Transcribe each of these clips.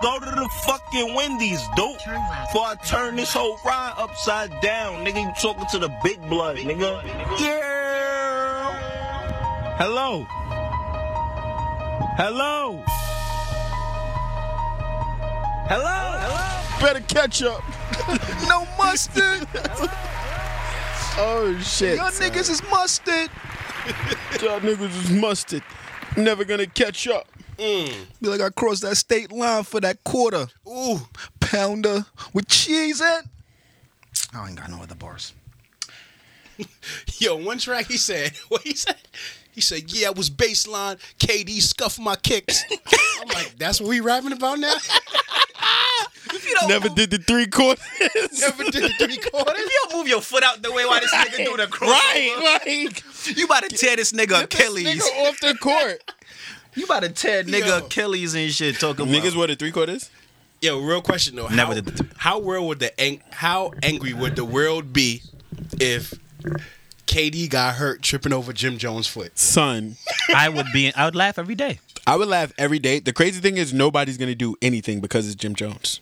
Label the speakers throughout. Speaker 1: Go to the fucking Wendy's, dope.
Speaker 2: Turn left.
Speaker 1: Before I turn this whole ride upside down, nigga. You talking to the big blood, nigga. Yeah. Hello. Hello. Hello. Hello.
Speaker 3: Better catch up.
Speaker 4: No mustard.
Speaker 3: Oh shit.
Speaker 4: Y'all niggas is mustard.
Speaker 3: Y'all niggas is mustard. Never gonna catch up.
Speaker 4: Be like I crossed that state line for that quarter. Ooh, pounder with cheese in. I ain't got no other bars.
Speaker 2: Yo, one track he said, what he said? He said, yeah, it was baseline. KD scuffed my kicks. I'm like, that's what we rapping about now?
Speaker 3: Never did the three quarters.
Speaker 2: Never did the three quarters?
Speaker 4: You don't move your foot out the way while this nigga do the cross.
Speaker 3: right, right.
Speaker 4: You about to tear this nigga Achilles.
Speaker 3: Nigga off the court.
Speaker 4: You about to tear nigga
Speaker 2: Yo.
Speaker 4: Achilles and shit talking
Speaker 3: Niggas
Speaker 4: about.
Speaker 3: what the three quarters?
Speaker 2: Yo, real question though.
Speaker 4: Never
Speaker 2: how,
Speaker 4: did the-
Speaker 2: how world would the ang- how angry would the world be if KD got hurt tripping over Jim Jones' foot?
Speaker 3: Son.
Speaker 4: I would be I would laugh every day.
Speaker 3: I would laugh every day. The crazy thing is nobody's gonna do anything because it's Jim Jones.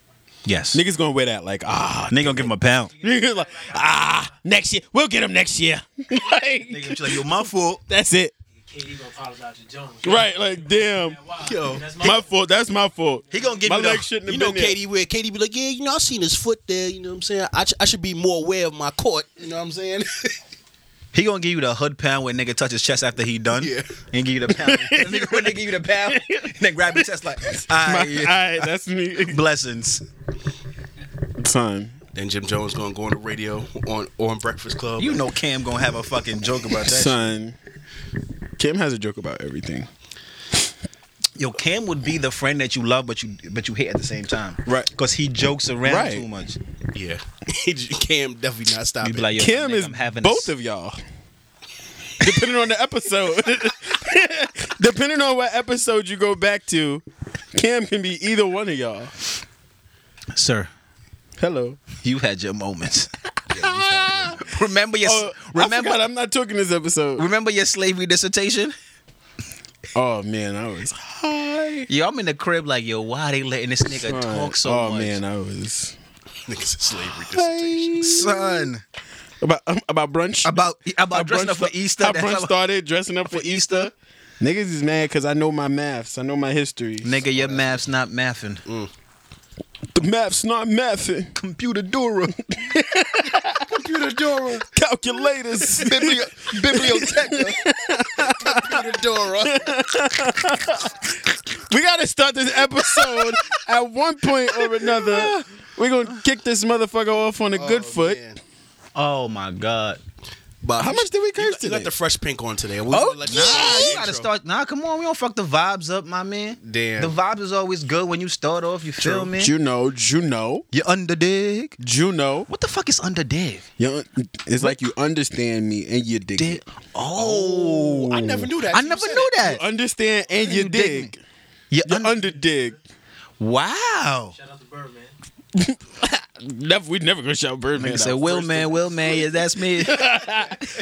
Speaker 4: Yes. Nigga,
Speaker 3: Niggas gonna wear that like ah.
Speaker 4: nigga gonna give him a pound.
Speaker 3: Niggas like ah. Next year we'll get him next year. like,
Speaker 4: She's like, yo, my fault.
Speaker 3: that's it.
Speaker 5: KD gonna apologize to Jones.
Speaker 3: Right. Like damn.
Speaker 2: Yo,
Speaker 5: That's my
Speaker 3: My fault. That's my fault.
Speaker 4: He gonna give
Speaker 3: my
Speaker 4: me the-
Speaker 3: leg shouldn't have
Speaker 2: you know
Speaker 3: been there.
Speaker 2: KD where KD be like, yeah, you know, I seen his foot there. You know what I'm saying? I, sh- I should be more aware of my court. You know what I'm saying?
Speaker 4: He gonna give you the hood pound when nigga touch his chest after he done.
Speaker 2: Yeah.
Speaker 4: And give you the pound. nigga, when they give you the pound, and then grab your chest like,
Speaker 3: My-
Speaker 4: ah, yeah.
Speaker 3: Alright, that's me.
Speaker 4: blessings.
Speaker 3: Son.
Speaker 2: then Jim Jones gonna go on the radio on on Breakfast Club.
Speaker 4: You know Cam gonna have a fucking joke about that.
Speaker 3: Son. Kim has a joke about everything.
Speaker 4: shit. Yo, Cam would be the friend that you love but you but you hate at the same time.
Speaker 3: Right.
Speaker 4: Because he jokes around
Speaker 3: Right.
Speaker 4: too much.
Speaker 2: yeah. Cam definitely not stopping.
Speaker 4: You'd be like, yo,
Speaker 3: Kim
Speaker 4: nigga,
Speaker 3: is
Speaker 4: I'm having
Speaker 3: both
Speaker 4: a,
Speaker 3: of y'all. Depending on the episode. Depending on what episode you go back to, Kim can be either one of y'all.
Speaker 4: Sir,
Speaker 3: Hello.
Speaker 4: you had your moments. remember your
Speaker 3: Oh, remember,
Speaker 4: remember
Speaker 3: I forgot, I'm not talking this episode.
Speaker 4: remember your slavery dissertation?
Speaker 3: Oh man, I was high.
Speaker 4: Yo, I'm in the crib like, yo, why they letting this nigga talk so
Speaker 3: oh
Speaker 4: much?
Speaker 3: man, I was
Speaker 2: niggas in slavery.
Speaker 3: high.
Speaker 4: Son.
Speaker 3: about um, about brunch.
Speaker 4: About
Speaker 3: How
Speaker 4: about dressing
Speaker 3: brunch
Speaker 4: up for
Speaker 3: sta-
Speaker 4: Easter.
Speaker 3: How
Speaker 4: that's
Speaker 3: brunch
Speaker 4: how-
Speaker 3: started dressing up for Easter. Niggas is mad because I know my maths. I know my history.
Speaker 4: Nigga, your math's not mathing.
Speaker 3: The math's not mathing. Computer Dura.
Speaker 2: Computer Dora.
Speaker 3: Calculators.
Speaker 2: Biblioteca. Computer Dora.
Speaker 3: We gotta start this episode at one point or another. We're gonna kick this motherfucker off on a good foot.
Speaker 4: Oh my god.
Speaker 2: But
Speaker 3: How much did we curse
Speaker 2: You
Speaker 3: today?
Speaker 2: got the fresh pink on today. We
Speaker 3: Oh,
Speaker 2: gonna let-
Speaker 3: yeah.
Speaker 4: Nah, Ah, you
Speaker 2: Intro.
Speaker 4: gotta start. Nah, come on. We don't fuck the vibes up, my man.
Speaker 2: Damn.
Speaker 4: The vibes is always good when you start off. You feel me?
Speaker 3: Juno, Juno,
Speaker 4: You're underdig.
Speaker 3: Juno.
Speaker 4: What the fuck is underdig?
Speaker 3: You- It's like you understand me and you dig.
Speaker 4: Dig.
Speaker 3: it.
Speaker 4: Oh.
Speaker 2: I never knew that.
Speaker 4: I
Speaker 2: You
Speaker 4: never
Speaker 2: said
Speaker 4: knew
Speaker 2: it.
Speaker 4: that.
Speaker 3: Understand and you
Speaker 4: You dig
Speaker 3: dig.
Speaker 4: You're
Speaker 3: You
Speaker 4: under-
Speaker 3: under dig.
Speaker 4: wow.
Speaker 5: Shout out to Birdman.
Speaker 3: Never, we never gonna shout Birdman.
Speaker 4: Nigga
Speaker 3: out.
Speaker 4: said, Will
Speaker 3: first
Speaker 4: man,
Speaker 3: of-
Speaker 4: Will man, yeah, that's me.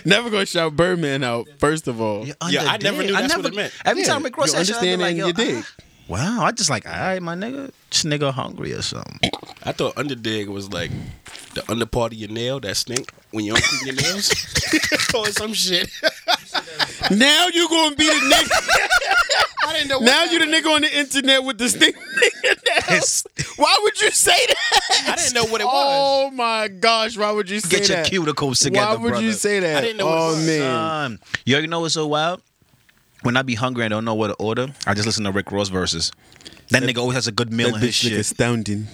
Speaker 3: Never gonna shout Birdman out. First of all,
Speaker 4: You're
Speaker 2: Yeah, I
Speaker 4: underdig.
Speaker 2: never knew that's what it meant.
Speaker 4: Every
Speaker 3: Yeah,
Speaker 4: time we cross
Speaker 3: you
Speaker 4: that shit, I be
Speaker 3: understand
Speaker 4: like,
Speaker 3: and
Speaker 4: yo,
Speaker 3: you dig.
Speaker 4: ah, Wow, I just like, all right, my nigga, this nigga hungry or something.
Speaker 2: I thought underdig was like the under part of your nail that stink when you don't clean your nails or some shit.
Speaker 3: now you gonna be the nigga.
Speaker 2: I didn't know.
Speaker 3: now you the nigga on the internet with the stick.
Speaker 4: It's-
Speaker 3: Why would you say that?
Speaker 2: I didn't know what it was.
Speaker 3: Oh my gosh, why would you say
Speaker 4: Get your
Speaker 3: that?
Speaker 4: cuticles together,
Speaker 3: Why would
Speaker 4: brother.
Speaker 3: you say that?
Speaker 2: I didn't
Speaker 3: oh
Speaker 2: know what it was.
Speaker 3: man.
Speaker 4: Um, yo, you know what's so wild? When I be hungry and don't know what to order, I just listen to Rick Ross verses. That, nigga always has a good meal in his shit.
Speaker 3: astounding.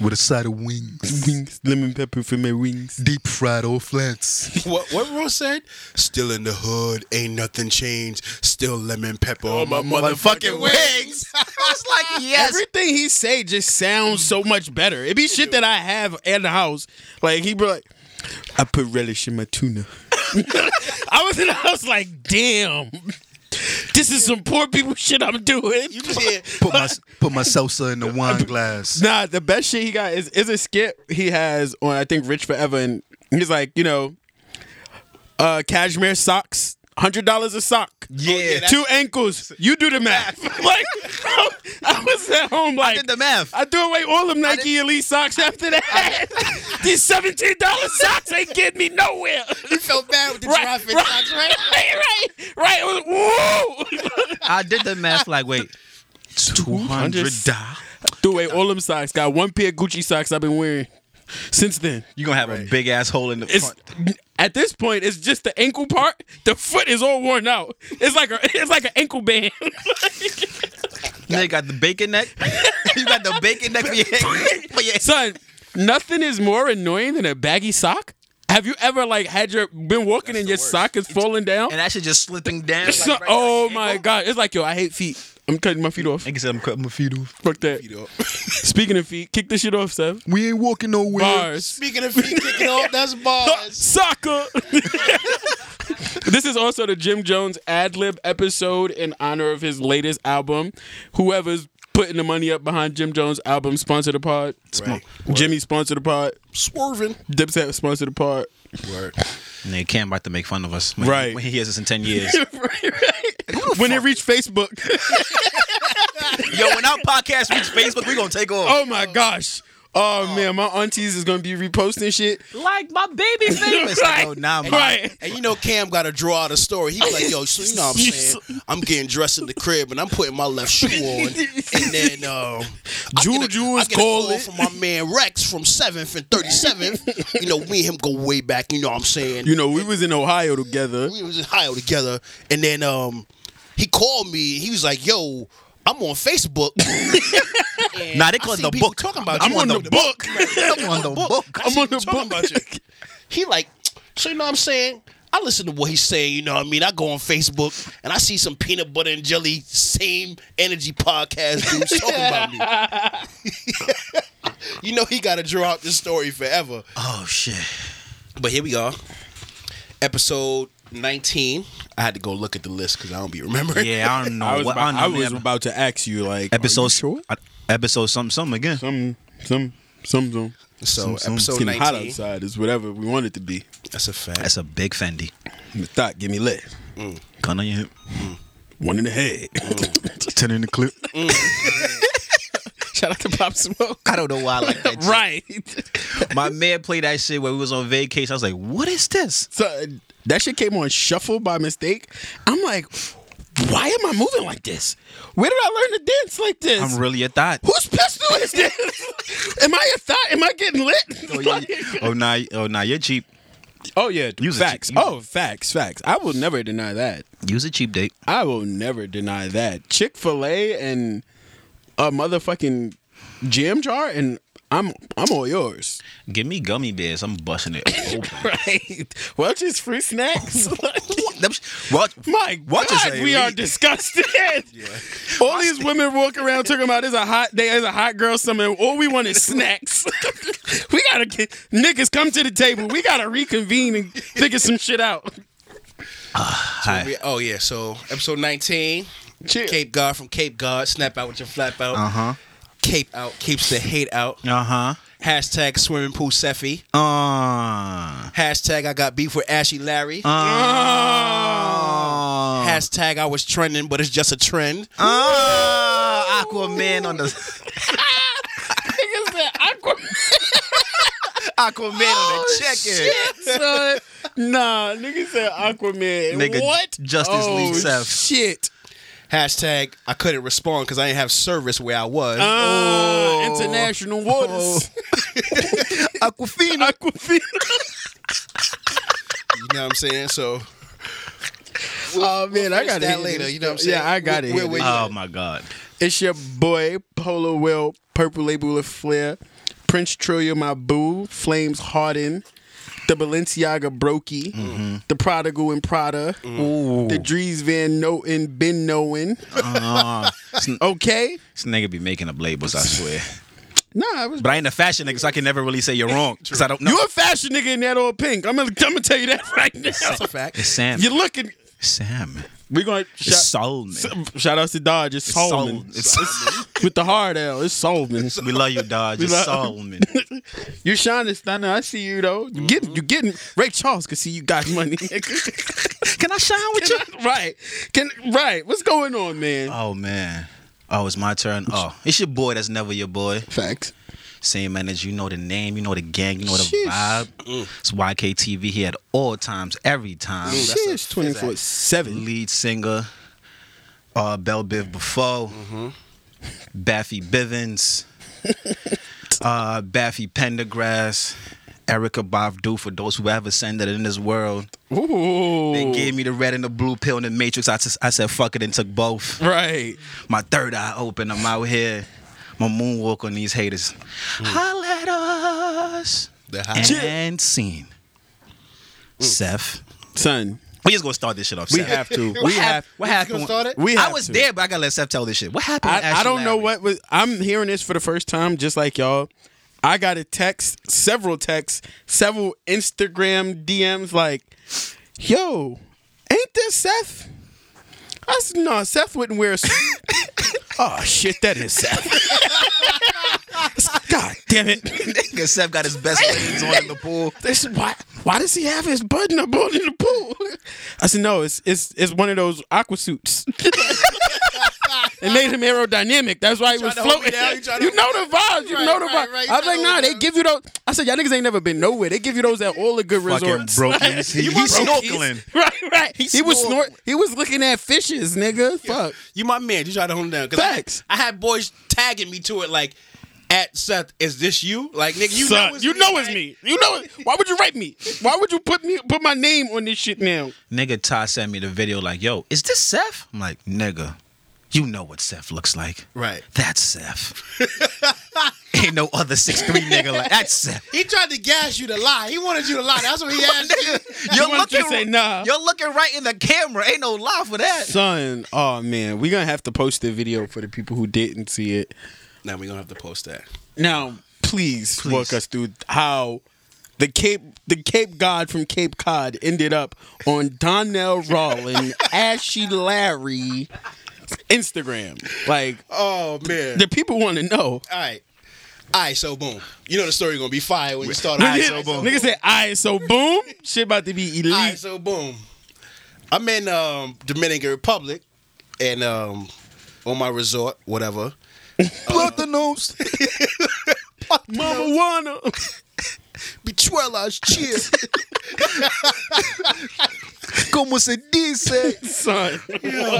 Speaker 6: with a side of wings,
Speaker 3: Wings, lemon pepper for my wings.
Speaker 6: deep fried old flats.
Speaker 2: What what Ross said? Still in the hood, ain't nothing changed. Still lemon pepper on my motherfucking wings.
Speaker 4: It's like yes,
Speaker 3: Everything he say just sounds so much better. It be shit that I have in the house. Like he be like, I put relish in my tuna. I was in the house like, damn. This is some poor people shit I'm doing.
Speaker 2: You just hear
Speaker 6: Put my put my salsa in the wine glass.
Speaker 3: Nah, the best shit he got is is a skit he has on I think Rich Forever, and he's like, you know, uh, cashmere socks, hundred dollars a sock,
Speaker 4: yeah.
Speaker 3: two ankles. You do the math. like I was at home like
Speaker 4: I did the math.
Speaker 3: I threw away all them Nike Elite socks after that. These seventeen dollar socks ain't getting me nowhere.
Speaker 2: You felt bad with the dry
Speaker 3: Right, right,
Speaker 2: fit socks,
Speaker 3: right, right, right. It was- Whoa!
Speaker 4: I did the math. Like, wait, two hundred dollars.
Speaker 3: Threw away all them socks. Got one pair of Gucci socks I've been wearing since then.
Speaker 4: You gonna have a big ass hole in the
Speaker 3: It's
Speaker 4: front.
Speaker 3: at this point, it's just the ankle part. The foot is all worn out. It's like a, it's like an ankle band.
Speaker 4: They got the bacon neck. you got the bacon neck for your head. For your
Speaker 3: Son, nothing is more annoying than a baggy sock. Have you ever like had your been walking and your sock is falling down?
Speaker 4: and that shit just slipping down.
Speaker 3: It's
Speaker 4: Like,
Speaker 3: not- oh my god! It's like yo, I hate feet. I'm cutting my feet off.
Speaker 4: Nigga said I'm cutting my feet off.
Speaker 3: Fuck that. Speaking of feet, kick this shit off, Seth.
Speaker 6: We ain't walking nowhere.
Speaker 3: Bars.
Speaker 2: Speaking of feet kicking off, that's bars.
Speaker 3: Soccer. this is also the Jim Jones ad lib episode in honor of his latest album. Whoever's putting the money up behind Jim Jones' album, sponsor the pod.
Speaker 2: Right.
Speaker 3: Jimmy sponsor the pod.
Speaker 2: Swerving.
Speaker 3: Dipset sponsor the pod.
Speaker 2: Word.
Speaker 4: Nigga, Cam about to make fun of us. When,
Speaker 3: Right.
Speaker 4: When he hears us in 10 years.
Speaker 3: when it reached Facebook.
Speaker 4: Yo, when our podcast reach Facebook, we gonna take off.
Speaker 3: oh my gosh. Oh, man, my aunties is gonna be reposting shit.
Speaker 5: Like my baby face.
Speaker 3: Right.
Speaker 4: oh, nah, man.
Speaker 3: right.
Speaker 2: And you know Cam got to draw out a story. He's like, yo, so you know what I'm saying? I'm getting dressed in the crib and I'm putting my left shoe on. And then uh, I get a-
Speaker 3: Juju
Speaker 2: I
Speaker 3: is
Speaker 2: get a call
Speaker 3: calling.
Speaker 2: from my man Rex from 7th and 37th. You know, me and him go way back. You know what I'm saying?
Speaker 3: You know, we was in Ohio together.
Speaker 2: we was in Ohio together, and then um, he called me. He was like, "Yo, I'm on Facebook." And
Speaker 4: Nah, they call
Speaker 2: I
Speaker 4: it
Speaker 2: see
Speaker 4: the
Speaker 2: people
Speaker 4: book.
Speaker 2: Talking about
Speaker 3: I'm
Speaker 2: you.
Speaker 3: on the book.
Speaker 6: I'm on the book.
Speaker 2: I
Speaker 3: I'm
Speaker 2: see
Speaker 3: on the
Speaker 2: people talking
Speaker 3: book.
Speaker 2: About you. He like, so you know what I'm saying? I listen to what he's saying. You know what I mean? I go on Facebook and I see some peanut butter and jelly same energy podcast dudes talking about me. you know he got to draw out this story forever.
Speaker 4: Oh shit.
Speaker 2: But here we are, episode 19. I had to go look at the list because I don't be remembering.
Speaker 4: Yeah, I don't know.
Speaker 3: I was,
Speaker 4: what,
Speaker 3: about, I
Speaker 4: don't know
Speaker 3: was
Speaker 4: the ep-
Speaker 3: about to ask you like
Speaker 4: episode.
Speaker 3: are you sure?
Speaker 4: uh, Episode something something again.
Speaker 3: some some some some
Speaker 2: So
Speaker 6: Some-
Speaker 2: episode
Speaker 3: getting hot
Speaker 2: 19.
Speaker 3: outside is whatever we want it to be.
Speaker 2: That's a fact.
Speaker 4: That's a big Fendi.
Speaker 3: The thought give me lit.
Speaker 4: Gun on your hip.
Speaker 3: One in the head.
Speaker 4: Mm.
Speaker 6: Ten in the clip.
Speaker 3: Shout out to Pop Smoke.
Speaker 4: I don't know why I like that. shit.
Speaker 3: right.
Speaker 4: My man played that shit when we was on vacation. I was like, what is this?
Speaker 3: So uh, that shit came on shuffle by mistake. I'm like, why am I moving like this? Where did I learn to dance like this?
Speaker 4: I'm really a thought.
Speaker 3: Whose pistol is this? am I a thought? Am I getting lit?
Speaker 4: oh nah, oh nah, you're cheap.
Speaker 3: oh yeah,
Speaker 4: Use a
Speaker 3: facts.
Speaker 4: cheap-
Speaker 3: Oh, facts, facts. I will never deny that.
Speaker 4: Use a cheap date.
Speaker 3: I will never deny that. Chick fil A and a motherfucking jam jar, and I'm I'm all yours.
Speaker 4: Give me gummy bears. I'm busting it open.
Speaker 3: Right. Welch is free snacks.
Speaker 4: Them sh- what?
Speaker 3: My
Speaker 4: Welch is
Speaker 3: God, we
Speaker 4: elite.
Speaker 3: are disgusted. All these women walk around talking about it's a hot day, it's a hot girl summer. and All we want is snacks. we gotta get niggas come to the table. We gotta reconvene and figure some shit out.
Speaker 2: We- oh yeah, so episode 19.
Speaker 3: Cheer.
Speaker 2: Cape God from Cape God. Snap out with your flap out. Uh
Speaker 4: Uh-huh.
Speaker 2: Cape out keeps the hate out.
Speaker 4: Uh-huh.
Speaker 2: Hashtag swimming pool Seffy.
Speaker 4: Uh
Speaker 2: Hashtag I got beef with Ashy Larry.
Speaker 3: Uh-huh. Uh,
Speaker 4: Uh.
Speaker 2: Hashtag I was trending, but it's just a trend.
Speaker 4: uh, Aquaman on the
Speaker 3: Niggas said Aquaman.
Speaker 4: Aquaman on the check-in.
Speaker 3: son. Nah, nigga said Aquaman.
Speaker 4: Nigga,
Speaker 3: what?
Speaker 4: Justice
Speaker 3: oh,
Speaker 4: League Seth.
Speaker 3: Shit.
Speaker 2: Hashtag I couldn't respond because I didn't have service where I was.
Speaker 3: Uh, International waters.
Speaker 4: Aquafina.
Speaker 3: Oh. Aquafina.
Speaker 2: You know what I'm saying? So
Speaker 3: Oh man, I
Speaker 2: finish
Speaker 3: got
Speaker 2: that later, you know what I'm saying?
Speaker 3: Yeah, I got it.
Speaker 2: Where- where-
Speaker 4: Oh my god.
Speaker 3: It's your boy Polo Will, Purple Label of Flair, Prince Trillia, my boo, Flames Harden, the Balenciaga Brokey,
Speaker 4: Mm-hmm.
Speaker 3: the Prodigal and Prada, the Dries Van Noten, Ben Noen.
Speaker 4: Uh-huh.
Speaker 3: okay,
Speaker 4: This nigga be making up labels, I swear.
Speaker 3: nah, it was
Speaker 4: But I ain't a fashion nigga, so I can never really say you're wrong. Because I don't know.
Speaker 3: You a fashion nigga in that old pink. I'm gonna, I'm gonna tell you that right now.
Speaker 2: that's a fact.
Speaker 4: It's Sam.
Speaker 3: You're looking.
Speaker 4: Sam.
Speaker 3: We're gonna
Speaker 4: It's
Speaker 3: shout,
Speaker 4: Solomon.
Speaker 3: shout outs to Dodge. It's Solomon.
Speaker 4: Solomon. It's Solomon.
Speaker 3: With the hard L, it's Solomon.
Speaker 4: we love you, Dodge.
Speaker 3: We
Speaker 4: It's
Speaker 3: love-
Speaker 4: Solomon.
Speaker 3: You shining, Stunner. I see you though. You get you getting Ray Charles can see you got money.
Speaker 4: Can I shine with
Speaker 3: right. Can right. What's going on, man?
Speaker 4: Oh man. Oh, it's my turn. Oh, it's your boy. That's never your boy.
Speaker 3: Facts.
Speaker 4: Same energy. You know the name. You know the gang. You know the
Speaker 3: Sheesh.
Speaker 4: vibe. It's YKTV here at all times, every time. Mm, That's a
Speaker 3: Sheesh, 24 7.
Speaker 4: lead singer. Uh, Bell Biv Buffo. Baffy Bivens. uh, Baffy Pendergrass. Erica Bavdu, for those who ever send it in this world.
Speaker 3: Ooh.
Speaker 4: They gave me the red and the blue pill and the matrix. I, just, I said, fuck it, and took both
Speaker 3: Right.
Speaker 4: my third eye open. I'm out here. My moonwalk on these haters. Holla at us.
Speaker 2: The hot-
Speaker 4: And scene. Seth.
Speaker 3: Son,
Speaker 4: Hmm. We just gonna start this shit off.
Speaker 3: we
Speaker 4: Seth.
Speaker 3: have to.
Speaker 4: What
Speaker 3: We
Speaker 4: hap-
Speaker 3: have
Speaker 4: What happened?
Speaker 7: gonna start it?
Speaker 3: We
Speaker 4: I
Speaker 3: have
Speaker 4: was
Speaker 3: to.
Speaker 4: there, but I gotta let Seth tell this shit. What happened? with
Speaker 3: I, I
Speaker 4: Ashley
Speaker 3: don't know
Speaker 4: Larry?
Speaker 3: what was. I'm hearing this for the first time, just like y'all. I got a text, several texts, several Instagram DMs, like, "Yo, ain't this Seth?" I said, "No, Seth wouldn't wear a suit." oh shit, that is Seth. God damn it!
Speaker 4: Nigga, Seth got his best legs on in the pool.
Speaker 3: This why? Why does he have his button up on in the pool? I said, "No, it's it's it's one of those aqua suits." It made him aerodynamic. That's why he was
Speaker 7: to hold
Speaker 3: floating.
Speaker 7: me down, you trying to
Speaker 3: You know the vibes. You
Speaker 7: Right,
Speaker 3: know the
Speaker 7: right,
Speaker 3: vibes.
Speaker 7: right. You
Speaker 3: I was
Speaker 7: trying
Speaker 3: like,
Speaker 7: to
Speaker 3: nah,
Speaker 7: hold me
Speaker 3: they
Speaker 7: down.
Speaker 3: give you those. I said, y'all niggas ain't never been nowhere. They give you those at all the good
Speaker 6: Fucking
Speaker 3: resorts.
Speaker 6: broke. He's, he's, he's snorkeling.
Speaker 3: right, right. He, was snort. He was looking at fishes, nigga. Fuck.
Speaker 2: You my man. You try to hold it down. 'Cause I-
Speaker 3: Facts.
Speaker 2: I, had boys tagging me to it like, at Seth, is this you? Like, nigga, you
Speaker 3: Son,
Speaker 2: know it's
Speaker 3: you
Speaker 2: me,
Speaker 3: know it's
Speaker 2: right?
Speaker 3: me. You know it. Why would you write me? Why would you put me put my name on this shit now?
Speaker 4: Nigga Ty sent me the video like, yo, is this Seth? I'm like, nigga, you know what Seth looks like.
Speaker 2: Right.
Speaker 4: That's Seth. Ain't no other 6'3 nigga like that's Seth.
Speaker 2: He tried to gas you to lie. He wanted you to lie. That's what he asked you.
Speaker 4: You're
Speaker 3: wanted you to say nah.
Speaker 4: You're looking right in the camera. Ain't no lie for that.
Speaker 3: Son, oh man, we gonna have to post the video for the people who didn't see it.
Speaker 2: Now we're gonna have to post that.
Speaker 3: Now, please, walk us through how the Cape the Cape God from Cape Cod ended up on Donnell Rawlin, Ashy Larry Instagram. Like
Speaker 2: Oh man.
Speaker 3: the people want to know.
Speaker 2: All right. All right, so boom. You know the story gonna be fire when you start.
Speaker 3: Nigga, nigga said, "I so boom, shit about to be elite."
Speaker 2: All right, so boom. I'm in um, Dominican Republic, and um, on my resort, whatever.
Speaker 6: Blood the nose.
Speaker 3: Mama wanna.
Speaker 2: Bechuelas, cheers.
Speaker 6: Como se dice.
Speaker 3: Son,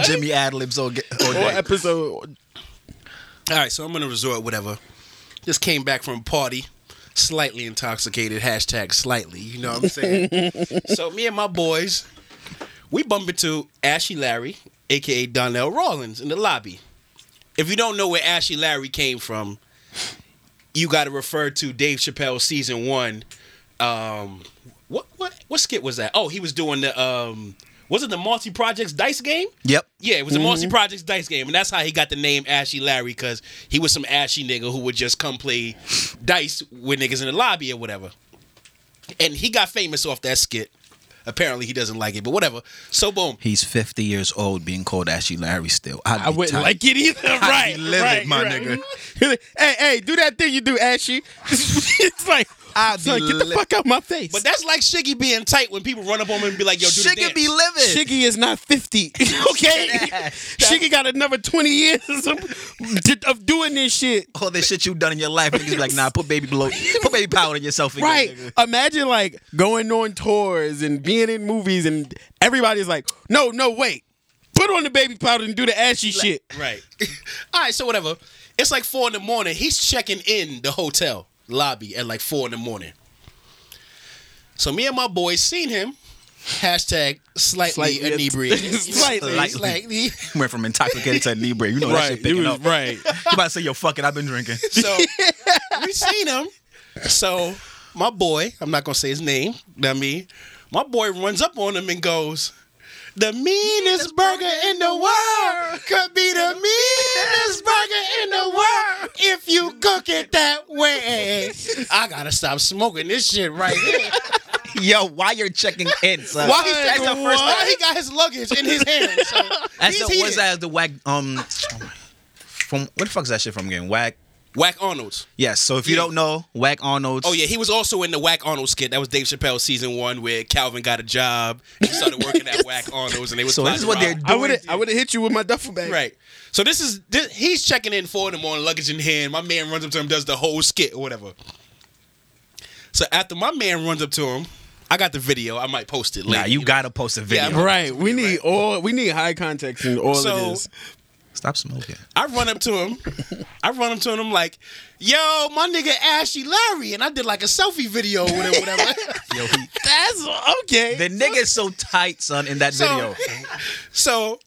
Speaker 4: Jimmy Adlibs all, get, all
Speaker 3: Whole
Speaker 4: day.
Speaker 3: episode.
Speaker 2: All right, so I'm in a resort, whatever. Just came back from a party, slightly intoxicated. Hashtag slightly. You know what I'm saying? so me and my boys, we bump into Ashy Larry, aka Donnell Rawlins, in the lobby. If you don't know where Ashy Larry came from, you got to refer to Dave Chappelle's season one. Um, what what what skit was that? Oh, he was doing the um, was it the Multi Projects Dice game?
Speaker 4: Yep.
Speaker 2: Yeah, it was a Marcy Projects dice game, and that's how he got the name Ashy Larry because he was some ashy nigga who would just come play dice with niggas in the lobby or whatever. And he got famous off that skit. Apparently, he doesn't like it, but whatever. So boom.
Speaker 4: He's 50 years old being called Ashy Larry still. I'd
Speaker 3: I wouldn't like it either. Right.
Speaker 4: livid,
Speaker 3: right,
Speaker 4: my
Speaker 3: right.
Speaker 4: nigga.
Speaker 3: hey, hey, do that thing you do, Ashy. it's like,
Speaker 4: I'd be
Speaker 3: son, get the
Speaker 4: li-
Speaker 3: fuck out my face.
Speaker 2: But that's like Shiggy being tight when people run up on him and be like, "Yo, do
Speaker 4: She
Speaker 2: the dance.
Speaker 4: could be living.
Speaker 3: Shiggy is not 50, okay? Shiggy got another 20 years of, of doing this shit.
Speaker 4: all this shit you done in your life. Niggas be like, nah, put baby blow, put baby powder in yourself. Again,
Speaker 3: Right.
Speaker 4: nigga.
Speaker 3: Imagine like going on tours and being in movies and everybody's like, no, no, wait. Put on the baby powder and do the ashy shit.
Speaker 2: Right. All right, so whatever. It's like four in the morning. He's checking in the hotel lobby at like four in the morning. So me and my boys seen him. Hashtag slightly,
Speaker 3: Slightly.
Speaker 2: inebriated.
Speaker 3: Slightly.
Speaker 2: Slightly.
Speaker 4: Went from intoxicated to inebriated. You know Oh, that shit
Speaker 3: It
Speaker 4: picking
Speaker 3: was-
Speaker 4: up.
Speaker 3: right.
Speaker 4: You about to say, yo, fuck it, I've been drinking.
Speaker 2: So we seen him. So my boy, I'm not gonna say his name, know what I mean, my boy runs up on him and goes, The meanest burger in the world could be the meanest burger in the world if you cook it that way. I gotta stop smoking this shit right here.
Speaker 4: yo, why you're checking in, son?
Speaker 2: Why he,
Speaker 4: That's the first
Speaker 2: why
Speaker 4: time.
Speaker 2: he got his luggage in his hand. So
Speaker 4: That's
Speaker 2: he's
Speaker 4: the, what's
Speaker 2: heated.
Speaker 4: that? The whack, um, from, what the fuck's that shit from again? Whack,
Speaker 2: Whack Arnold's.
Speaker 4: Yes. So if you
Speaker 2: Yeah.
Speaker 4: don't know, Whack Arnold's.
Speaker 2: Oh yeah, he was also in the Whack Arnold skit. That was Dave Chappelle's season one, where Calvin got a job. and He started working at Whack Arnold's, and they was
Speaker 4: So this is what they're
Speaker 2: doing.
Speaker 3: I would have I would have hit you with my duffel bag.
Speaker 2: Right. So this is this, he's checking in for them on luggage in hand. My man runs up to him, does the whole skit or whatever. So after my man runs up to him, I got the video. I might post it later.
Speaker 4: Nah, you gotta post a video.
Speaker 2: Yeah,
Speaker 3: Right. We need all we need high context in all
Speaker 2: So-
Speaker 3: of this.
Speaker 4: Stop smoking.
Speaker 2: I run up to him. I run up to him. I'm like, "Yo, my nigga Ashy Larry," and I did like a selfie video with him, whatever.
Speaker 4: Yo, he,
Speaker 3: That's okay.
Speaker 4: the nigga's so tight, son, in that video.
Speaker 2: So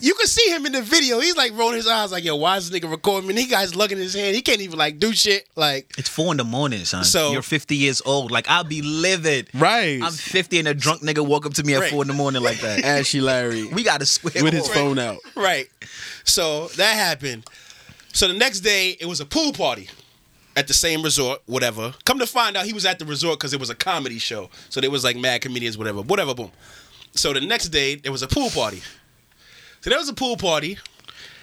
Speaker 2: you can see him in the video. He's like rolling his eyes, like, yo, why is this nigga recording me? And he guy's lugging his hand. He can't even like do shit. Like,
Speaker 4: It's four in the morning, son.
Speaker 2: So-
Speaker 4: you're 50 years old. Like I'll be livid.
Speaker 3: right.
Speaker 4: I'm 50 and a drunk nigga walk up to me at
Speaker 2: Right.
Speaker 4: four in the morning like that.
Speaker 3: Ashy Larry
Speaker 4: we gotta square
Speaker 3: with his
Speaker 4: off.
Speaker 3: phone out.
Speaker 2: right. So that happened. So the next day, it was a pool party at the same resort, whatever. Come to find out, he was at the resort because it was a comedy show. So there was like mad comedians, whatever, whatever, boom. So the next day, there was a pool party. So there was a pool party.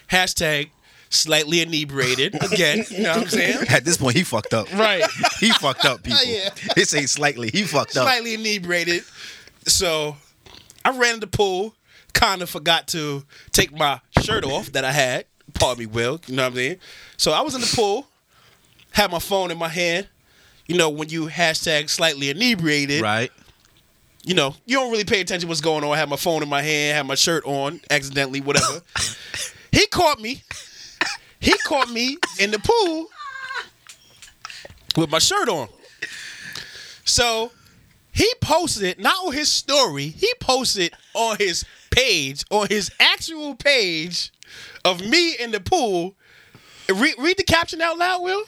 Speaker 2: Hashtag slightly inebriated again. You know what I'm saying?
Speaker 4: At this point, he fucked up.
Speaker 3: Right. Oh,
Speaker 4: He fucked up, people.
Speaker 2: Yeah.
Speaker 4: This ain't slightly. He fucked up.
Speaker 2: slightly inebriated. So I ran in the pool, kind of forgot to take my shirt off that I had. Pardon me, Will. You know what I'm saying? So I was in the pool, had my phone in my hand. You know, when you hashtag slightly inebriated,
Speaker 4: Right.
Speaker 2: you know, you don't really pay attention to what's going on. I had my phone in my hand, had my shirt on, accidentally, whatever. he caught me. He caught me in the pool with my shirt on. So he posted, not on his story, he posted on his page, on his actual page of me in the pool. Read, read the caption out loud, Will.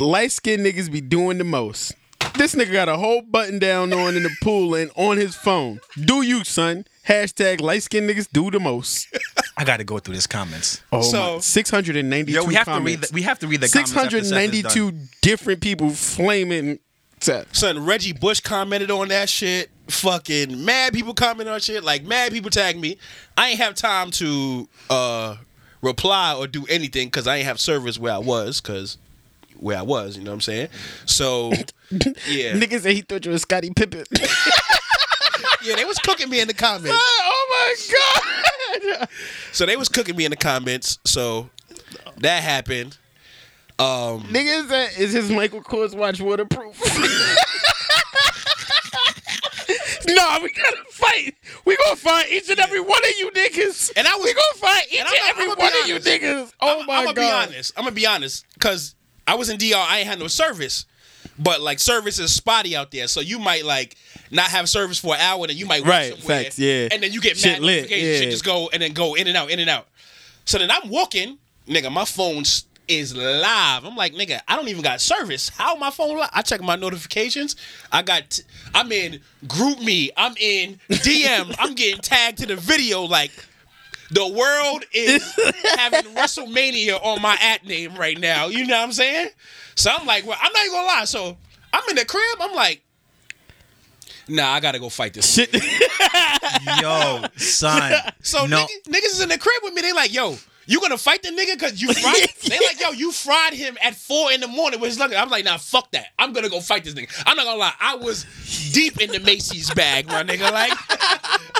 Speaker 3: Light skinned niggas be doing the most. This nigga got a whole button down on in the pool and on his phone. Do you, son? Hashtag light skinned niggas do the most.
Speaker 4: I gotta go through his comments.
Speaker 3: Oh, so,
Speaker 2: So-
Speaker 3: 692
Speaker 4: Yo, we have to read.
Speaker 3: comments.
Speaker 4: The, we have to read the comments after this is done.
Speaker 3: 692 different people flaming. Seth.
Speaker 2: Son, Reggie Bush commented on that shit. Fucking mad people comment on shit. Like mad people tag me. I ain't have time to uh reply or do anything because I ain't have service where I was because where I was. You know what I'm saying? So yeah,
Speaker 3: Niggas said he thought you was Scotty Pippen.
Speaker 2: yeah, they was cooking me in the comments.
Speaker 3: oh my god!
Speaker 2: So they was cooking me in the comments. So that happened. Um,
Speaker 3: Niggas said, is his Michael Kors watch waterproof? no, we gotta fight. We gonna find each and every one of you niggas.
Speaker 2: and I was
Speaker 3: we gonna find each and,
Speaker 2: and I'm-
Speaker 3: every
Speaker 2: I'ma be
Speaker 3: one of you
Speaker 2: honest.
Speaker 3: niggas. Oh my
Speaker 2: I'm gonna
Speaker 3: god!
Speaker 2: be honest. I'm gonna be honest because I was in DR. I ain't had no service, but like service is spotty out there. So you might like not have service for an hour, and then you might walk
Speaker 3: Right,
Speaker 2: somewhere,
Speaker 3: facts, yeah.
Speaker 2: and then you get
Speaker 3: Shit
Speaker 2: mad
Speaker 3: lit,
Speaker 2: notifications. Shit
Speaker 3: yeah.
Speaker 2: just go and then go in and out, in and out. So then I'm walking, nigga. My phone s- is live. I'm like, nigga, I don't even got service. How my phone live? I check my notifications. I got. T- I'm in group me. I'm in DM. I'm getting tagged to the video. Like the world is having WrestleMania on my at name right now. You know what I'm saying? So I'm like, well, I'm not even gonna lie. So I'm in the crib. I'm like, nah, I gotta go fight this. Shit.
Speaker 4: Yo, son.
Speaker 2: So
Speaker 4: no,
Speaker 2: niggas, niggas is in the crib with me. They like, yo, you gonna fight the nigga because you fried? they like, yo, you fried him at four in the morning with his luggage. I'm like, nah, fuck that. I'm gonna go fight this nigga. I'm not gonna lie. I was deep in the Macy's bag, my nigga. Like,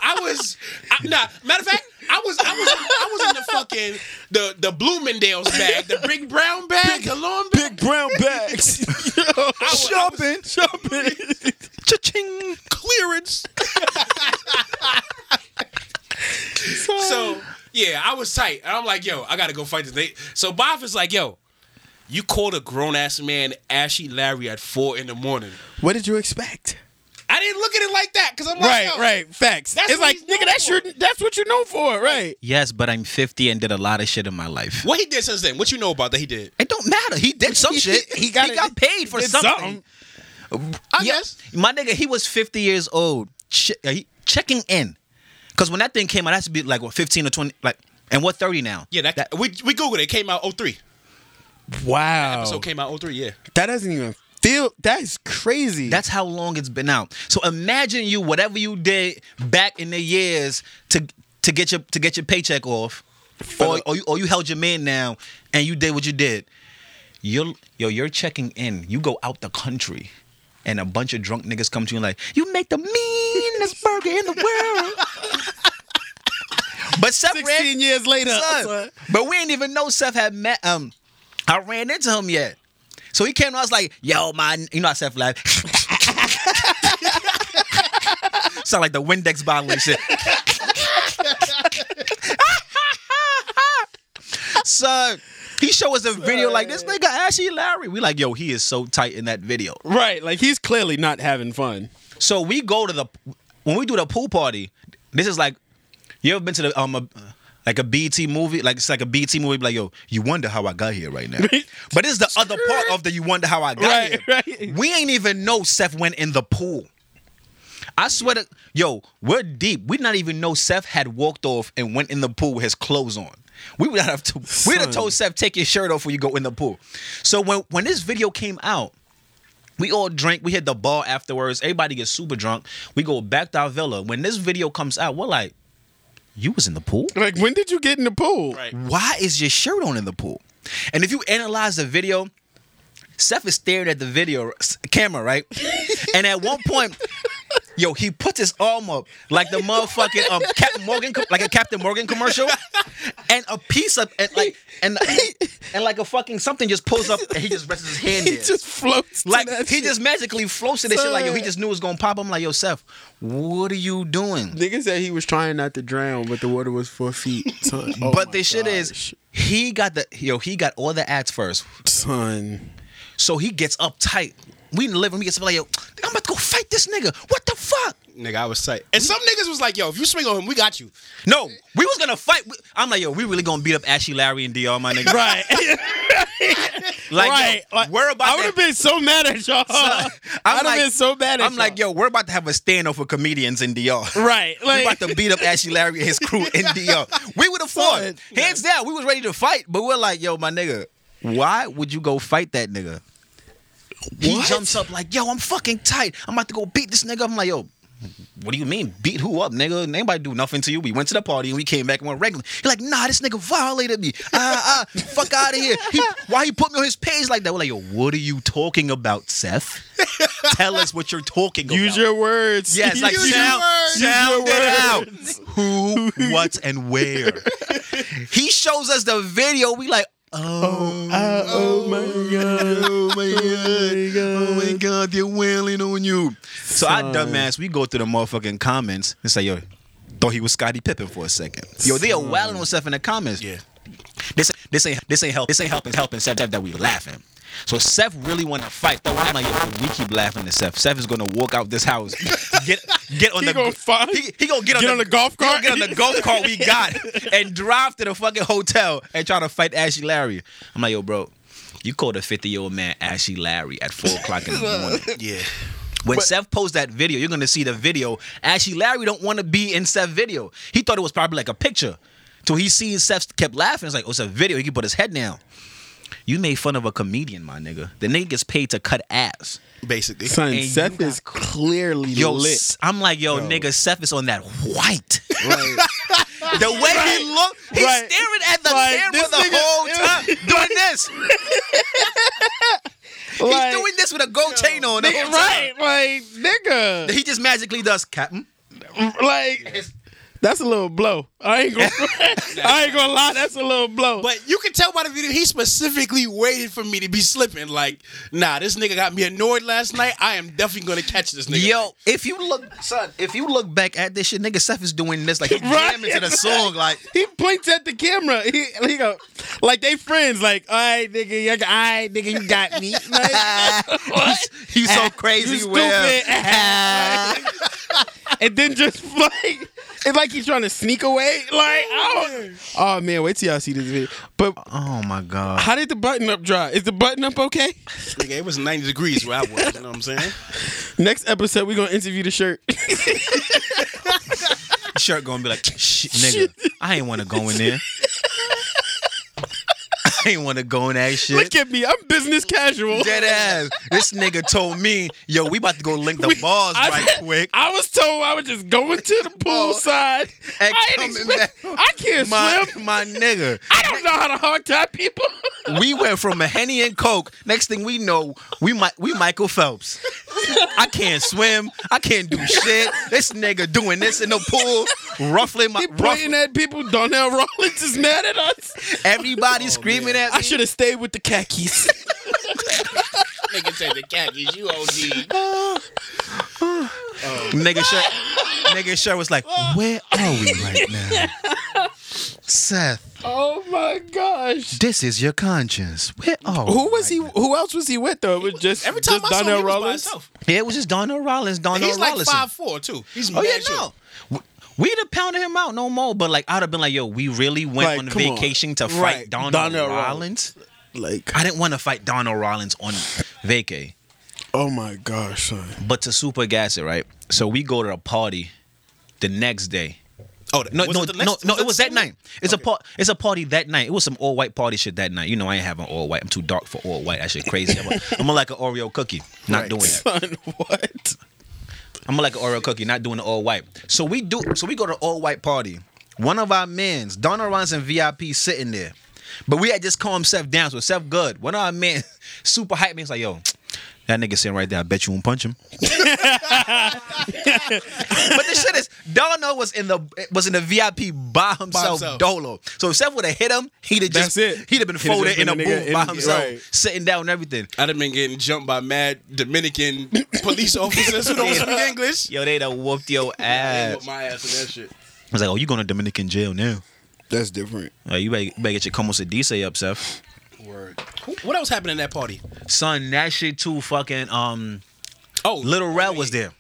Speaker 2: I was, I, nah. Matter of fact, I was, I was, I was in the fucking the the Bloomingdale's bag, the big brown bag, the long bag.
Speaker 3: brown bags.
Speaker 6: Shopping.
Speaker 3: Shopping.
Speaker 4: cha-ching.
Speaker 2: clearance. so yeah, I was tight. And I'm like, yo, I gotta go fight this. They, so Boff is like, yo, you called a grown ass man Ashy Larry at four in the morning.
Speaker 3: What did you expect?
Speaker 2: I didn't look at it like that because I'm like,
Speaker 3: Right,
Speaker 2: yo,
Speaker 3: right. Facts.
Speaker 2: That's
Speaker 3: it's
Speaker 2: what
Speaker 3: like,
Speaker 2: he's
Speaker 3: nigga,
Speaker 2: known
Speaker 3: that's your,
Speaker 2: for.
Speaker 3: that's what you're known for, right?
Speaker 4: Yes, but I'm 50 and did a lot of shit in my life.
Speaker 2: What he did since then? What you know about that he did?
Speaker 4: It don't matter. He did some shit.
Speaker 3: He got it.
Speaker 4: paid for
Speaker 3: Did
Speaker 4: something.
Speaker 2: I
Speaker 4: Yeah.
Speaker 2: guess.
Speaker 4: My nigga, he was 50 years old. Che- uh, he- checking in. Because when that thing came out, that's be like, what, 15 or 20? Like, and what, 30 now?
Speaker 2: Yeah, that, we we googled it. it came out 03.
Speaker 3: Wow.
Speaker 2: So it came out 03, yeah.
Speaker 3: That doesn't even feel. That is crazy.
Speaker 4: That's how long it's been out. So imagine you, whatever you did back in the years to to get your to get your paycheck off, or, or, you, or you held your man now and you did what you did. You're yo, you're checking in. You go out the country, and a bunch of drunk niggas come to you and like, you make the meanest burger in the world. but Seth ran,
Speaker 3: 16 years later.
Speaker 4: son,
Speaker 3: son.
Speaker 4: but we didn't even know Seth had met um I ran into him yet. So he came to us like, yo, man, you know how Seth like sound like the Windex bottle and shit. so he showed us a video like this nigga Ashy Larry. We like, yo, he is so tight in that video.
Speaker 3: Right, like he's clearly not having fun.
Speaker 4: So we go to the when we do the pool party. This is like you ever been to the um a, like a BT movie? Like it's like a BT movie. Like yo, you wonder how I got here right now. but this is the other part of the you wonder how I got
Speaker 3: Right,
Speaker 4: here.
Speaker 3: right.
Speaker 4: We ain't even know Seth went in the pool. I swear to yo, we're deep. We not even know Seth had walked off and went in the pool with his clothes on. We would have to. We'd have told Seth take your shirt off when you go in the pool. So when when this video came out, we all drink. We hit the bar afterwards. Everybody gets super drunk. We go back to our villa. When this video comes out, we're like, "You was in the pool?
Speaker 3: Like, when did you get in the pool? Right.
Speaker 4: Why is your shirt on in the pool?" And if you analyze the video, Seth is staring at the video s- camera, right? and at one point, yo, he puts his arm up like the motherfucking um, Captain Morgan, co- like a Captain Morgan commercial, and a piece of and like and and like a fucking something just pulls up and he just rests his hand.
Speaker 3: He
Speaker 4: there.
Speaker 3: just floats. to
Speaker 4: Like
Speaker 3: that
Speaker 4: he
Speaker 3: shit.
Speaker 4: just magically floats to this shit. Like yo, he just knew it was gonna pop. I'm like, yo, Seth, what are you doing?
Speaker 3: Nigga said he was trying not to drown, but the water was four feet. Son. Oh
Speaker 4: but
Speaker 3: my
Speaker 4: the shit is,
Speaker 3: gosh.
Speaker 4: he got the yo, he got all the ads first,
Speaker 3: son.
Speaker 4: so he gets uptight. We in the living room, he gets up like yo, I'm about to go fight this nigga. What the fuck?
Speaker 2: Nigga, I was tight. And some niggas was like, yo, if you swing on him, we got you.
Speaker 4: No, we was gonna fight. We- I'm like, yo, we really gonna beat up Ashley, Larry, and DR, my nigga.
Speaker 3: Right.
Speaker 4: Like, yo,
Speaker 3: right.
Speaker 4: we're about
Speaker 3: I would
Speaker 4: to
Speaker 3: have been so mad at y'all.
Speaker 4: I'm
Speaker 3: I would have
Speaker 4: like-
Speaker 3: been so mad at
Speaker 4: I'm like,
Speaker 3: y'all.
Speaker 4: yo, we're about to have a standoff with comedians in DR.
Speaker 3: Right.
Speaker 4: we
Speaker 3: Like,
Speaker 4: about to beat up Ashley Larry and his crew in DR. We would have fought.
Speaker 3: Son.
Speaker 4: Hands down, we was ready to fight, but we're like, yo, my nigga, why would you go fight that nigga? He
Speaker 3: What?
Speaker 4: jumps up like, yo, I'm fucking tight. I'm about to go beat this nigga. up. I'm like, yo, what do you mean? Beat who up, nigga? Nobody do nothing to you. We went to the party and we came back and went regular. You're like, nah, this nigga violated me. Ah, ah, fuck out of here. He, why he put me on his page like that? We're like, yo, what are you talking about, Seth? Tell us what you're talking about.
Speaker 3: use your words.
Speaker 4: Yes, like
Speaker 3: Use your
Speaker 4: sound,
Speaker 3: words. Use
Speaker 4: sound
Speaker 3: your words.
Speaker 4: it out. Who, what, and where? he shows us the video. We like, oh,
Speaker 3: Oh my god.
Speaker 4: oh my god,
Speaker 3: God.
Speaker 4: oh my god, they're wailing on you. So I dumbass, we go through the motherfucking comments and say, yo, thought he was Scottie Pippen for a second. Yo, they are wailing on stuff in the comments. Yeah. This this ain't this ain't help this ain't helping helping Seth that we laughing. So Seth really want to fight. Though I'm like, yo, we keep laughing to Seth. Seth is gonna walk out this house, get get on
Speaker 3: He
Speaker 4: the
Speaker 3: gonna find-
Speaker 4: he, he gonna get on,
Speaker 3: Get on the golf
Speaker 4: he gonna
Speaker 3: cart?
Speaker 4: get on the golf cart we got and drive to the fucking hotel and try to fight Ashley Larry. I'm like, yo, bro, you called a 50 year old man Ashley Larry at four o'clock in the morning.
Speaker 2: Yeah.
Speaker 4: When Seth posts that video, you're gonna see the video. Actually, Larry don't want to be in Seth's video. He thought it was probably like a picture. So he sees Seth kept laughing. It's like, oh, it's a video. He can put his head down. You made fun of a comedian, my nigga. The nigga gets paid to cut ass.
Speaker 2: Basically.
Speaker 3: Son,
Speaker 4: And you
Speaker 3: Seth
Speaker 4: got-
Speaker 3: is clearly
Speaker 4: Yo,
Speaker 3: lit.
Speaker 4: S- I'm like, yo, nigga, Seth is on that white. the way he look, he's
Speaker 3: Right.
Speaker 4: staring at the
Speaker 3: Like,
Speaker 4: camera
Speaker 3: this
Speaker 4: the
Speaker 3: nigga-
Speaker 4: whole time, doing this.
Speaker 3: Like-
Speaker 4: he's doing this with a gold chain on. the whole time.
Speaker 3: Right, like nigga,
Speaker 4: He just magically does, Captain.
Speaker 3: like that's a little blow. I ain't gonna, I ain't gonna lie, that's a little blow.
Speaker 2: But you can tell by the video, he specifically waited for me to be slipping. Like, nah, this nigga got me annoyed last night. I am definitely gonna catch this nigga.
Speaker 4: Yo, if you look, son, if you look back at this shit, nigga, Seth is doing this like he's
Speaker 3: Right.
Speaker 4: jamming to the song, like.
Speaker 3: he points at the camera. He, he go, like they friends. Like, all right, nigga, you, all right, nigga, you got me. Like, what?
Speaker 4: You so crazy,
Speaker 3: you
Speaker 4: Will.
Speaker 3: stupid. and then just like it's like he's trying to sneak away. Like, oh, oh man, wait till y'all see this video. But
Speaker 4: Oh my god.
Speaker 3: how did the button up dry? Is the button up okay?
Speaker 2: nigga, it was 90 degrees where I was. You know what I'm saying?
Speaker 3: Next episode, we're gonna interview the shirt.
Speaker 4: Shirt gonna be like, shit, nigga, I ain't wanna go in there. I ain't want to go in that shit.
Speaker 3: Look at me. I'm business casual.
Speaker 4: Dead ass. This nigga told me, yo, we about to go link the
Speaker 3: We-
Speaker 4: balls
Speaker 3: I-
Speaker 4: right quick.
Speaker 3: I was told I was just going to the pool side.
Speaker 4: And
Speaker 3: I, ain't
Speaker 4: coming
Speaker 3: expect,
Speaker 4: back.
Speaker 3: I can't
Speaker 4: My,
Speaker 3: swim.
Speaker 4: my nigga.
Speaker 3: I don't know how to hard tie people.
Speaker 4: We went from a Henny and Coke. Next thing we know, we Mi- we Michael Phelps. I can't swim. I can't do shit. This nigga doing this in the pool, ruffling my
Speaker 3: He
Speaker 4: ruff,
Speaker 3: pointing at people. Donnell Rollins is mad at us.
Speaker 4: everybody
Speaker 2: Oh,
Speaker 4: screaming at me.
Speaker 3: I should have stayed with the khakis.
Speaker 2: Nigga said the khakis, you OD.
Speaker 4: Nigga shirt, nigga shirt was like, where are we right now? Seth,
Speaker 3: oh my gosh.
Speaker 4: this is your conscience. Where oh, are
Speaker 3: Who
Speaker 4: we
Speaker 3: was
Speaker 4: right
Speaker 3: he? Who else was he with though? It was just
Speaker 2: Every time
Speaker 3: just
Speaker 2: I saw him,
Speaker 3: Donnell
Speaker 2: he was by
Speaker 3: Rollins.
Speaker 2: himself.
Speaker 4: now? Yeah, it was just Donnell Rollins. Donnell
Speaker 2: He's like
Speaker 4: Rollins.
Speaker 2: five four too. He's
Speaker 4: Oh
Speaker 2: mad
Speaker 4: yeah,
Speaker 2: short.
Speaker 4: no. W- We'd have pounded him out no more, but like I'd have been like, "Yo, we really went
Speaker 3: Like,
Speaker 4: on
Speaker 3: come on.
Speaker 4: vacation to fight
Speaker 3: Right,
Speaker 4: Donald,
Speaker 3: Donnell
Speaker 4: Rollins.
Speaker 3: Like,
Speaker 4: I didn't want to fight Donald Rollins on vacay,
Speaker 3: oh my gosh, son.
Speaker 4: but to super gas it, right? So we go to a party the next day.
Speaker 2: Oh
Speaker 4: No,
Speaker 2: was
Speaker 4: no,
Speaker 2: it the
Speaker 4: no,
Speaker 2: next-
Speaker 4: no. It
Speaker 2: the
Speaker 4: was that
Speaker 2: same
Speaker 4: night. It's a par- It's a party that night. It was some all white party shit that night. You know, I ain't having all white. I'm too dark for all white. I shit crazy. I'm, a, I'm a like an Oreo cookie. Not doing that.
Speaker 3: Son, what?
Speaker 4: I'm like an Oreo cookie, not doing the all white. So we do. So we go to all white party. One of our mans, Donald Rons and VIP, sitting there, but we had just calmed Seth down. So Seth good. One of our men, super hype man, is like, yo. That nigga sitting right there. I bet you won't punch him. but the shit is, Donald was in the was in the VIP by himself,
Speaker 2: himself.
Speaker 4: dolo. So if Seth would have hit him, he'd have just
Speaker 3: That's it.
Speaker 4: he'd have been
Speaker 3: He'd have
Speaker 4: folded
Speaker 3: just been
Speaker 4: in a
Speaker 3: the nigga
Speaker 4: booth
Speaker 3: in-
Speaker 4: by himself,
Speaker 3: right.
Speaker 4: sitting down and everything.
Speaker 2: I'd have been getting jumped by mad Dominican police officers who don't speak English.
Speaker 4: Yo, they'd have whooped your
Speaker 2: They
Speaker 4: ass.
Speaker 2: whooped my ass in that shit.
Speaker 4: I was like, oh, you going to Dominican jail now?
Speaker 3: That's different.
Speaker 4: Uh, you better, better get your como se dice up, Seth.
Speaker 2: Word. Who- What else happened in that party?
Speaker 4: Son, that shit too fucking um
Speaker 2: Oh,
Speaker 4: Little Rel was there.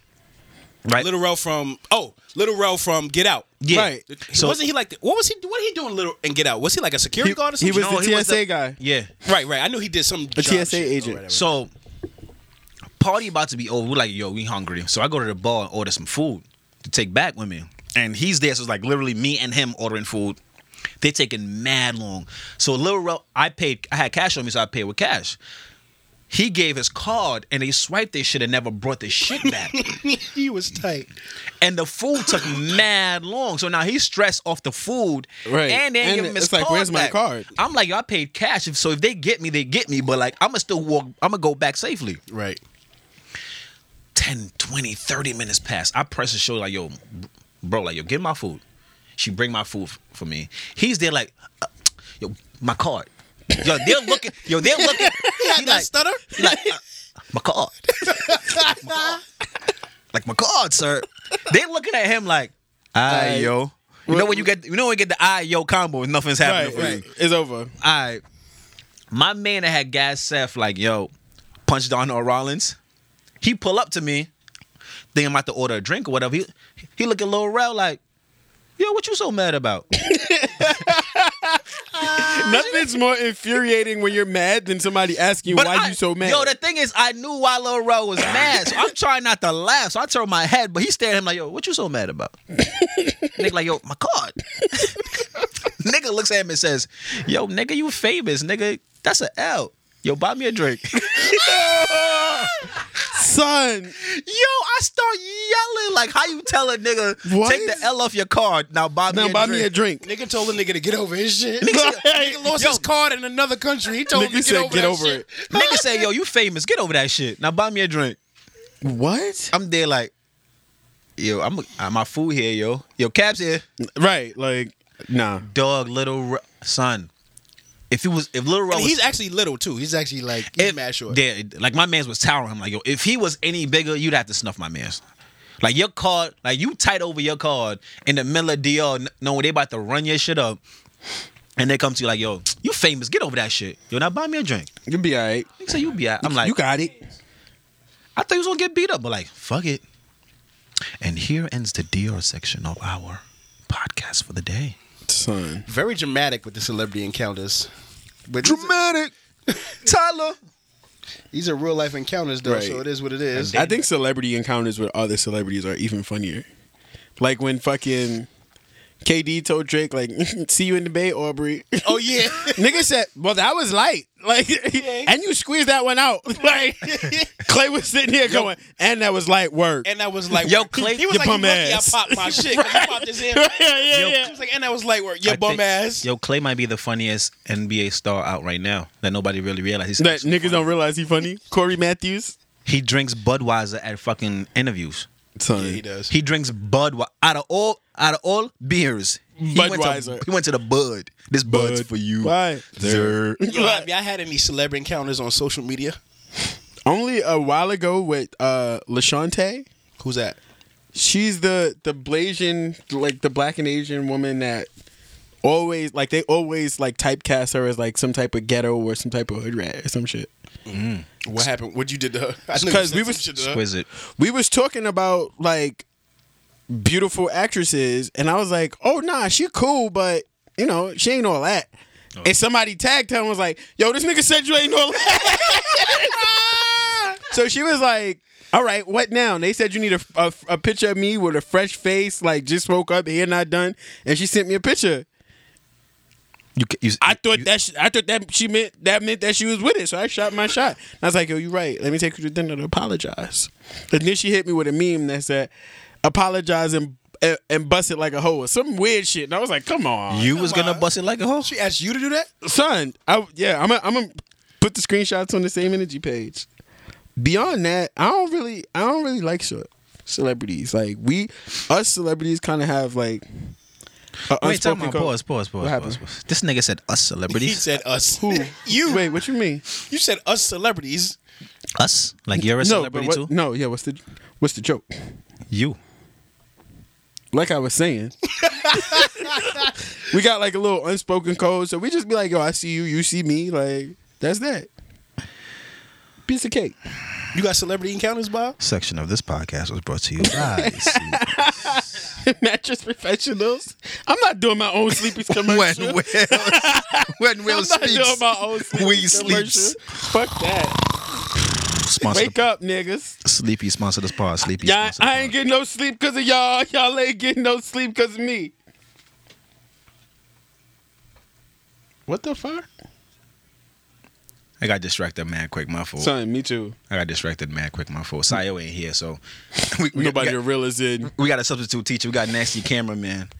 Speaker 4: Right?
Speaker 2: Little Rel from oh, Little Rel from Get Out.
Speaker 4: yeah.
Speaker 3: Right.
Speaker 4: So-
Speaker 2: So wasn't he like? What was he? What did he doing? Little and Get Out. Was he like a security
Speaker 3: He-
Speaker 2: guard or something?
Speaker 3: he was
Speaker 4: No,
Speaker 3: the
Speaker 4: he was
Speaker 3: TSA
Speaker 4: the-
Speaker 3: guy.
Speaker 4: Yeah.
Speaker 2: right, right. I knew he did some
Speaker 3: A TSA
Speaker 2: job shit or
Speaker 3: agent.
Speaker 2: whatever.
Speaker 4: So party about to be over. We're like, yo, we hungry. So I go to the bar and order some food to take back with me. And he's there, so it's like literally me and him ordering food. They're taking mad long. So Little Rel, I paid, I had cash on me, so I paid with cash. He gave his card and they swiped their shit and never brought the shit back.
Speaker 2: he was tight.
Speaker 4: and the food took mad long. So now he's stressed off the food,
Speaker 3: Right.
Speaker 4: And then
Speaker 3: And
Speaker 4: give him his
Speaker 3: it's like,
Speaker 4: card
Speaker 3: where's my
Speaker 4: back.
Speaker 3: card?
Speaker 4: I'm like, yo, I paid cash. If- So if they get me, they get me. But like, I'm gonna still walk. I'm gonna go back safely.
Speaker 2: Right.
Speaker 4: 10, 20, 30 minutes pass. I press the show like, yo, bro, like, yo, get my food. She bring my food f- for me. He's there like, uh, yo, my card. Yo, they're looking. Yo, they're looking. He
Speaker 2: That stutter.
Speaker 4: he like, uh, my card. My card. Like my card, sir. They looking at him like, aye, yo. You know when you get you know when you get the aye yo combo and nothing's
Speaker 3: Right,
Speaker 4: happening for
Speaker 3: right.
Speaker 4: you.
Speaker 3: It's over.
Speaker 4: Alright. My man that had gas Seth like, yo, punched Donald Rollins. He pull up to me, think I'm about to order a drink or whatever. He he look at Lil Rel like, yo, what you so mad about?
Speaker 3: Nothing's more infuriating when you're mad than somebody asking you
Speaker 4: But
Speaker 3: why
Speaker 4: I-
Speaker 3: you so mad.
Speaker 4: Yo, the thing is, I knew why Lil Rel was mad, so I'm trying not to laugh. So I turned my head, but he stared at him like, "Yo, what you so mad about?" nigga like, "Yo, my card." nigga looks at him and says, "Yo, nigga, you famous, nigga. That's a L. Yo, buy me a drink." yo,
Speaker 3: son.
Speaker 4: I start yelling like, "How you tell a nigga
Speaker 3: What?
Speaker 4: take the L off your card now? Buy me
Speaker 3: Now
Speaker 4: a
Speaker 3: buy
Speaker 4: drink."
Speaker 3: me a drink.
Speaker 2: Nigga told the nigga to get over his shit.
Speaker 3: Right.
Speaker 2: nigga lost his card in another country. He told him
Speaker 3: Nigga
Speaker 2: to get
Speaker 3: said,
Speaker 2: over,
Speaker 3: "Get
Speaker 2: that
Speaker 3: over
Speaker 2: shit."
Speaker 3: it."
Speaker 4: Nigga say, "Yo, you famous. Get over that shit. Now buy me a drink."
Speaker 3: What?
Speaker 4: I'm there like, "Yo, I'm I'm my food here, yo. Yo, Cab's here."
Speaker 3: Right? Like, nah.
Speaker 4: dog, little Ro- son. If it was, if little Ro
Speaker 2: And
Speaker 4: was,
Speaker 2: he's actually little too. He's actually like he's
Speaker 4: if-
Speaker 2: mad short.
Speaker 4: Yeah, like my man's was towering. I'm like, yo, if he was any bigger, you'd have to snuff my man's. Like your card, like you tight over your card in the middle of DL, kn- knowing they about to run your shit up, and they come to you like, yo, you famous, get over that shit. Yo, now buy me a drink.
Speaker 3: You'll be all right.
Speaker 4: They say you be, out. I'm like,
Speaker 3: you got it.
Speaker 4: I thought you was gonna get beat up, but like, fuck it. And here ends the DR section of our podcast for the day.
Speaker 3: Son.
Speaker 2: Very dramatic with the celebrity encounters. But these are-
Speaker 4: Dramatic, Tyler.
Speaker 2: These are real life encounters, though,
Speaker 3: Right.
Speaker 2: so it is what it is.
Speaker 3: I think celebrity encounters with other celebrities are even funnier. Like when fucking KD told Drake, like, see you in the bay, Aubrey.
Speaker 2: Oh yeah.
Speaker 3: Nigga said, well, that was light. Like, and you squeezed that one out. Like, Clay was sitting here going, and that was light work.
Speaker 2: And that was like,
Speaker 4: Yo, Clay,
Speaker 2: he was
Speaker 3: your
Speaker 2: like,
Speaker 3: bum
Speaker 2: you lucky
Speaker 3: ass.
Speaker 2: I popped my shit. 'cause You popped his hand.
Speaker 3: yeah, yeah,
Speaker 4: Yo.
Speaker 3: yeah.
Speaker 2: He was like, and that was light work. Your
Speaker 4: I
Speaker 2: bum
Speaker 4: think-
Speaker 2: ass.
Speaker 4: Yo, Clay might be the funniest NBA star out right now that nobody really realizes. He's
Speaker 3: That
Speaker 4: actually
Speaker 3: niggas
Speaker 4: funny.
Speaker 3: don't realize he funny. Corey Matthews.
Speaker 4: He drinks Budweiser at fucking interviews.
Speaker 3: Son.
Speaker 2: Yeah, he does.
Speaker 4: He drinks Budweiser out of all out of all beers. He went to-
Speaker 3: Budweiser.
Speaker 4: he went to the Bud. This Bud's for you.
Speaker 3: Why?
Speaker 4: Sir.
Speaker 2: Yo, have y'all had any celebrity encounters on social media?
Speaker 3: Only a while ago with uh Lashante.
Speaker 2: Who's that?
Speaker 3: She's the the Blasian, like the black and Asian woman that always like they always like typecast her as like some type of ghetto or some type of hood rat or some shit.
Speaker 2: What happened? What you did to her? I knew you
Speaker 3: Because
Speaker 2: said
Speaker 3: we
Speaker 2: some
Speaker 3: was-
Speaker 2: shit to her.
Speaker 4: Exquisite.
Speaker 3: we was talking about like beautiful actresses, and I was like, "Oh nah, she cool, but you know she ain't all that." And somebody tagged her and was like, "Yo, this nigga said you ain't all that." so she was like, "All right, what now?" And they said you need a, a, a picture of me with a fresh face, like just woke up, hair not done, and she sent me a picture.
Speaker 4: You, ca- you,
Speaker 3: I thought that she, I thought that she meant that meant that she was with it, so I shot my shot. And I was like, "Yo, you right. Let me take you to dinner to apologize." And then she hit me with a meme that said, "Apologize and and- and bust it like a hoe," or some weird shit. And I was like, "Come on,
Speaker 4: you was gonna bust it like a hoe.
Speaker 2: She asked you to do that?
Speaker 3: son. I, yeah, I'm gonna I'm gonna put the screenshots on the same energy page." Beyond that, I don't really I don't really like short celebrities. Like we, us celebrities, kind of have like. a
Speaker 4: Wait, time
Speaker 3: unspoken
Speaker 4: out.
Speaker 3: code.
Speaker 4: Pause, pause, pause,
Speaker 3: happened?
Speaker 4: pause, pause. This nigga said us
Speaker 2: He
Speaker 4: celebrities.
Speaker 2: said us.
Speaker 3: Who?
Speaker 2: You.
Speaker 3: Wait, what you mean?
Speaker 2: You said us celebrities.
Speaker 4: us? Like you're a
Speaker 3: but
Speaker 4: celebrity
Speaker 3: what,
Speaker 4: too?
Speaker 3: No, yeah. What's the what's the joke?
Speaker 4: You.
Speaker 3: Like I was saying, we got like a little unspoken code, so we just be like, "Yo, I see you, you see me." Like that's that. Piece of cake.
Speaker 2: You got celebrity encounters, Bob?
Speaker 4: Section of this podcast was brought to you by
Speaker 3: Mattress professionals. I'm not doing my own sleepies commercial.
Speaker 4: Will When
Speaker 3: I'm not doing my own sleepies
Speaker 4: We
Speaker 3: commercial.
Speaker 4: sleeps.
Speaker 3: Fuck that.
Speaker 4: Sponsor
Speaker 3: Wake up, niggas.
Speaker 4: Sleepy sponsor this pod. Sleepy
Speaker 3: Y'all,
Speaker 4: sponsor the
Speaker 3: I ain't
Speaker 4: pod.
Speaker 3: getting no sleep because of y'all. Y'all ain't getting no sleep because of me. What the fuck?
Speaker 4: I got distracted mad quick, my fault.
Speaker 3: Son, me too.
Speaker 4: I got distracted mad quick, my fault. Sayo ain't here, so we, we,
Speaker 3: Nobody
Speaker 4: we, got,
Speaker 3: real is in.
Speaker 4: we got a substitute teacher. We got nasty cameraman.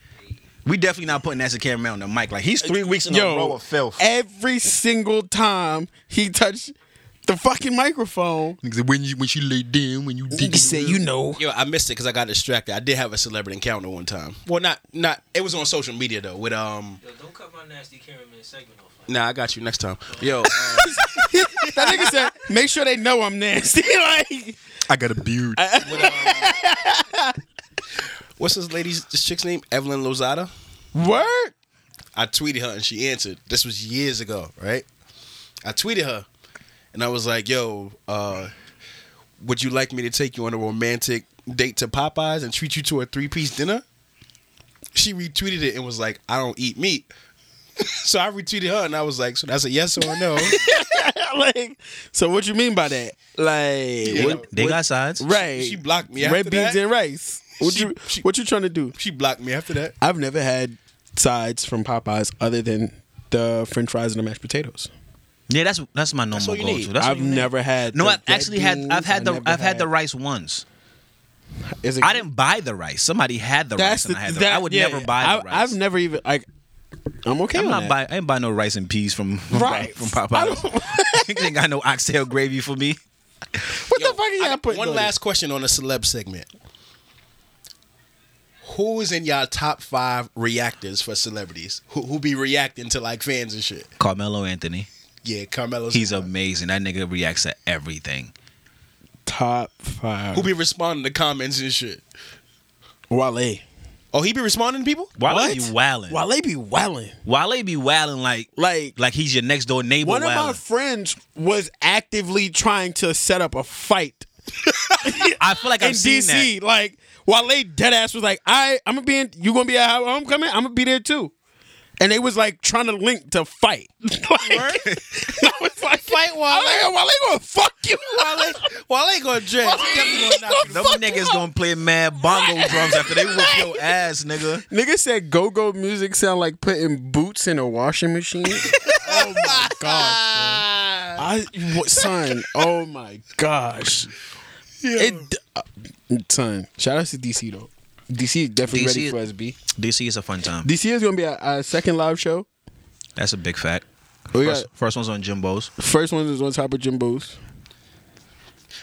Speaker 4: We definitely not putting nasty cameraman on the mic. Like he's three weeks in a row of filth.
Speaker 3: Every single time he touched the fucking microphone,
Speaker 4: When you when she lay down, when you dig
Speaker 3: know.
Speaker 2: Yo, I missed it because I got distracted. I did have a celebrity encounter one time. Well, not not. It was on social media though. With um,
Speaker 7: Yo, don't cut my nasty cameraman segment off. Like,
Speaker 2: nah, I got you next time. Yo, uh,
Speaker 3: That nigga said, make sure they know I'm nasty. like,
Speaker 4: I got a beard.
Speaker 2: what's this lady's this chick's name? Evelyn Lozada.
Speaker 3: what?
Speaker 2: I tweeted her and she answered. This was years ago, right? I tweeted her and I was like, yo, uh, would you like me to take you on a romantic date to Popeyes and treat you to a three piece dinner? She retweeted it and was like, I don't eat meat. so I retweeted her and I was like, so that's a yes or a no.
Speaker 3: like, so what you mean by that? Like,
Speaker 2: Yeah.
Speaker 3: what-
Speaker 4: They
Speaker 3: what-
Speaker 4: got sides.
Speaker 3: right.
Speaker 2: she blocked me
Speaker 3: Red
Speaker 2: after
Speaker 3: beans
Speaker 2: that.
Speaker 3: and rice. What
Speaker 2: She-
Speaker 3: you
Speaker 2: she-
Speaker 3: what you trying to do?
Speaker 2: she blocked me after that.
Speaker 3: I've never had sides from Popeyes other than the French fries and the mashed potatoes.
Speaker 4: Yeah, that's that's my normal
Speaker 2: all you
Speaker 4: go-to.
Speaker 2: need.
Speaker 4: That's what
Speaker 3: I've
Speaker 4: you need.
Speaker 3: never had.
Speaker 4: No,
Speaker 3: the
Speaker 4: I've
Speaker 3: red
Speaker 4: actually had.
Speaker 3: beans.
Speaker 4: I've had the.
Speaker 3: never
Speaker 4: I've had the rice ones.
Speaker 3: Is it
Speaker 4: I didn't buy the rice. Somebody had the
Speaker 3: That's
Speaker 4: rice, and
Speaker 3: the,
Speaker 4: I had the.
Speaker 3: that,
Speaker 4: I would
Speaker 3: yeah,
Speaker 4: never buy
Speaker 3: I,
Speaker 4: the rice.
Speaker 3: I've never even like. I'm okay.
Speaker 4: I'm
Speaker 3: with
Speaker 4: not
Speaker 3: that.
Speaker 4: buy. I ain't buy no rice and peas from from,
Speaker 3: Right.
Speaker 4: from
Speaker 3: I
Speaker 4: Popeyes.
Speaker 3: don't-
Speaker 4: ain't got no oxtail gravy for me.
Speaker 3: What the fuck are
Speaker 2: I
Speaker 3: y'all
Speaker 2: got
Speaker 3: putting?
Speaker 2: one
Speaker 3: on
Speaker 2: last question on the celeb segment. Who is in y'all top five reactors for celebrities? Who, who be reacting to like fans and shit?
Speaker 4: Carmelo Anthony.
Speaker 2: Yeah, Carmelo's.
Speaker 4: He's amazing. That nigga reacts to everything.
Speaker 3: it? top five?
Speaker 2: who be responding to comments and shit.
Speaker 3: Wale.
Speaker 2: Oh, he be responding to people.
Speaker 4: Wale
Speaker 3: What?
Speaker 4: be wildin'. Wale,
Speaker 3: Wale be wilding.
Speaker 4: be wildin' like
Speaker 3: Like
Speaker 4: like he's your next door neighbor.
Speaker 3: one of my
Speaker 4: wildin'.
Speaker 3: friends was actively trying to set up a fight
Speaker 4: I feel like
Speaker 3: in
Speaker 4: I've seen that.
Speaker 3: DC. Like Wale dead ass was like, "I, I'm gonna be in. You gonna be at our homecoming? I'm gonna be there too." And they was like trying to link to fight. like, I was like,
Speaker 2: fight Wale.
Speaker 3: Wale, Wale gonna fuck you.
Speaker 2: Wale, Wale gonna drink.
Speaker 3: Wale
Speaker 4: Them niggas gonna play mad bongo drums after they whoop your ass, nigga.
Speaker 3: Nigga said go-go music sound like putting boots in a washing machine. oh my gosh, son. I what, son. Oh my gosh. It, uh, son. Shout out to DC though. DC is definitely
Speaker 4: DC
Speaker 3: ready
Speaker 4: is-
Speaker 3: for us. B.
Speaker 4: DC is a fun time.
Speaker 3: DC is gonna be our, our second live show.
Speaker 4: That's a big fact.
Speaker 3: We got
Speaker 4: First, first one's on Jimbo's.
Speaker 3: first one is on top of Jimbo's.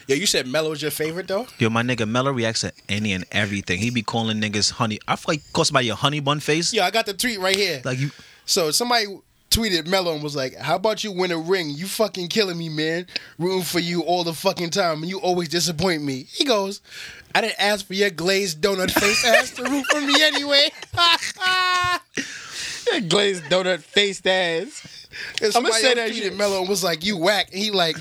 Speaker 2: Yo, you said Mello's your favorite though?
Speaker 4: Yo, my nigga Mello reacts to any and everything. He be calling niggas honey. I feel like he calls somebody a honey bun face.
Speaker 2: Yo, I got the tweet right here.
Speaker 4: Like you,
Speaker 2: So somebody tweeted Mello and was like, "How about you win a ring? You fucking killing me, man. Rooting for you all the fucking time, and you always disappoint me." He goes, "I didn't ask for your glazed donut face ass to root for me anyway."
Speaker 3: That glazed donut faced ass.
Speaker 2: and
Speaker 3: I'ma
Speaker 2: somebody
Speaker 3: say
Speaker 2: else
Speaker 3: that
Speaker 2: tweeted
Speaker 3: shit.
Speaker 2: Mello and was like, "You whack." And he like,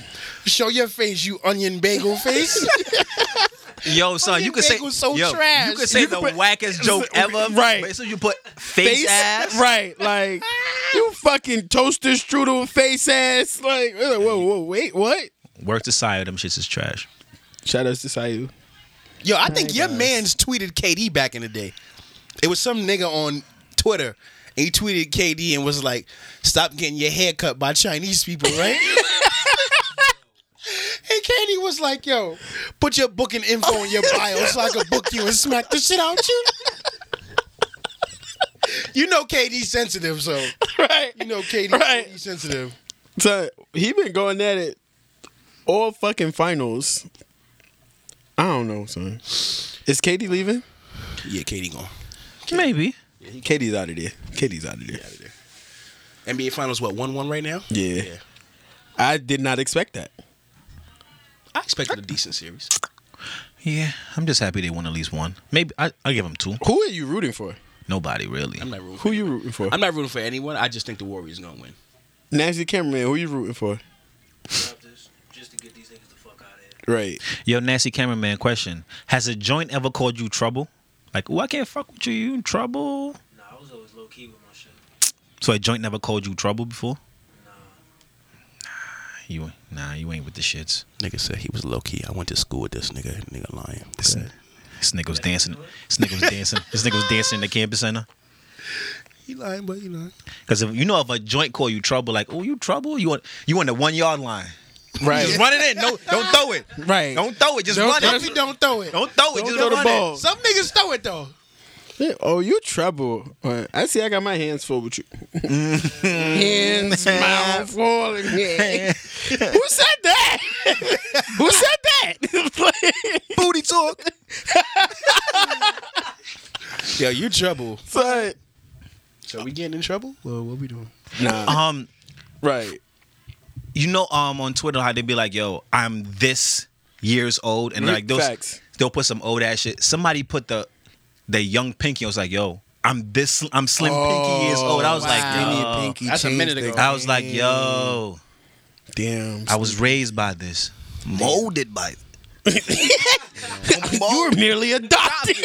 Speaker 2: "Show your face, you onion bagel face."
Speaker 4: yo, son, you could say
Speaker 2: Fucking Bagel's so
Speaker 4: yo,
Speaker 2: trash.
Speaker 4: You could say
Speaker 2: You
Speaker 4: the wackest joke ever,
Speaker 3: right.
Speaker 4: But as soon as you put face, ass,
Speaker 3: Right, like you fucking toaster strudel face ass. Like whoa, whoa, wait, what?
Speaker 4: Work the side of them shits is trash.
Speaker 3: Shout outs to Sayu.
Speaker 2: Yo, I think your man's tweeted KD back in the day. It was some nigga on Twitter. And he tweeted KD and was like, "Stop getting your hair cut by Chinese people, right?" and KD was like, "Yo, put your booking info in your bio so I can book you and smack the shit out you." you know KD's sensitive, so
Speaker 3: Right.
Speaker 2: you know KD
Speaker 3: Right.
Speaker 2: he's sensitive.
Speaker 3: So he been going at it all fucking finals. I don't know, son. Is Katie leaving?
Speaker 2: Yeah, KD gone.
Speaker 4: Maybe.
Speaker 3: Katie's out of there. Katie's out of there.
Speaker 2: NBA Finals what one one right now?
Speaker 3: Yeah.
Speaker 2: Yeah.
Speaker 3: I did not expect that.
Speaker 2: I expected a decent series.
Speaker 4: Yeah, I'm just happy they won at least one. Maybe I I give them two.
Speaker 3: Who are you rooting for?
Speaker 4: Nobody really.
Speaker 2: I'm not rooting.
Speaker 3: Who you rooting for?
Speaker 2: I'm not rooting for anyone. I just think the Warriors gonna win.
Speaker 3: Nancy Cameraman, who you rooting for?
Speaker 7: Raptors, Just to get these niggas the fuck out of here.
Speaker 3: Right.
Speaker 4: Yo, nasty cameraman, question: Has a joint ever called you trouble? Like, oh, I can't fuck with you. You in trouble?
Speaker 7: Nah, I was always low key with my shit.
Speaker 4: So a joint never called you trouble before? Nah, you nah, you ain't with the shits.
Speaker 2: Nigga said he was low key. I went to school with this nigga. Nigga lying.
Speaker 4: This, this nigga was dancing. This nigga was dancing. This nigga was dancing in the campus center.
Speaker 2: He lying, but he lying.
Speaker 4: Because if you know if a joint call you trouble, like, oh, you trouble? You want you on the one yard line?
Speaker 3: Right.
Speaker 4: Just run it in. No, don't throw it.
Speaker 3: Right.
Speaker 4: Don't throw it. Just run
Speaker 2: Don't,
Speaker 4: it.
Speaker 2: you don't throw it.
Speaker 4: Don't throw it.
Speaker 3: Don't
Speaker 4: just
Speaker 3: throw the
Speaker 4: run
Speaker 3: ball.
Speaker 4: it.
Speaker 2: Some niggas throw it though.
Speaker 3: Yeah, Oh, you trouble. Alright, I see I got my hands full with you. hands, mouth full. yeah. Who said that? Who said that?
Speaker 4: Booty talk.
Speaker 2: Yo, you trouble.
Speaker 3: Son.
Speaker 2: So we getting in trouble? Well, what we doing?
Speaker 3: Nah.
Speaker 4: Um,
Speaker 3: Right.
Speaker 4: you know, um, on Twitter how they be like, yo, I'm this years old, and
Speaker 3: Right,
Speaker 4: like those,
Speaker 3: facts.
Speaker 4: they'll put some old ass shit. Somebody put the the young Pinky. I was like, yo, I'm this. I'm Slim Pinky years old. I
Speaker 3: Oh,
Speaker 4: was like, yo.
Speaker 2: that's a minute ago.
Speaker 4: I was like, yo,
Speaker 3: Damn.
Speaker 4: I was raised by this, molded by.
Speaker 3: you were merely adopted.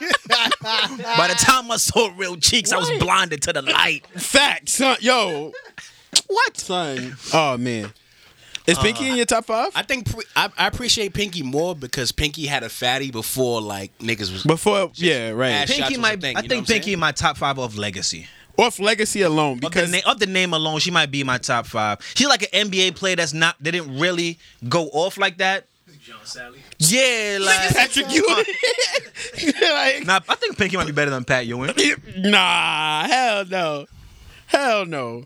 Speaker 4: By the time I saw real cheeks, I was blinded to the light.
Speaker 3: Fact, son. Yo. What? Son. Oh, man. Is Pinky in your top five?
Speaker 2: I think pre- I, I appreciate Pinky more because Pinky had a fatty before like niggas was.
Speaker 3: Before, yeah, right.
Speaker 2: Ash- Shots
Speaker 4: Pinky
Speaker 2: was a
Speaker 4: might.
Speaker 2: thing,
Speaker 4: I
Speaker 2: you know
Speaker 4: think
Speaker 2: what I'm
Speaker 4: Pinky
Speaker 2: saying?
Speaker 4: in my top five of legacy.
Speaker 3: Off legacy alone,
Speaker 4: Of the,
Speaker 3: because
Speaker 4: na- of the name alone, she might be my top five. She's like an NBA player that's not. They didn't really go off like that.
Speaker 7: John Sally.
Speaker 4: Yeah, like.
Speaker 3: Patrick Ewing. like,
Speaker 4: Nah, I think Pinky might be better than Pat Ewing.
Speaker 3: nah, hell no. Hell no.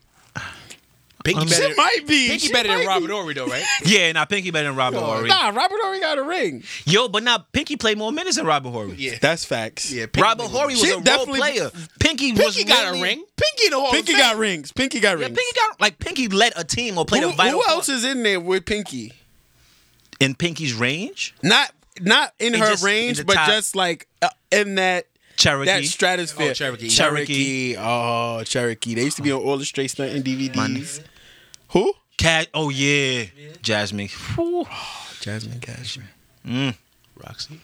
Speaker 2: Pinky better.
Speaker 3: She might be.
Speaker 2: Pinky
Speaker 3: She
Speaker 2: better than
Speaker 3: might
Speaker 2: Robert Ory though, right?
Speaker 4: Yeah, nah, Pinky better than Robert
Speaker 3: be.
Speaker 4: Horry.
Speaker 3: Nah, Robert Ory got a ring.
Speaker 4: Yo, but now Pinky played more minutes than Robert Horry.
Speaker 2: Yeah.
Speaker 3: That's facts.
Speaker 2: Pinky
Speaker 4: Robert
Speaker 2: better.
Speaker 4: Horry was
Speaker 3: She
Speaker 4: a role
Speaker 3: definitely-
Speaker 4: player. Pinky, was
Speaker 2: Pinky got
Speaker 4: really-
Speaker 2: a ring. Pinky the whole.
Speaker 3: Pinky got rings. Pinky got
Speaker 4: Yeah,
Speaker 3: rings.
Speaker 4: Pinky got like Pinky led a team or played
Speaker 3: who,
Speaker 4: a vital
Speaker 3: who
Speaker 4: part.
Speaker 3: else is in there with Pinky?
Speaker 4: in Pinky's range.
Speaker 3: Not not in,
Speaker 4: In
Speaker 3: her
Speaker 4: just- in
Speaker 3: range,
Speaker 4: the
Speaker 3: but
Speaker 4: top.
Speaker 3: just like uh, in that
Speaker 4: Cherokee.
Speaker 3: that stratosphere.
Speaker 2: Oh, Cherokee.
Speaker 3: Cherokee. Oh, Cherokee. They used to be on all the straight stunting DVDs. Who?
Speaker 4: Cash. Oh yeah, Jasmine.
Speaker 3: Jasmine Cashman.
Speaker 4: Mm.
Speaker 2: Roxy.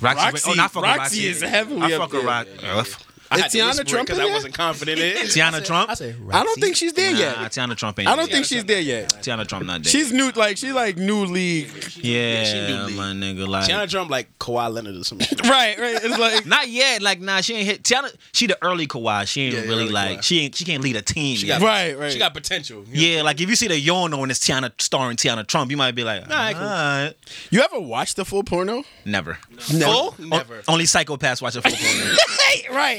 Speaker 4: Roxy.
Speaker 3: Roxy-
Speaker 4: oh, not fuck with
Speaker 3: Roxy
Speaker 4: Roxy
Speaker 3: is heavily
Speaker 4: I
Speaker 3: up
Speaker 4: fuck with
Speaker 3: there.
Speaker 4: Roxy.
Speaker 8: I
Speaker 3: Is Tiana Trump
Speaker 8: because
Speaker 3: in
Speaker 8: I
Speaker 3: there?
Speaker 8: wasn't confident in it.
Speaker 4: Tiana Trump?
Speaker 2: I say,
Speaker 3: I don't think she's there
Speaker 4: nah,
Speaker 3: yet.
Speaker 4: Tiana Trump ain't.
Speaker 3: I don't
Speaker 4: there
Speaker 3: think
Speaker 4: yet.
Speaker 3: she's there yet.
Speaker 4: Tiana Trump not there.
Speaker 3: She's new, like she like new league.
Speaker 4: yeah,
Speaker 8: she new league.
Speaker 4: my nigga. Like
Speaker 8: Tiana Trump like Kawhi Leonard or something.
Speaker 3: Right, right. It's like
Speaker 4: Not yet. Like nah, she ain't hit. Tiana, she the early Kawhi. She ain't
Speaker 8: Yeah, yeah,
Speaker 4: really
Speaker 8: early
Speaker 4: like
Speaker 8: Kawhi.
Speaker 4: she ain't. She can't lead a team.
Speaker 8: She
Speaker 4: yet.
Speaker 8: got-
Speaker 3: right, right.
Speaker 8: She got potential. you know?
Speaker 4: yeah, like if you see the Yono and it's Tiana starring Tiana Trump, you might be like,
Speaker 8: Nah, I cool.
Speaker 4: "Alright."
Speaker 3: you ever watched the full porno?
Speaker 4: never.
Speaker 8: Full?
Speaker 4: O-
Speaker 8: Never.
Speaker 4: only psychopaths watch a full porno.
Speaker 3: Right.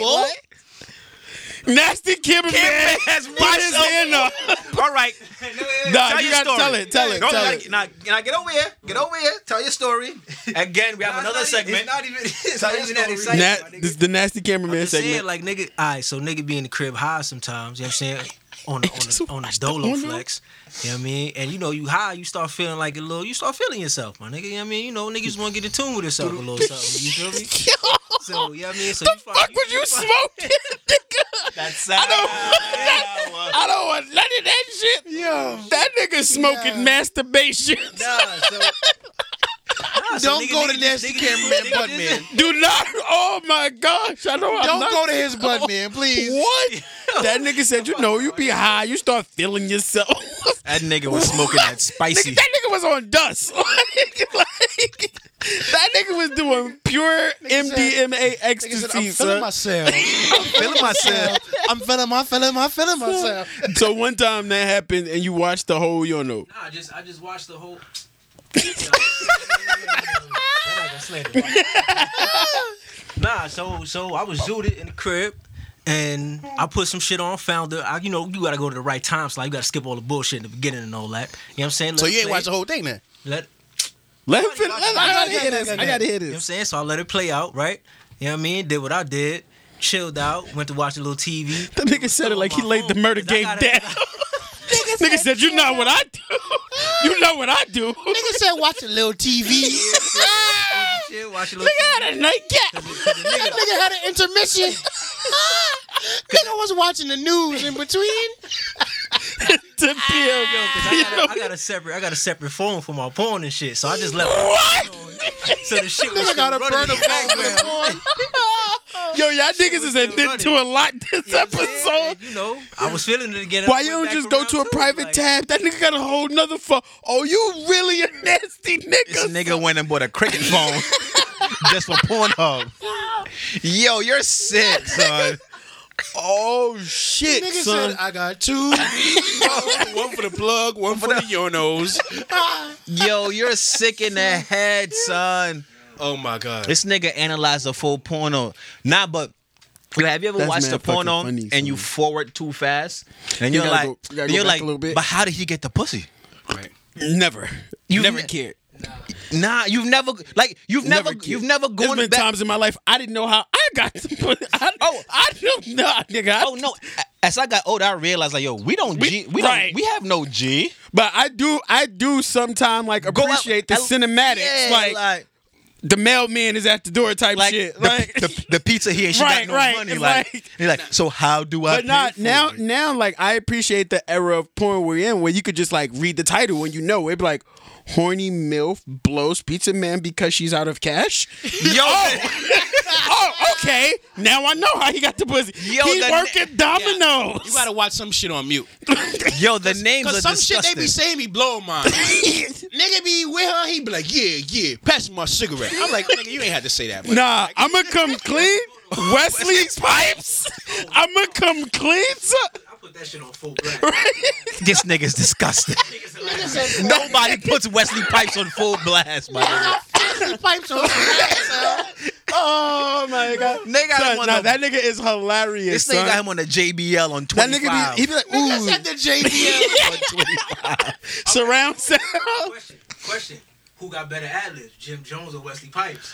Speaker 3: Nasty cameraman has watched his hand up.
Speaker 4: All right,
Speaker 3: Nah,
Speaker 4: Tell
Speaker 3: you
Speaker 4: your
Speaker 3: gotta
Speaker 4: story.
Speaker 3: tell it, tell it,
Speaker 4: Don't-
Speaker 3: tell
Speaker 4: now-
Speaker 3: it.
Speaker 4: Now, now get over here. Get over here. Tell your story. Again, we have another segment.
Speaker 5: It's not even, it's
Speaker 4: Tell
Speaker 5: not
Speaker 4: your
Speaker 5: even that
Speaker 4: story.
Speaker 5: exciting.
Speaker 3: Na-
Speaker 5: my nigga.
Speaker 3: this, the nasty cameraman
Speaker 5: Just saying,
Speaker 3: segment.
Speaker 5: like nigga, all right, so nigga be in the crib high sometimes, you know what I'm saying? On the,
Speaker 3: just
Speaker 5: on the, on the
Speaker 3: watched the
Speaker 5: dolo
Speaker 3: porno.
Speaker 5: flex, you know what I mean? And you know, you high, you start feeling like a little, you start feeling yourself, my nigga, you know what I mean? You know, niggas want to get in tune with yourself a little something, you feel me? So, you know what I mean? So you
Speaker 3: Fuck, would you
Speaker 5: find-
Speaker 3: smoking? That's I don't. I don't want none of that shit. Yo, that nigga smoking masturbation.
Speaker 5: Nah, so, nah, so
Speaker 2: Don't
Speaker 5: nigga-
Speaker 2: go to
Speaker 5: nigga-
Speaker 2: Nasty
Speaker 5: nigga-
Speaker 2: Cameraman
Speaker 5: nigga-
Speaker 2: Butt
Speaker 5: nigga-
Speaker 2: Man.
Speaker 3: Do not. Oh my gosh! I know. I'm
Speaker 2: Don't
Speaker 3: not,
Speaker 2: go to his butt man, please.
Speaker 3: What? That nigga said, you know, you be high, you start feeling yourself.
Speaker 4: That nigga was smoking that
Speaker 3: nigga,
Speaker 4: spicy.
Speaker 3: that nigga was on dust. like, like, that nigga was doing pure MDMA
Speaker 2: Nigga said, I'm
Speaker 3: ecstasy,
Speaker 2: feeling
Speaker 3: son.
Speaker 2: myself. I'm feeling myself. I'm feeling my feeling my feeling myself.
Speaker 3: So one time that happened, and you watched the whole Yono.
Speaker 5: Nah, I just, I just watched the whole. That I got slandered. nah, so so I was zooted in the crib, and I put some shit on. Found the, I, you know, you gotta go to the right time slot. You gotta skip all the bullshit in the beginning and all that. You know what I'm saying?
Speaker 2: So
Speaker 5: Let it
Speaker 2: you ain't
Speaker 5: play.
Speaker 2: watched the whole thing then?
Speaker 5: Let,
Speaker 3: Let him fin- let-
Speaker 2: I gotta hear this. I gotta hear
Speaker 5: You know what I'm
Speaker 2: this.
Speaker 5: saying? So I let it play out, right? You know what I mean? Did what I did. Chilled out, went to watch a little TV.
Speaker 3: That nigga said it like he laid the murder
Speaker 5: Cause I
Speaker 3: game down.
Speaker 5: gotta-
Speaker 3: nigga said, "You know what I do? You know what I do?
Speaker 2: Nigga said watch a little TV.
Speaker 5: Chill, watch a little
Speaker 3: Nigga had a nightcap.
Speaker 2: Nigga had an intermission. Nigga was watching the news in between.
Speaker 3: To feel
Speaker 5: I got, a, I got a separate, I got a separate phone for my porn and shit. So I just left. So the shit was
Speaker 2: Nigga
Speaker 5: still
Speaker 2: got a
Speaker 5: running
Speaker 2: burner
Speaker 5: in the
Speaker 2: phone for the
Speaker 5: background.
Speaker 2: porn.
Speaker 3: Yo, y'all niggas is admitting to a lot this episode.
Speaker 5: You know, I was feeling it again.
Speaker 3: Why you don't just go to a private tab?
Speaker 5: tab?
Speaker 3: That nigga got a whole nother phone. Oh, you really a nasty
Speaker 4: This
Speaker 3: nigga.
Speaker 4: nigga went and bought a cricket phone just for Pornhub. Yo, you're sick, son.
Speaker 3: Oh shit,
Speaker 2: Nigga
Speaker 3: son.
Speaker 2: said I got two.
Speaker 8: one for the plug, one for the yonos.
Speaker 4: Yo, you're sick in the head, son.
Speaker 8: Oh my god.
Speaker 4: This nigga analyzed a full porno. Nah, but yo, have you ever
Speaker 3: That's
Speaker 4: watched
Speaker 3: mad
Speaker 4: a porno
Speaker 3: fucking funny,
Speaker 4: and you
Speaker 3: son.
Speaker 4: forward too fast, and
Speaker 3: You
Speaker 4: you're
Speaker 3: gotta
Speaker 4: like,
Speaker 3: go- you gotta go
Speaker 4: you're
Speaker 3: back
Speaker 4: like,
Speaker 3: a little bit.
Speaker 4: but how did he get the pussy?
Speaker 3: never. You
Speaker 4: You've
Speaker 3: never
Speaker 4: ne-
Speaker 3: cared.
Speaker 4: Nah, you've never like you've never,
Speaker 3: cared.
Speaker 4: you've never
Speaker 3: There's
Speaker 4: gone
Speaker 3: been
Speaker 4: back.
Speaker 3: times in my life I didn't know how I got to put. I, oh,
Speaker 4: Oh.
Speaker 3: I don't know, nigga. I-
Speaker 4: Oh no! As I got older, I realized like, yo, we don't
Speaker 3: We-
Speaker 4: G, we
Speaker 3: right.
Speaker 4: don't, we have no G.
Speaker 3: But I do, I do sometime like
Speaker 4: Go out-
Speaker 3: appreciate the
Speaker 4: I-
Speaker 3: cinematics,
Speaker 4: yeah,
Speaker 3: like, the mailman is at the door type
Speaker 4: like
Speaker 3: shit,
Speaker 4: the,
Speaker 3: like.
Speaker 4: the, the pizza here, she
Speaker 3: Right,
Speaker 4: got no
Speaker 3: right,
Speaker 4: money.
Speaker 3: it's
Speaker 4: Like,
Speaker 3: like-
Speaker 4: you're like, so how do I?
Speaker 3: but not
Speaker 4: pay
Speaker 3: now.
Speaker 4: for it?
Speaker 3: Now, like I appreciate the era of porn we're in, where you could just like read the title and you know it'd be like, "Horny milf blows pizza man because she's out of cash."
Speaker 4: Yo,
Speaker 3: oh, okay. Now I know how he got the pussy.
Speaker 4: Yo,
Speaker 3: he
Speaker 4: the-
Speaker 3: working dominoes.
Speaker 8: You gotta watch some shit on mute.
Speaker 4: yo, the names are
Speaker 8: Cause some
Speaker 4: disgusting.
Speaker 8: shit they be saying be blowing mine. nigga be with her, he be like, yeah, yeah, pass me my cigarette. I'm like, nigga, you ain't had to say that. But
Speaker 3: Nah, I'm gonna come clean. Wesley Pipes. I'm gonna come clean. son.
Speaker 5: I put that shit on full black.
Speaker 4: this nigga's disgusting. Nobody puts Wesley Pipes on full blast, my nigga.
Speaker 2: Pipes on.
Speaker 3: Oh my god.
Speaker 4: Nigga got
Speaker 3: Son,
Speaker 4: him on
Speaker 3: nah,
Speaker 4: the,
Speaker 3: that nigga is hilarious.
Speaker 4: this nigga got
Speaker 3: son.
Speaker 4: him on the JBL on
Speaker 3: That
Speaker 4: 25.
Speaker 3: nigga be, he be like,
Speaker 2: Nigga
Speaker 3: ooh,
Speaker 2: said the JBL.
Speaker 4: on 25.
Speaker 3: surround sound.
Speaker 5: Question, question. Who got better ad libs, Jim Jones or Wesley Pipes?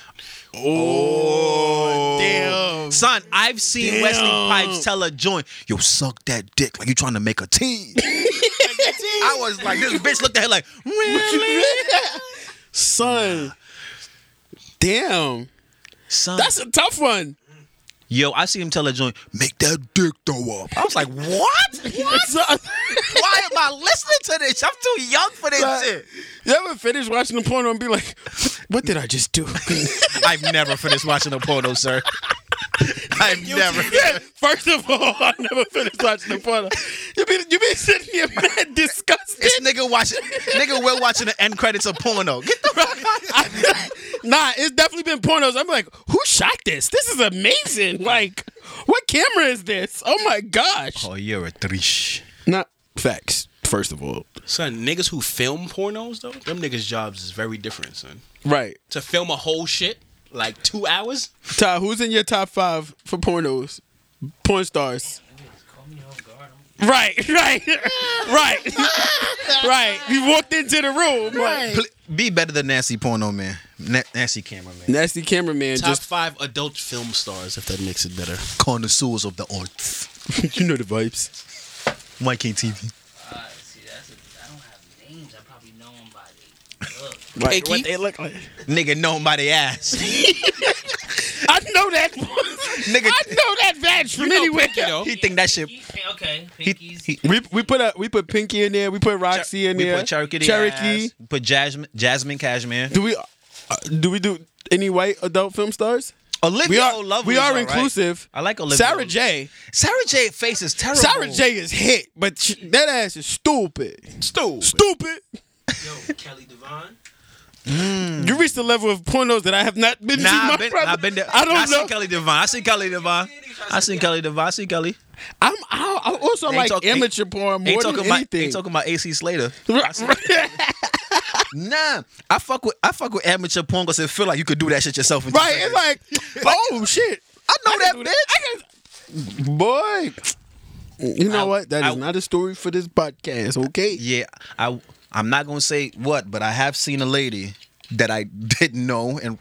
Speaker 3: Damn.
Speaker 4: Son, I've seen Wesley Pipes tell a joint, yo, suck that dick like you trying to make a team. I was like, this bitch looked at her like, really?
Speaker 3: Son. Damn.
Speaker 4: Son,
Speaker 3: That's a tough one.
Speaker 4: yo, I see him tell a joint, make that dick throw up. I was like, what? uh,
Speaker 3: Son,
Speaker 4: Why am I listening to this? I'm too young for this
Speaker 3: Son.
Speaker 4: shit.
Speaker 3: you ever finish watching the porno and be like, what did I just do?
Speaker 4: I've never finished watching a porno, sir.
Speaker 3: I've never. First of all, I never finished watching the porno. You been you been sitting here mad disgusted.
Speaker 4: This nigga watching, nigga, we're watching the end credits of porno. Get the
Speaker 3: I- nah, it's definitely been pornos. I'm like, who shot this? This is amazing. Like, what camera is this? Oh my gosh.
Speaker 4: Oh, you're a trish.
Speaker 3: Not facts. First of all,
Speaker 2: Son, niggas who film pornos though, them niggas' jobs is very different, son.
Speaker 3: right.
Speaker 2: To film a whole shit like two hours.
Speaker 3: Ty, who's in your top five for pornos? Porn stars. Right, right, right, right. You walked into the room. Like,
Speaker 4: Pl- Be better than Nancy porno man, Na- Nancy cameraman,
Speaker 3: Nasty cameraman
Speaker 2: Top
Speaker 3: just
Speaker 2: five adult film stars, if that makes it better.
Speaker 4: connoisseurs of the arts.
Speaker 3: you know the vibes.
Speaker 4: Mike TV.
Speaker 9: Uh, see, that's a, I don't have names. I probably know them by the look.
Speaker 3: Like,
Speaker 2: Pinky?
Speaker 3: what they look like.
Speaker 4: Nigga, nobody ass.
Speaker 3: I know that. Nigga, I know that badge from anywhere.
Speaker 4: He think that shit.
Speaker 9: Pinky, okay,
Speaker 4: He,
Speaker 9: Pinky's.
Speaker 4: he,
Speaker 3: We we put a, we put Pinky in there. We put Roxy in
Speaker 4: we
Speaker 3: there.
Speaker 4: put Cherokee. the
Speaker 3: Cherokee.
Speaker 4: ass. Put Jasmine, Jasmine Cashmere.
Speaker 3: Do we uh, do we do any white adult film stars?
Speaker 4: Olivia
Speaker 3: We are
Speaker 4: O'Lovely's
Speaker 3: we are
Speaker 4: all right.
Speaker 3: inclusive.
Speaker 4: I like Olivia.
Speaker 3: Sarah
Speaker 4: O'Lo-
Speaker 3: J.
Speaker 4: Sarah J. face is terrible.
Speaker 3: Sarah J. is hit, but sh that ass is stupid.
Speaker 2: Stu.
Speaker 3: Stupid.
Speaker 7: Yo, Kelly Devine.
Speaker 3: You reached the level of pornos that I have not been to.
Speaker 4: Mm. Nah,
Speaker 3: my
Speaker 4: I've been,
Speaker 3: brother.
Speaker 4: I've been there.
Speaker 3: I don't
Speaker 4: I
Speaker 3: know.
Speaker 4: seen Kelly Devine. I seen Kelly Devine. I seen Kelly Devine. I seen Kelly.
Speaker 3: I'm I, I also
Speaker 4: Ain't
Speaker 3: like
Speaker 4: talk- ain't-
Speaker 3: amateur porn more
Speaker 4: Ain't
Speaker 3: than
Speaker 4: talking about
Speaker 3: anything.
Speaker 4: ain't talking about AC Slater.
Speaker 3: right,
Speaker 4: Nah, I fuck with I fuck with amateur porn because it feel like you could do that shit yourself. in two
Speaker 3: right. It's
Speaker 4: seconds.
Speaker 3: like, oh shit,
Speaker 4: I know that
Speaker 3: can do
Speaker 4: bitch.
Speaker 3: boy. You know what? That is
Speaker 4: I-
Speaker 3: not a story for this podcast. Okay.
Speaker 4: Yeah, I I'm not gonna say what, but I have seen a lady that I didn't know and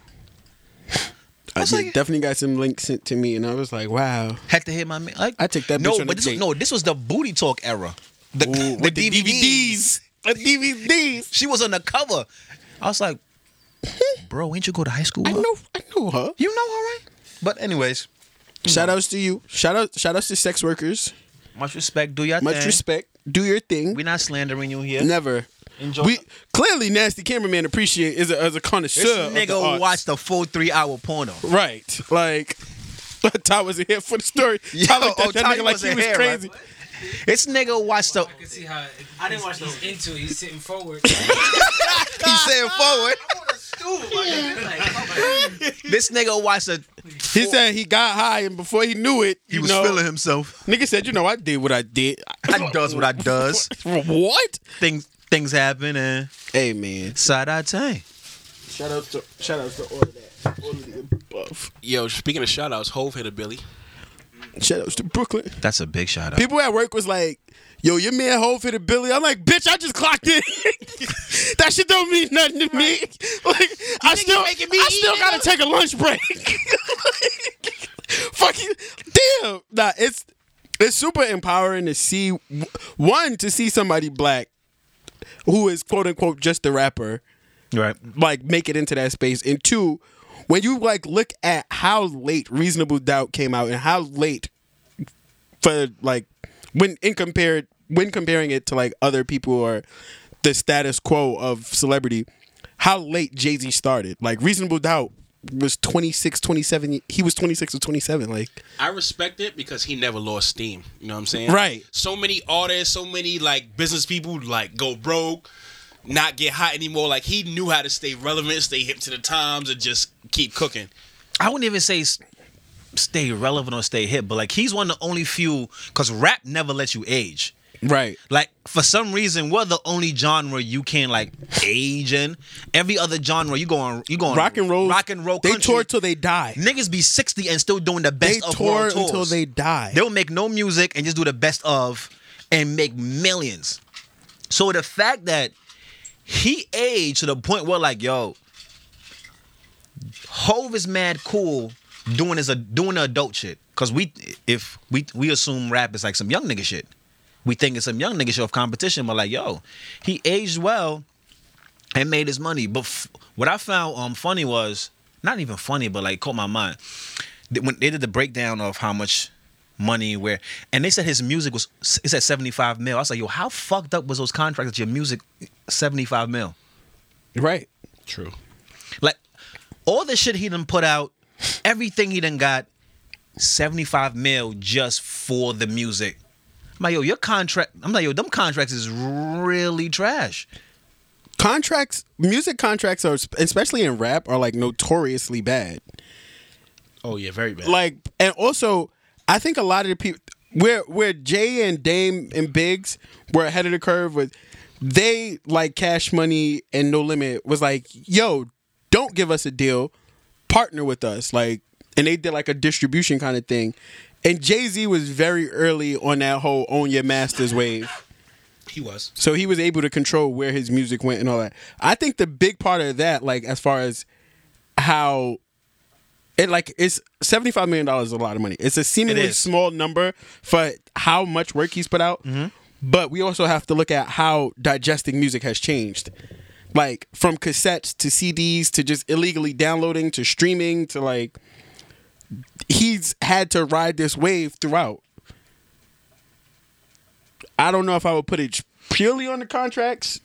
Speaker 3: I
Speaker 4: was
Speaker 3: did-
Speaker 4: like-
Speaker 3: definitely got some links sent to me, and I was like, wow.
Speaker 4: had to hit my man. Like
Speaker 3: I took that bitch
Speaker 4: No,
Speaker 3: on a
Speaker 4: but this
Speaker 3: date.
Speaker 4: was, no, this was the booty talk era. The, the
Speaker 3: with the
Speaker 4: DVDs.
Speaker 3: The DVDs.
Speaker 4: She was on the cover. I was like, bro, ain't you go to high school?
Speaker 3: I
Speaker 4: huh?
Speaker 3: know, I know her.
Speaker 4: You know her, right? But anyways,
Speaker 3: Shout outs to you. Shout out, shout outs to sex workers.
Speaker 4: much respect. Do your
Speaker 3: Much
Speaker 4: thing.
Speaker 3: respect. Do your thing.
Speaker 4: We're not slandering you here.
Speaker 3: Never. Enjoy. We clearly nasty cameraman appreciate is a, is a connoisseur.
Speaker 4: This
Speaker 3: of
Speaker 4: nigga
Speaker 3: the arts.
Speaker 4: watched a full three hour porno.
Speaker 3: Right. Like Ty wasn't here for the story. Ty
Speaker 4: Yo,
Speaker 3: looked at
Speaker 4: oh,
Speaker 3: that
Speaker 4: Ty
Speaker 3: nigga like he
Speaker 4: wasn't
Speaker 3: was
Speaker 4: here, right?
Speaker 3: crazy.
Speaker 4: This nigga watched a.
Speaker 9: I can see how I didn't watch those into it. He's sitting forward.
Speaker 4: He said forward.
Speaker 9: like,
Speaker 4: This nigga watched a.
Speaker 3: He said he got high and before he knew it, you know,
Speaker 4: himself.
Speaker 3: Nigga said, you know, I did what I did.
Speaker 4: I does what I does.
Speaker 3: what?
Speaker 4: things things happen and
Speaker 3: Hey man.
Speaker 4: side eye time.
Speaker 3: Shout out to shout out to all of that. All of the above.
Speaker 2: Yo, speaking of shout outs, Hove hit a Billy.
Speaker 3: Shout outs to Brooklyn.
Speaker 4: That's a big shout out.
Speaker 3: People at work was like, yo, your man hold for the Billy. I'm like, bitch, I just clocked it. that shit don't mean nothing to me. Like, I still, I still gotta take a lunch break. Fucking damn. Nah, it's it's super empowering to see one to see somebody black who is quote unquote just a rapper
Speaker 4: right.
Speaker 3: like make it into that space and two when you like look at how late reasonable doubt came out and how late for like when in compared when comparing it to like other people or the status quo of celebrity how late jay-z started like reasonable doubt was 26 27 he was 26 or 27 like
Speaker 2: I respect it because he never lost steam. You know what I'm saying?
Speaker 3: Right.
Speaker 2: So many artists, so many like business people like go broke, not get hot anymore. Like he knew how to stay relevant, stay hip to the times, and just keep cooking.
Speaker 4: I wouldn't even say s- stay relevant or stay hip, but like he's one of the only few because rap never lets you age.
Speaker 3: right
Speaker 4: Like for some reason, we're the only genre you can like age in. Every other genre you go on, you go on
Speaker 3: rock and roll
Speaker 4: rock and roll.
Speaker 3: they
Speaker 4: country.
Speaker 3: tour till they die
Speaker 4: Niggas be sixty and still doing the
Speaker 3: they
Speaker 4: best of
Speaker 3: tour
Speaker 4: world tours.
Speaker 3: until they die
Speaker 4: They'll make no music and just do the best of and make millions. So the fact that he aged to the point where like, yo, Hove is mad cool doing his doing the adult shit. Cause we if we we assume rap is like some young nigga shit. We think it's some young nigga shit of competition, but like, yo, he aged well and made his money. But f- what I found um funny was not even funny, but like caught my mind th- when they did the breakdown of how much money where and they said his music was it said 75 mil i was like yo how fucked up was those contracts that your music 75 mil
Speaker 3: right
Speaker 2: True.
Speaker 4: like all the shit he done put out everything he done got 75 mil just for the music. I'm like, yo, your contract. I'm like, yo, them contracts is really trash.
Speaker 3: Contracts, music contracts are, especially in rap, are like notoriously bad.
Speaker 2: Oh yeah, very bad.
Speaker 3: Like, and also, I think a lot of the people where where Jay and Dame and Biggs were ahead of the curve was they like Cash Money and No Limit was like, yo, don't give us a deal, partner with us, like, and they did like a distribution kind of thing, and Jay Z was very early on that whole own your masters wave.
Speaker 2: He was.
Speaker 3: So he was able to control where his music went and all that. I think the big part of that, like as far as how it like it's seventy five million dollars is a lot of money. It's a seemingly
Speaker 4: is.
Speaker 3: small number for how much work he's put out. But we also have to look at how digesting music has changed. Like from cassettes to CDs to just illegally downloading to streaming to like he's had to ride this wave throughout. I don't know if I would put it purely on the contracts.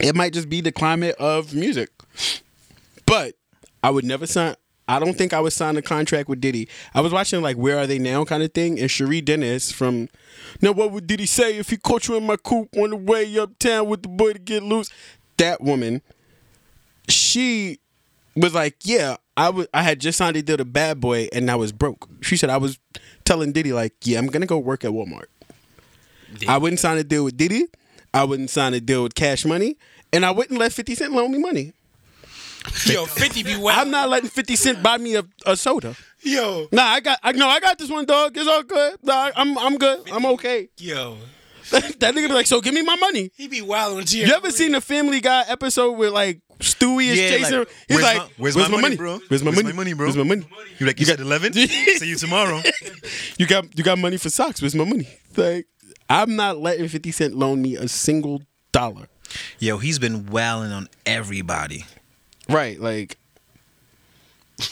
Speaker 3: It might just be the climate of music. But I would never sign. I don't think I would sign a contract with Diddy. I was watching like Where Are They Now kind of thing, and Cherie Dennis from Now What Would Diddy Say If He Caught You in My Coop on the Way Uptown with the Boy to Get Loose? That woman, she was like, "Yeah, I wa- I had just signed a deal to Bad Boy, and I was broke." She said, "I was telling Diddy like, yeah, I'm gonna go work at Walmart. I wouldn't sign a deal with Diddy. I wouldn't sign a deal with Cash Money, and I wouldn't let Fifty Cent loan me money.
Speaker 2: Yo, Fifty be wet.
Speaker 3: I'm not letting Fifty Cent buy me a, a soda.
Speaker 2: Yo,
Speaker 3: Nah, I got I no, I got this one, dog. It's all good. Nah, I'm I'm good. I'm okay.
Speaker 2: yo,
Speaker 3: that nigga be like, so give me my money.
Speaker 2: he be wilding. with
Speaker 3: You ever seen the Family Guy episode where like Stewie is
Speaker 6: Yeah, like,
Speaker 3: chasing? he's
Speaker 6: where's
Speaker 3: like,
Speaker 6: my- where's my money, bro?
Speaker 3: Where's my
Speaker 6: Where's
Speaker 3: money,
Speaker 6: my money, bro?
Speaker 3: Where's my money?
Speaker 6: You like you got eleven? See you tomorrow.
Speaker 3: You got you got money for socks. Where's my money? Like, I'm not letting Fifty Cent loan me a single dollar.
Speaker 4: Yo, he's been wailing on everybody.
Speaker 3: Right, like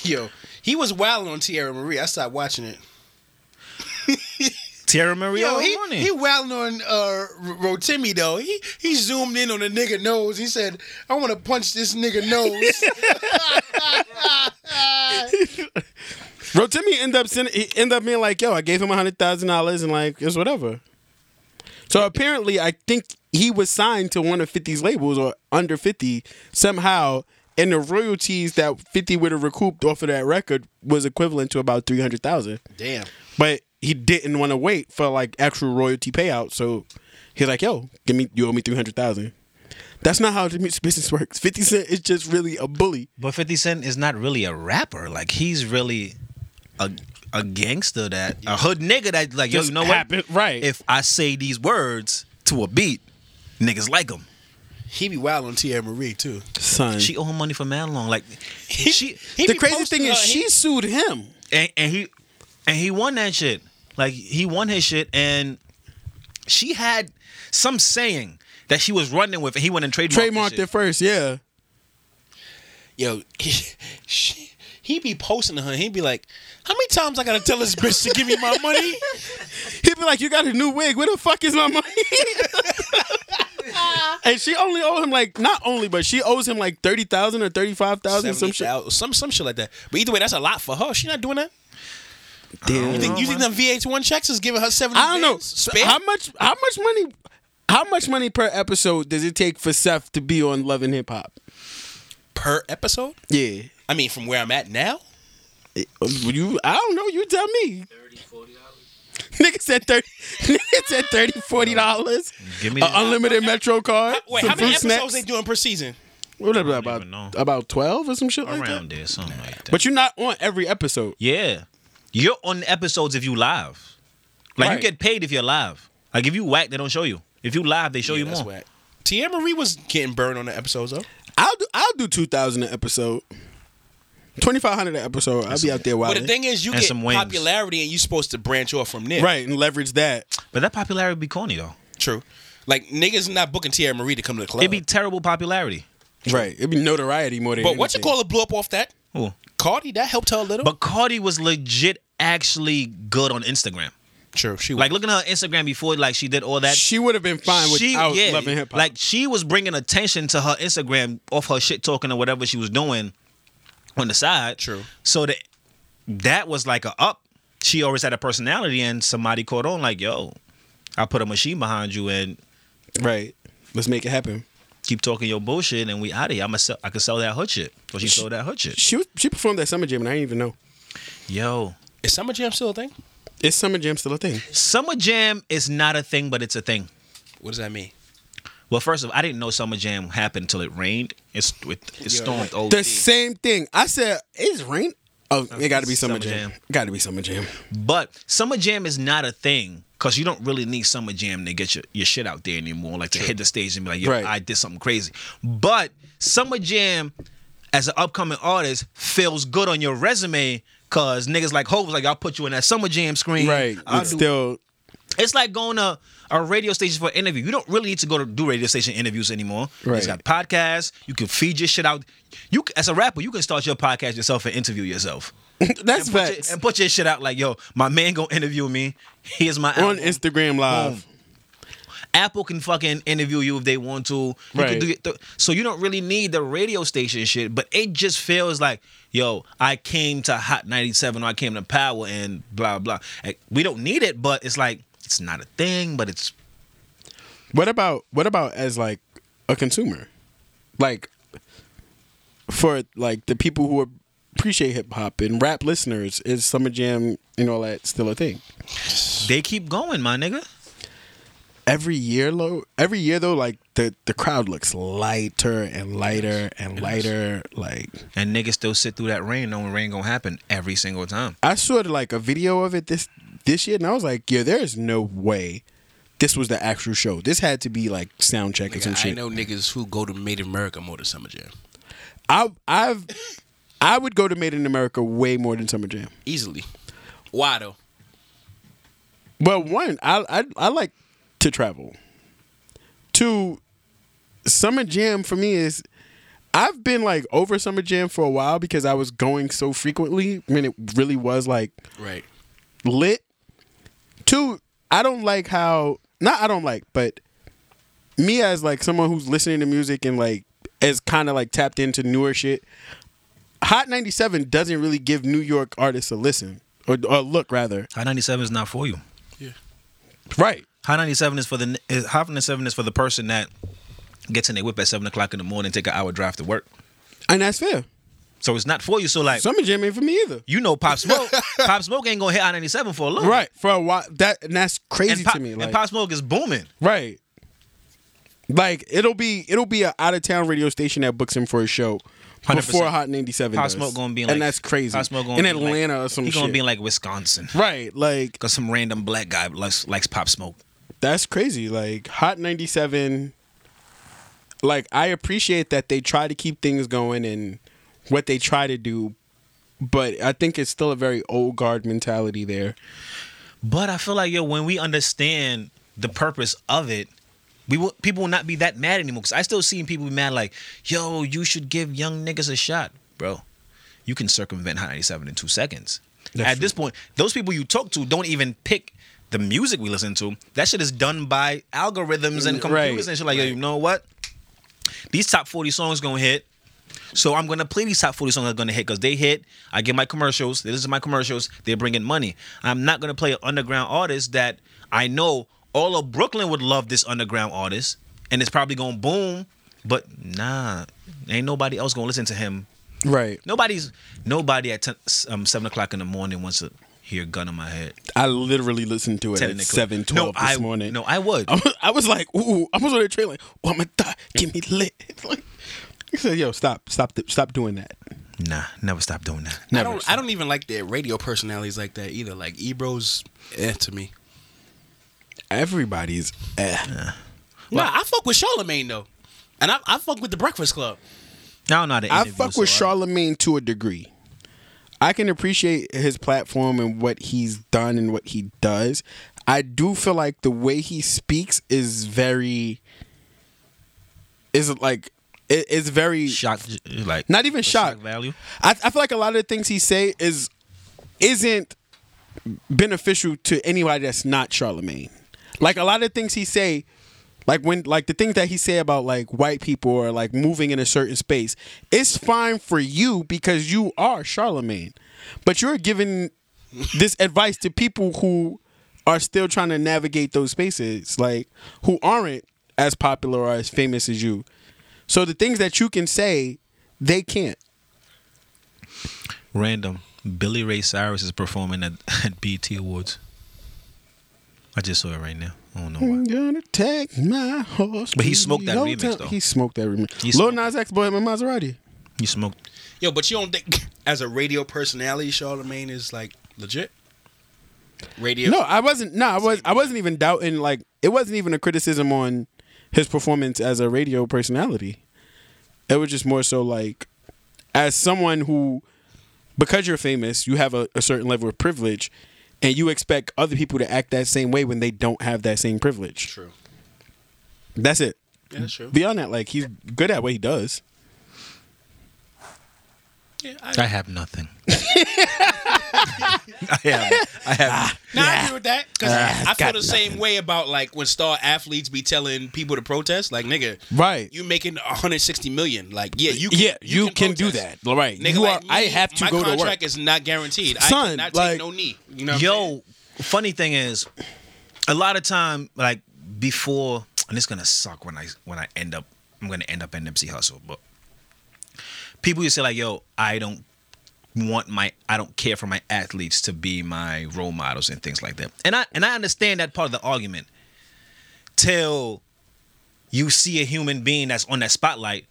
Speaker 2: Yo, he was wilding on Tierra Marie. I stopped watching it.
Speaker 4: Tierra Maria,
Speaker 2: Yo, he
Speaker 4: money.
Speaker 2: he wilding on uh, R- Rotimi though. He he zoomed in on a nigga nose. He said, "I want to punch this nigga nose."
Speaker 3: Rotimi end up sending, he end up being like, yo, I gave him hundred thousand dollars and like it's whatever. So apparently, I think he was signed to one of 50's labels or under 50 somehow, and the royalties that 50 would have recouped off of that record was equivalent to about three hundred thousand.
Speaker 2: Damn.
Speaker 3: But he didn't want to wait for like actual royalty payout, so he's like, yo, give me you owe me three hundred thousand. That's not how the music business works. 50 Cent is just really a bully.
Speaker 4: But 50 Cent is not really a rapper. Like he's really a a gangster that a hood nigga that like yo,
Speaker 3: Just
Speaker 4: you know
Speaker 3: happen-
Speaker 4: what?
Speaker 3: right.
Speaker 4: If I say these words to a beat, niggas like him.
Speaker 2: He be wilding on Tierra Marie too.
Speaker 3: Son.
Speaker 4: She owe him money for man long. Like she
Speaker 2: He
Speaker 3: the
Speaker 2: be
Speaker 3: crazy
Speaker 2: posting-
Speaker 3: thing is
Speaker 2: uh, he-
Speaker 3: she sued him.
Speaker 4: and, and he and he won that shit. Like he won his shit, and she had some saying that she was running with, and he went and trademarked.
Speaker 3: trademarked
Speaker 4: shit.
Speaker 3: it first, yeah.
Speaker 2: Yo, he, she, he be posting to her. He be like, "How many times I gotta tell this bitch to give me my money?"
Speaker 3: He'd be like, "You got a new wig? Where the fuck is my money?" and she only owed him like not only, but she owes him like thirty thousand or thirty five thousand, some shit.
Speaker 2: 70,000, some some shit like that. But either way, that's a lot for her. She not doing that. You think you think them VH1 checks is giving her seventy?
Speaker 3: I don't know
Speaker 2: bands Spare?
Speaker 3: how much. How much money? How much money per episode does it take for Seth to be on Love and Hip Hop?
Speaker 2: per episode.
Speaker 3: Yeah,
Speaker 2: I mean, from where I'm at now,
Speaker 3: you. I don't know. You tell me. Nigga said thirty. Nigga said thirty forty dollars.
Speaker 4: Give me
Speaker 3: An
Speaker 4: that.
Speaker 3: Uh, unlimited Metro card.
Speaker 2: wait,
Speaker 3: some
Speaker 2: how many
Speaker 3: fruit snacks.
Speaker 2: episodes they doing per season?
Speaker 3: What about
Speaker 4: even know.
Speaker 3: about, about twelve or some shit like that?
Speaker 4: around there, something like that.
Speaker 3: But you're not on every episode.
Speaker 4: yeah, you're on the episodes if you live. Like
Speaker 3: Right.
Speaker 4: you get paid if you're live. Like if you whack, they don't show you. If you live, they show Oh, you
Speaker 2: That's
Speaker 4: more.
Speaker 2: whack. Tia Marie was getting burned on the episodes though.
Speaker 3: I'll do I'll do two thousand an episode. Twenty five hundred an episode. I'll be out there
Speaker 2: But
Speaker 3: wilding.
Speaker 2: the thing is, you
Speaker 4: And
Speaker 2: get
Speaker 4: some wings.
Speaker 2: popularity and you supposed to branch off from there.
Speaker 3: right, and leverage that.
Speaker 4: But that popularity be corny though.
Speaker 2: True. Like niggas not booking Tia Marie to come to the club.
Speaker 4: It'd be terrible popularity.
Speaker 3: Right. It'd be notoriety more than
Speaker 2: but what you
Speaker 3: anything.
Speaker 2: call it blew up off that?
Speaker 4: Ooh.
Speaker 2: Cardi, that helped her a little.
Speaker 4: But Cardi was legit, actually good on Instagram.
Speaker 2: True, she
Speaker 4: Like looking at her Instagram before, like she did all that.
Speaker 3: she would have been fine without Love and Hip Hop.
Speaker 4: Like she was bringing attention to her Instagram off her shit talking or whatever she was doing on the side.
Speaker 2: True.
Speaker 4: So that that was like a up. she always had a personality, and somebody caught on like, "Yo, I put a machine behind you and
Speaker 3: Right. Let's make it happen.
Speaker 4: keep talking your bullshit, and we out of here." I'm sell, I could sell that hood shit, so she sold that hood shit.
Speaker 3: She was, she performed at Summer Jam and I didn't even know.
Speaker 4: Yo,
Speaker 2: Is Summer Jam still a thing?
Speaker 3: Is Summer Jam still a thing?
Speaker 4: Summer Jam is not a thing, but it's a thing.
Speaker 2: What does that mean?
Speaker 4: Well, first of all, I didn't know Summer Jam happened until it rained. It's it, it stormed OD.
Speaker 3: The same thing. I said, is rain? Oh, it got to be Summer,
Speaker 4: Summer
Speaker 3: Jam.
Speaker 4: Jam.
Speaker 3: Got to be Summer Jam.
Speaker 4: But Summer Jam is not a thing because you don't really need Summer Jam to get your, your shit out there anymore. Like to hit the stage and be like, yo,
Speaker 3: Right.
Speaker 4: I did something crazy. But Summer Jam, as an upcoming artist, feels good on your resume because niggas like Hope was like, I'll put you in that Summer Jam screen.
Speaker 3: Right.
Speaker 4: Mm, I'll
Speaker 3: it's
Speaker 4: do-
Speaker 3: still
Speaker 4: it's like going to a radio station for an interview. You don't really need to go to do radio station interviews anymore. It's
Speaker 3: Right.
Speaker 4: got podcasts. You can feed your shit out. You c- as a rapper, you can start your podcast yourself and interview yourself
Speaker 3: that's
Speaker 4: and put,
Speaker 3: facts.
Speaker 4: your, and put your shit out like, yo, my man gonna interview me. Here's my
Speaker 3: on
Speaker 4: album.
Speaker 3: Instagram Live.
Speaker 4: Apple can fucking interview you if they want to. You can
Speaker 3: Right.
Speaker 4: do it th- so you don't really need the radio station shit, but it just feels like, yo, I came to Hot 97 or I came to Power and blah blah. Like, we don't need it, but it's like it's not a thing, but it's
Speaker 3: What about what about as like a consumer, like for like the people who appreciate hip hop and rap listeners? Is Summer Jam and all that still a thing?
Speaker 4: they keep going, my nigga.
Speaker 3: Every year, low. Every year though, like the the crowd looks lighter and lighter and lighter. Like
Speaker 4: And niggas still sit through that rain knowing rain gonna happen every single time.
Speaker 3: I saw like a video of it this this year, and I was like, yeah, there is no way. This was the actual show. This had to be like sound check or
Speaker 2: Nigga,
Speaker 3: some
Speaker 2: I
Speaker 3: shit.
Speaker 2: know niggas who go to Made in America more than Summer Jam.
Speaker 3: I I've I would go to Made in America way more than Summer Jam.
Speaker 2: Easily. Why though?
Speaker 3: Well, one, I I, I like to travel. Two, Summer Jam for me is I've been like over Summer Jam for a while because I was going so frequently when it really was like
Speaker 2: Right.
Speaker 3: lit. Two, I don't like how not I don't like, but me as like someone who's listening to music and like is kind of like tapped into newer shit. Hot 97 doesn't really give New York artists a listen or, or a look rather.
Speaker 4: Hot 97 is not for you.
Speaker 3: Right.
Speaker 4: High 97 is for the is, High 97 is for the person that gets in their whip at seven o'clock in the morning, take an hour drive to work.
Speaker 3: And that's fair.
Speaker 4: So it's not for you. So like
Speaker 3: Summer Jam ain't for me either.
Speaker 4: you know, Pop Smoke, Pop Smoke ain't gonna hit High 97 for a little, bit.
Speaker 3: Right. For a while that and that's crazy
Speaker 4: And Pop,
Speaker 3: to me. Like
Speaker 4: and Pop Smoke is booming.
Speaker 3: Right. Like it'll be it'll be an out of town radio station that books him for a show.
Speaker 4: 100%.
Speaker 3: Before Hot 97
Speaker 4: Pop
Speaker 3: does.
Speaker 4: Smoke gonna be in
Speaker 3: and
Speaker 4: like,
Speaker 3: that's crazy.
Speaker 4: Pop Smoke gonna
Speaker 3: in
Speaker 4: be like-
Speaker 3: Atlanta or some
Speaker 4: He
Speaker 3: shit.
Speaker 4: gonna be in like Wisconsin
Speaker 3: Right, like
Speaker 4: because some random black guy likes, likes Pop Smoke.
Speaker 3: that's crazy. Like Hot 97 like I appreciate that they try to keep things going and what they try to do, but I think it's still a very old guard mentality there.
Speaker 4: But I feel like yo, when we understand the purpose of it, we will people will not be that mad anymore. Cause I still seeing people be mad like, yo, you should give young niggas a shot, bro. You can circumvent Hot 97 in two seconds. At this point, those people you talk to don't even pick the music we listen to. That shit is done by algorithms and
Speaker 3: Right,
Speaker 4: computers and shit. Like, yo, you know what? These top 40 songs gonna hit. So I'm gonna play these top 40 songs that are gonna hit because they hit. I get my commercials. This is my commercials. They bring in money. I'm not gonna play an underground artist that I know all of Brooklyn would love this underground artist, and it's probably gonna boom. But nah, ain't nobody else gonna listen to him.
Speaker 3: Right.
Speaker 4: Nobody's nobody at 10, um, seven o'clock in the morning wants to hear "Gun in My Head."
Speaker 3: I literally listened to it at
Speaker 4: Technically,
Speaker 3: 7
Speaker 4: no,
Speaker 3: 12 this
Speaker 4: I,
Speaker 3: morning.
Speaker 4: No, I would.
Speaker 3: I was, I was like, ooh, I was on the train like, oh, I'm gonna die. Give me lit. Like, he said, yo, stop, stop, th- stop doing that.
Speaker 4: Nah, never stop doing that.
Speaker 3: Never.
Speaker 2: I don't. I don't even like their radio personalities like that either. Like Ebro's, eh, to me.
Speaker 3: Everybody's eh.
Speaker 2: Nah, I fuck with Charlemagne though, and I, I fuck with the Breakfast Club.
Speaker 4: I don't know how to
Speaker 3: I
Speaker 4: interview,
Speaker 3: fuck
Speaker 4: so
Speaker 3: with
Speaker 4: I-
Speaker 3: Charlemagne to a degree. I can appreciate his platform and what he's done and what he does. I do feel like the way he speaks is very is like it, it's very
Speaker 4: Shock, like
Speaker 3: not even
Speaker 4: the
Speaker 3: shock.
Speaker 4: value.
Speaker 3: I, I feel like a lot of the things he say is isn't beneficial to anybody that's not Charlemagne. Like a lot of things he say, like when like the things that he say about like white people or like moving in a certain space, it's fine for you because you are Charlemagne, but you're giving this advice to people who are still trying to navigate those spaces, like who aren't as popular or as famous as you. So the things that you can say, they can't.
Speaker 4: Random. Billy Ray Cyrus is performing at, at BT Awards. I just saw it right now. I don't know why.
Speaker 3: I'm gonna take my horse.
Speaker 4: But he smoked that
Speaker 3: Yo,
Speaker 4: remix,
Speaker 3: tell-
Speaker 4: though.
Speaker 3: He smoked that remix.
Speaker 4: He
Speaker 3: Lil
Speaker 4: smoked
Speaker 3: Nas X, Bohemian Maserati.
Speaker 4: You smoked.
Speaker 2: Yo, but you don't think as a radio personality, Charlemagne is like legit? Radio.
Speaker 3: No, I wasn't. No, I was. I wasn't even doubting. Like it wasn't even a criticism on his performance as a radio personality. It was just more so like, as someone who, because you're famous, you have a, a certain level of privilege, and you expect other people to act that same way when they don't have that same privilege.
Speaker 2: True.
Speaker 3: That's it.
Speaker 2: Yeah, that's true.
Speaker 3: Beyond that, like he's good at what he does.
Speaker 2: Yeah, I,
Speaker 4: I have nothing. I have. I have.
Speaker 2: nah, I agree with that because I feel the same way about like when star athletes be telling people to protest. Like, nigga,
Speaker 3: Right.
Speaker 2: you making 160 million. Like, yeah, you. Can,
Speaker 3: yeah, you, can, do
Speaker 2: protest.
Speaker 3: that. Right.
Speaker 2: Nigga,
Speaker 3: you are,
Speaker 2: like me,
Speaker 3: I have to
Speaker 2: my
Speaker 3: go to work.
Speaker 2: contract is not guaranteed. I
Speaker 3: Son,
Speaker 2: cannot
Speaker 3: like-
Speaker 2: take no knee. You know. What I'm saying?
Speaker 4: Yo, funny thing is, a lot of time, like before, and it's gonna suck when I when I end up, I'm gonna end up in Nipsey Hustle, but people used to say like, yo, I don't want my I don't care for my athletes to be my role models and things like that. And I and I understand that part of the argument. Till you see a human being that's on that spotlight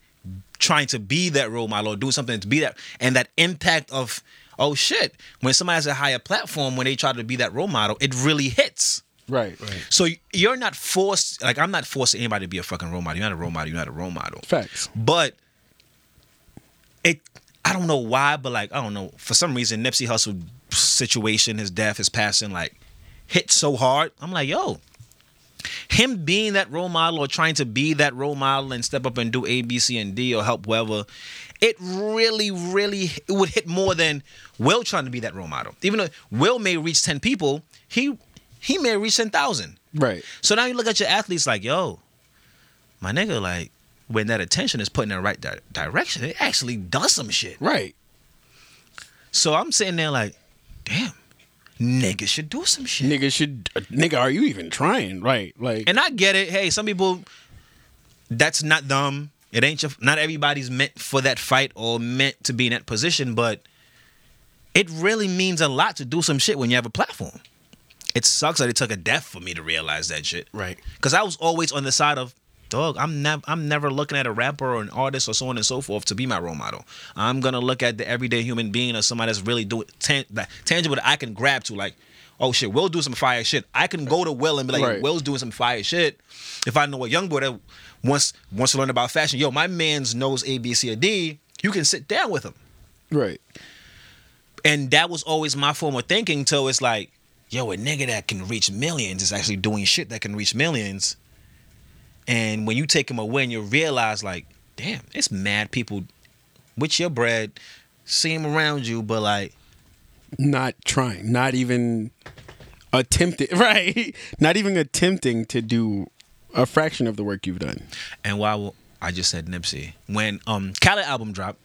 Speaker 4: trying to be that role model or do something to be that and that impact of oh shit, when somebody has a higher platform when they try to be that role model, it really hits.
Speaker 3: Right. Right.
Speaker 4: So you're not forced like I'm not forcing anybody to be a fucking role model. You're not a role model, you're not a role model
Speaker 3: Facts.
Speaker 4: but it I don't know why, but like I don't know for some reason Nipsey Hussle situation, his death, his passing, like hit so hard. I'm like, yo, him being that role model or trying to be that role model and step up and do A, B, C, and D or help whoever, it really, really it would hit more than Will trying to be that role model. Even though Will may reach ten people, he he may reach ten thousand.
Speaker 3: Right.
Speaker 4: So now you look at your athletes like, yo, my nigga, like, when that attention is put in the right di- direction, it actually does some shit.
Speaker 3: Right.
Speaker 4: So I'm sitting there like, damn, niggas should do some shit.
Speaker 3: nigga should nigga are you even trying right like
Speaker 4: And I get it. Hey, some people, that's not them. It ain't your, not everybody's meant for that fight or meant to be in that position, but it really means a lot to do some shit when you have a platform. It sucks that it took a death for me to realize that shit.
Speaker 2: Right.
Speaker 4: Cause I was always on the side of, dog, I'm never I'm never looking at a rapper or an artist or so on and so forth to be my role model. I'm gonna look at the everyday human being or somebody that's really doing tan- like, tangible that I can grab to, like, oh shit, Will do some fire shit. I can go to Will and be like,
Speaker 3: Right.
Speaker 4: Will's doing some fire shit. If I know a young boy that wants wants to learn about fashion, yo, my man's knows A, B, C, or D, you can sit down with him.
Speaker 3: right
Speaker 4: And that was always my form of thinking till it's like, yo, a nigga that can reach millions is actually doing shit that can reach millions. And when you take him away and you realize like, damn, it's mad people with your bread, see him around you, but like
Speaker 3: not trying not even attempting right not even attempting to do a fraction of the work you've done
Speaker 4: and why will I just said Nipsey. When um Khaled album dropped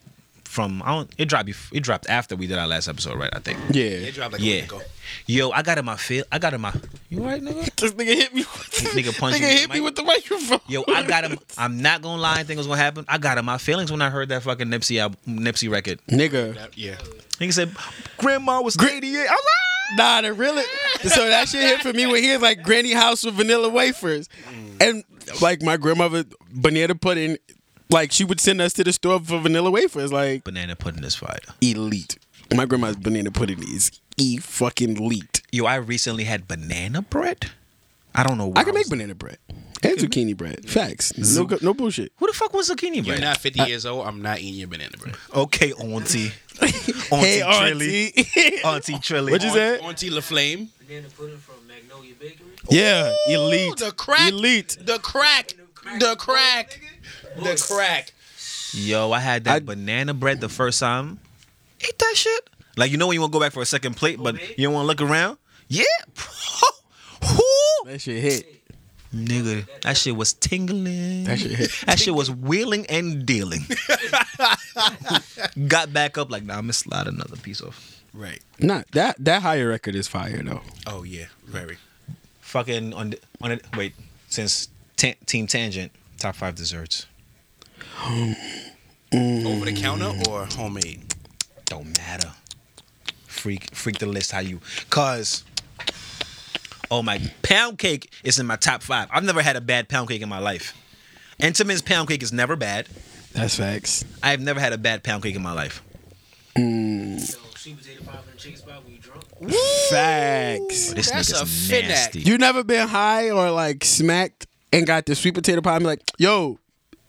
Speaker 4: from I don't it dropped bef- it dropped after we did our last episode, right? I think.
Speaker 3: yeah
Speaker 2: It dropped like a
Speaker 4: yeah.
Speaker 2: week ago.
Speaker 4: Yo, I got in my feel I got in my You alright nigga?
Speaker 3: this nigga hit me with
Speaker 4: Nigga punched me with the mic.
Speaker 3: the microphone
Speaker 4: Yo, I got him. I'm not gonna lie. I think it was gonna happen. I got him. My feelings when I heard that fucking Nipsey album, Nipsey record.
Speaker 3: nigga
Speaker 2: Yeah.
Speaker 4: Nigga said, "Grandma was 88." I was like,
Speaker 3: nah the really so that shit hit for me when he was like granny house with vanilla wafers
Speaker 4: Mm.
Speaker 3: and like my grandmother banana pudding like she would send us to the store for vanilla wafers like
Speaker 4: "Banana pudding is fire."
Speaker 3: elite my grandma's banana pudding is e fucking elite
Speaker 4: Yo, I recently had banana bread. I don't know. Why
Speaker 3: I can make
Speaker 4: was-
Speaker 3: banana bread and zucchini bread. Facts. No, no bullshit.
Speaker 4: Who the fuck was zucchini
Speaker 2: You're
Speaker 4: bread?
Speaker 2: not 50 years old. I'm not eating your banana bread.
Speaker 4: okay, auntie,
Speaker 3: Hey,
Speaker 4: Trilly.
Speaker 3: auntie.
Speaker 4: auntie Trilly.
Speaker 3: What you say?
Speaker 2: Auntie LaFlame.
Speaker 9: Banana pudding from Magnolia Bakery.
Speaker 3: Yeah, elite.
Speaker 2: The crack.
Speaker 3: Elite.
Speaker 2: The crack. The crack. The crack.
Speaker 4: Yo, I had that
Speaker 3: I-
Speaker 4: banana bread the first time. Eat that shit. Like you know when you want to go back for a second plate, but you don't want to look around. Yeah. Who?
Speaker 3: That shit hit.
Speaker 4: Nigga, that shit was tingling.
Speaker 3: That shit hit.
Speaker 4: That shit was wheeling and dealing. Got back up like, nah, I'm gonna slide another piece off.
Speaker 2: Right.
Speaker 3: Not that that higher record is fire though.
Speaker 2: Oh yeah. Very.
Speaker 4: Fucking on the, on it. Wait, since ta- Team Tangent, top five desserts.
Speaker 2: Over the counter or homemade?
Speaker 4: Don't matter. Freak, freak the list how you, cause. Oh my, pound cake is in my top five. I've never had a bad pound cake in my life. Entenmann's pound cake is never bad.
Speaker 3: That's facts.
Speaker 4: I've never had a bad pound cake in my life.
Speaker 7: So sweet potato pie from the chicken spot when you drunk.
Speaker 3: Facts.
Speaker 4: This
Speaker 2: That's
Speaker 4: nigga's
Speaker 2: a fin act.
Speaker 4: nasty.
Speaker 3: You never been high or like smacked and got the sweet potato pie and be like, yo,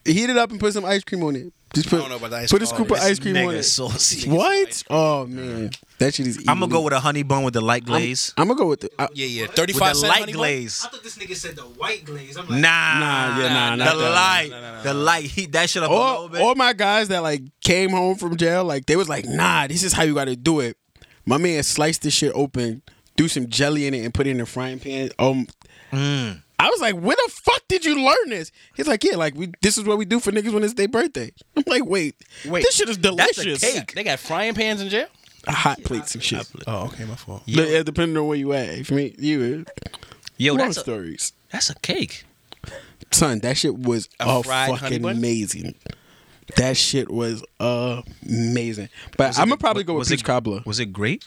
Speaker 3: heat it up and put some ice cream on it. Just put,
Speaker 2: I don't know about the ice
Speaker 3: put a
Speaker 2: cream.
Speaker 3: scoop of
Speaker 2: This
Speaker 3: ice cream on
Speaker 4: Nigga
Speaker 3: it.
Speaker 4: saucy.
Speaker 3: What? Oh man, that shit is.
Speaker 4: I'm gonna go with a honey bun with the light glaze.
Speaker 3: I'm gonna go with the. I,
Speaker 2: Yeah, yeah.
Speaker 4: with
Speaker 2: Thirty-five
Speaker 4: the
Speaker 2: cent
Speaker 4: light
Speaker 2: honey bun?
Speaker 4: glaze.
Speaker 7: I thought this nigga said the white glaze. I'm like,
Speaker 4: Nah, nah,
Speaker 3: yeah, nah,
Speaker 4: the
Speaker 3: not that. Oh,
Speaker 4: light, the light. Heat that shit up a little
Speaker 3: all,
Speaker 4: bit.
Speaker 3: all my guys that like came home from jail, like they was like, nah, this is how you gotta do it. My man sliced this shit open, threw some jelly in it, and put it in a frying pan. Um,
Speaker 4: Hmm.
Speaker 3: I was like, where the fuck did you learn this? He's like, yeah, like we this is what we do for niggas when it's their birthday. I'm like, wait, wait, this shit is
Speaker 4: That's
Speaker 3: delicious.
Speaker 4: a cake.
Speaker 2: They got frying pans in jail.
Speaker 3: A hot plate, some shit.
Speaker 2: Oh, okay, my fault.
Speaker 3: Yeah. depending on where you at. If me, you,
Speaker 4: Yo,
Speaker 3: long
Speaker 4: that's a,
Speaker 3: stories.
Speaker 4: that's a cake.
Speaker 3: Son, that shit was
Speaker 2: A
Speaker 3: a
Speaker 2: fried honey
Speaker 3: fucking
Speaker 2: bun?
Speaker 3: amazing. That shit was amazing. But I'm gonna probably go with
Speaker 4: was
Speaker 3: peach
Speaker 4: it-
Speaker 3: cobbler.
Speaker 4: Was it grape?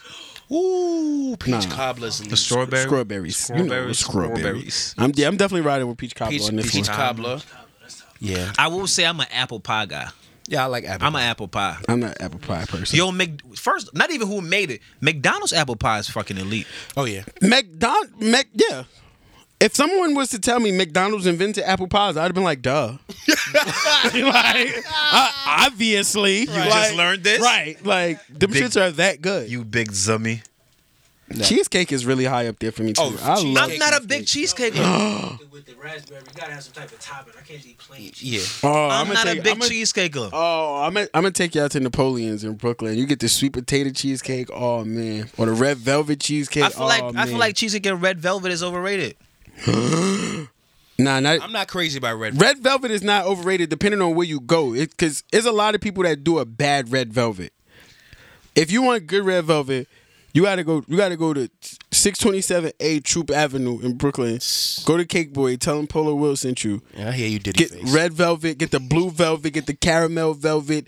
Speaker 2: Ooh, peach
Speaker 3: Nah.
Speaker 2: cobblers.
Speaker 4: The strawberry.
Speaker 3: Mm, Strawberries. You know, it was strawberries. I'm, yeah, I'm definitely riding with peach cobbler
Speaker 2: Peach,
Speaker 3: on this
Speaker 2: peach
Speaker 3: one.
Speaker 2: cobbler. Yeah,
Speaker 4: I will say I'm an apple pie guy.
Speaker 2: yeah, I like apple.
Speaker 4: I'm an apple pie.
Speaker 3: I'm not an apple pie person.
Speaker 4: Yo, Mc, first, not even who made it. McDonald's apple pie is fucking elite.
Speaker 2: oh yeah,
Speaker 3: McDonald, Mac, yeah. If someone was to tell me McDonald's invented apple pies, I'd have been like, duh. like, uh, obviously. You
Speaker 6: just learned this?
Speaker 3: Right. Like, them
Speaker 6: Big-
Speaker 3: shits are that good.
Speaker 6: You big zummy.
Speaker 3: Cheesecake is really high up there for me, too.
Speaker 2: Oh,
Speaker 3: I
Speaker 2: cheesecake.
Speaker 3: love
Speaker 4: I'm not a big cheesecake.
Speaker 7: with the raspberry, you gotta have some type of topping. I can't just eat plain cheese.
Speaker 2: yeah.
Speaker 3: Oh,
Speaker 4: I'm,
Speaker 3: I'ma
Speaker 4: not
Speaker 3: take-
Speaker 4: a big
Speaker 3: I'ma-
Speaker 4: cheesecaker.
Speaker 3: Oh, I'm gonna I'm gonna take you out to Napoleon's in Brooklyn. You get the sweet potato cheesecake. Oh man, or the red velvet cheesecake.
Speaker 4: I feel
Speaker 3: oh,
Speaker 4: like I
Speaker 3: man.
Speaker 4: feel like cheesecake and red velvet is overrated.
Speaker 3: nah, not,
Speaker 2: I'm not crazy about red.
Speaker 3: red velvet is not overrated. Depending on where you go, because there's a lot of people that do a bad red velvet. If you want good red velvet, you gotta go. You gotta go to 627A Troop Avenue in Brooklyn. Go to Cake Boy. Tell him Polo Will sent you.
Speaker 2: Yeah, I hear you did
Speaker 3: Get red velvet. Get the blue velvet. Get the caramel velvet.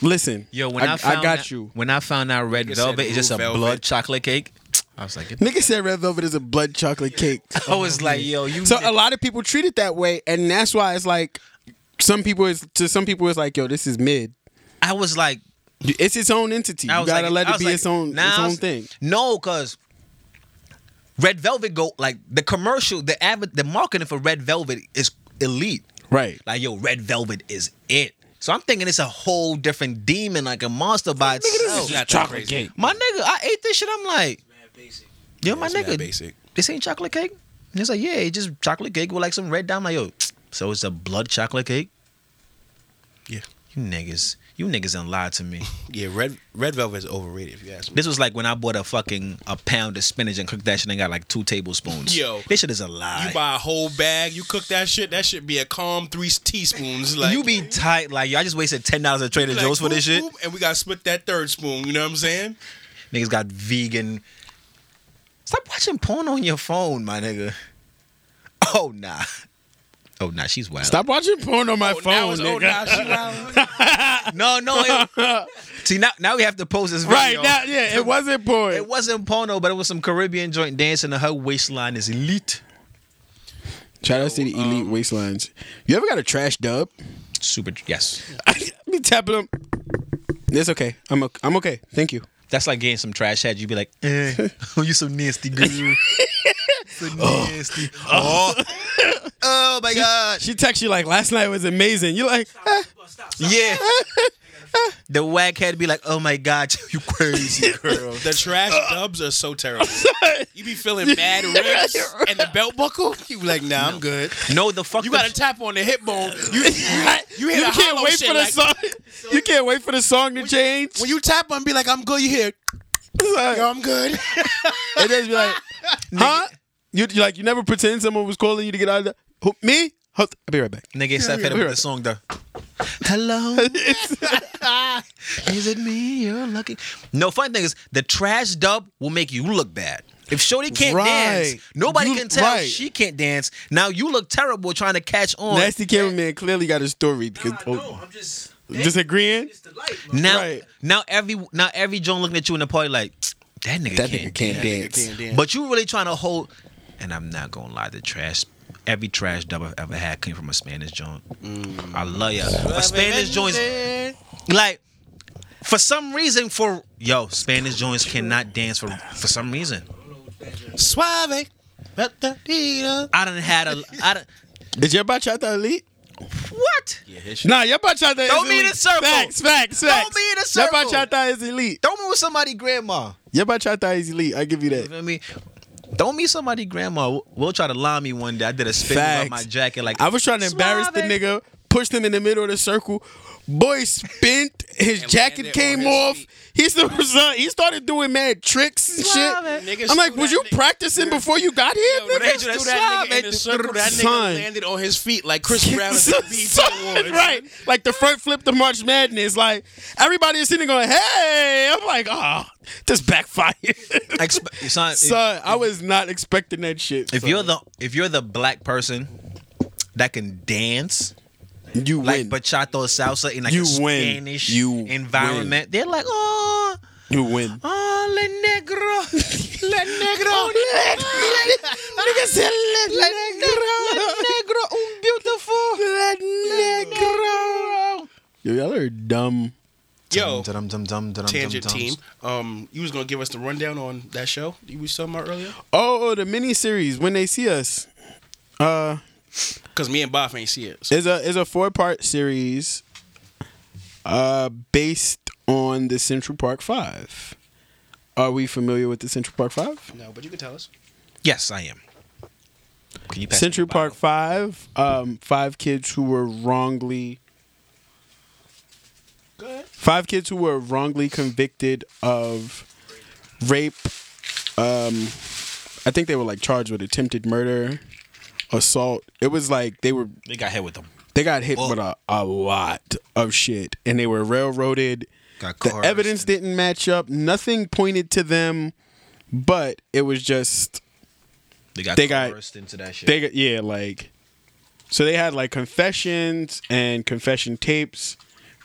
Speaker 3: Listen,
Speaker 4: Yo, when I,
Speaker 3: I,
Speaker 4: found
Speaker 3: got
Speaker 4: out,
Speaker 3: you.
Speaker 4: When I found out red
Speaker 2: Nigga said
Speaker 4: velvet is just
Speaker 2: blue
Speaker 4: a
Speaker 2: velvet.
Speaker 4: blood chocolate cake, I was like,
Speaker 3: Nigga said red velvet is a blood chocolate cake.
Speaker 4: I was like, yo, you.
Speaker 3: So a lot of people treat it that way, and that's why it's like some people is to some people it's like, yo, this is mid.
Speaker 4: I was like,
Speaker 3: It's its own entity. You
Speaker 4: I was
Speaker 3: gotta
Speaker 4: like,
Speaker 3: let
Speaker 4: I
Speaker 3: it
Speaker 4: was
Speaker 3: be
Speaker 4: like,
Speaker 3: its own
Speaker 4: nah,
Speaker 3: its
Speaker 4: I
Speaker 3: own
Speaker 4: was-
Speaker 3: thing.
Speaker 4: No, because Red Velvet go like the commercial, the adver- the marketing for Red Velvet is elite.
Speaker 3: Right.
Speaker 4: Like yo, Red Velvet is it. So I'm thinking it's a whole different demon, like a monster by itself.
Speaker 2: chocolate cake.
Speaker 4: My nigga, I ate this shit. I'm like,
Speaker 7: Mad basic.
Speaker 4: yo, my
Speaker 2: That's mad
Speaker 4: nigga,
Speaker 2: basic.
Speaker 4: this ain't chocolate cake. And it's like, yeah, it's just chocolate cake with like some red dye. I'm like, yo, so it's a blood chocolate cake.
Speaker 2: Yeah.
Speaker 4: You niggas, you niggas done lied to me.
Speaker 2: Yeah, red red velvet is overrated if you ask me.
Speaker 4: This was like when I bought a fucking a pound of spinach and cooked that shit and got like two tablespoons.
Speaker 2: Yo.
Speaker 4: this shit is a lie.
Speaker 2: You buy a whole bag, you cook that shit. That should be a calm three teaspoons. Like
Speaker 4: you be tight, like yo, I just wasted ten dollars at Trader
Speaker 2: like,
Speaker 4: Joe's for this
Speaker 2: whoop,
Speaker 4: shit.
Speaker 2: whoop, and we gotta split that third spoon. You know what I'm saying?
Speaker 4: Niggas got vegan. Stop watching porn on your phone, my nigga. Oh nah. Oh nah, she's wild.
Speaker 3: Stop watching porn on my
Speaker 2: Oh,
Speaker 3: phone,
Speaker 2: now it's- oh,
Speaker 3: nigga.
Speaker 2: now she wild.
Speaker 4: No, no. it- see now, now we have to post this video.
Speaker 3: right now, yeah, it wasn't porn.
Speaker 4: It wasn't porno, but it was some Caribbean joint dancing, and her waistline is elite.
Speaker 3: Shout out to the elite
Speaker 4: um,
Speaker 3: waistlines. You ever got a trash dub?
Speaker 4: Super. Yes.
Speaker 3: I be tapping them. It's okay. I'm okay. I'm okay. Thank you.
Speaker 4: That's like getting some trash head. You'd be like, eh, oh, you so nasty, girl. so nasty. Oh. oh, my God.
Speaker 3: She texts you like last night was amazing. You're like, eh,
Speaker 4: Yeah. the wag head be like, oh, my God, you crazy, girl.
Speaker 2: The trash dubs are so terrible. Uh. You be feeling bad ribs and the belt buckle. You be like, nah, I'm good.
Speaker 4: No, the fuck.
Speaker 2: You gotta tap on the hip bone. You you, hit
Speaker 3: you
Speaker 2: a
Speaker 3: can't
Speaker 2: hollow
Speaker 3: wait
Speaker 2: shit
Speaker 3: for the
Speaker 2: like-
Speaker 3: song. You can't wait for the song to change.
Speaker 2: When you tap on, be like, I'm good. You hear? Yo, I'm good.
Speaker 3: And they just be like, huh? You you like you never pretend someone was calling you to get out of the who, me? Huh? I'll be right back.
Speaker 4: Nigga, except for the song, though. Hello. is it me you're looking? No, funny thing is, the trash dub will make you look bad. If Shorty can't
Speaker 3: Right.
Speaker 4: dance, nobody
Speaker 3: You-
Speaker 4: can tell
Speaker 3: right.
Speaker 4: she can't dance. Now you look terrible trying to catch on.
Speaker 3: Nasty cameraman clearly got a story. Because,
Speaker 7: I
Speaker 3: oh,
Speaker 7: know. I'm just.
Speaker 3: disagreeing?
Speaker 7: It's the light, bro.
Speaker 4: now,
Speaker 3: right.
Speaker 4: now every now every Joan looking at you in the party like that nigga
Speaker 3: That nigga
Speaker 4: can't
Speaker 3: can't dance.
Speaker 4: But you really trying to hold, and I'm not gonna lie, the trash. Every trash dub I've ever had came from a Spanish joint. I love y'all. A Spanish joints, like for some reason, for yo Spanish joints cannot dance for for some reason.
Speaker 2: Suave.
Speaker 4: I done had a I done,
Speaker 3: Is your bachata elite?
Speaker 4: what?
Speaker 3: Nah, your bachata is
Speaker 4: Throw
Speaker 3: elite.
Speaker 4: me in a circle.
Speaker 3: Facts, facts,
Speaker 4: Throw
Speaker 3: facts.
Speaker 4: me in a
Speaker 3: Your
Speaker 4: circle.
Speaker 3: bachata is elite.
Speaker 4: Don't meet with somebody grandma.
Speaker 3: Your bachata is elite. I give you
Speaker 4: You
Speaker 3: that.
Speaker 4: feel me? Don't meet somebody grandma. We'll- We'll try to lie me one day. I did a spin around
Speaker 3: Facts.
Speaker 4: my jacket like
Speaker 3: I was trying to embarrass the nigga, pushed him in the middle of the circle. Boy spent, his jacket
Speaker 2: landed
Speaker 3: came
Speaker 2: on his
Speaker 3: off. He's the result. He started doing mad tricks and shit.
Speaker 2: Niggas
Speaker 3: I'm like,
Speaker 2: threw
Speaker 3: was
Speaker 2: that
Speaker 3: you
Speaker 2: nigga-
Speaker 3: practicing before you got here?
Speaker 2: When they
Speaker 3: nigga?
Speaker 2: threw that nigga in the circle, that nigga
Speaker 3: Son.
Speaker 2: landed on his feet like Chris Brown at the BT Awards.
Speaker 3: Son, right. Like the front flip to March Madness. Like everybody is sitting there going, hey. I'm like, oh, this backfired.
Speaker 4: Expe- son, if-
Speaker 3: Son, I was not expecting that shit.
Speaker 4: if
Speaker 3: son.
Speaker 4: you're the if you're the black person that can dance
Speaker 3: you
Speaker 4: like
Speaker 3: win.
Speaker 4: bachata or salsa in like
Speaker 3: You
Speaker 4: a
Speaker 3: win.
Speaker 4: Spanish
Speaker 3: You
Speaker 4: environment, they're like, oh,
Speaker 3: you win.
Speaker 4: oh, le negro, le negro,
Speaker 3: Nigga said le negro, un beautiful le negro. Yo, y'all are dumb.
Speaker 2: Yo,
Speaker 4: Dum, dum, dum, dum,
Speaker 2: tangent
Speaker 4: dum, dum.
Speaker 2: team. Um, you was gonna give us the rundown on that show you was talking about earlier?
Speaker 3: Oh, oh, the mini series when they see us. Uh,
Speaker 2: Cause me and Boff ain't see it. So
Speaker 3: is a is a four part series. Uh, based on the Central Park Five. Are we familiar with the Central Park Five?
Speaker 2: no, but you can tell us.
Speaker 4: Yes, I am. Can you pass me
Speaker 3: Central
Speaker 4: the
Speaker 3: Park
Speaker 4: bottle?
Speaker 3: Five. Um, five kids who were wrongly. Five kids who were wrongly convicted of rape. Um, I think they were like charged with attempted murder, assault. It was like they were
Speaker 4: They got hit with them.
Speaker 3: they got hit with a, a lot of shit, and they were railroaded.
Speaker 4: Got
Speaker 3: The
Speaker 4: cars
Speaker 3: evidence didn't match up. Nothing pointed to them, but it was just
Speaker 4: They got
Speaker 3: they got-
Speaker 4: coerced into that shit.
Speaker 3: they got yeah, like so they had like confessions and confession tapes,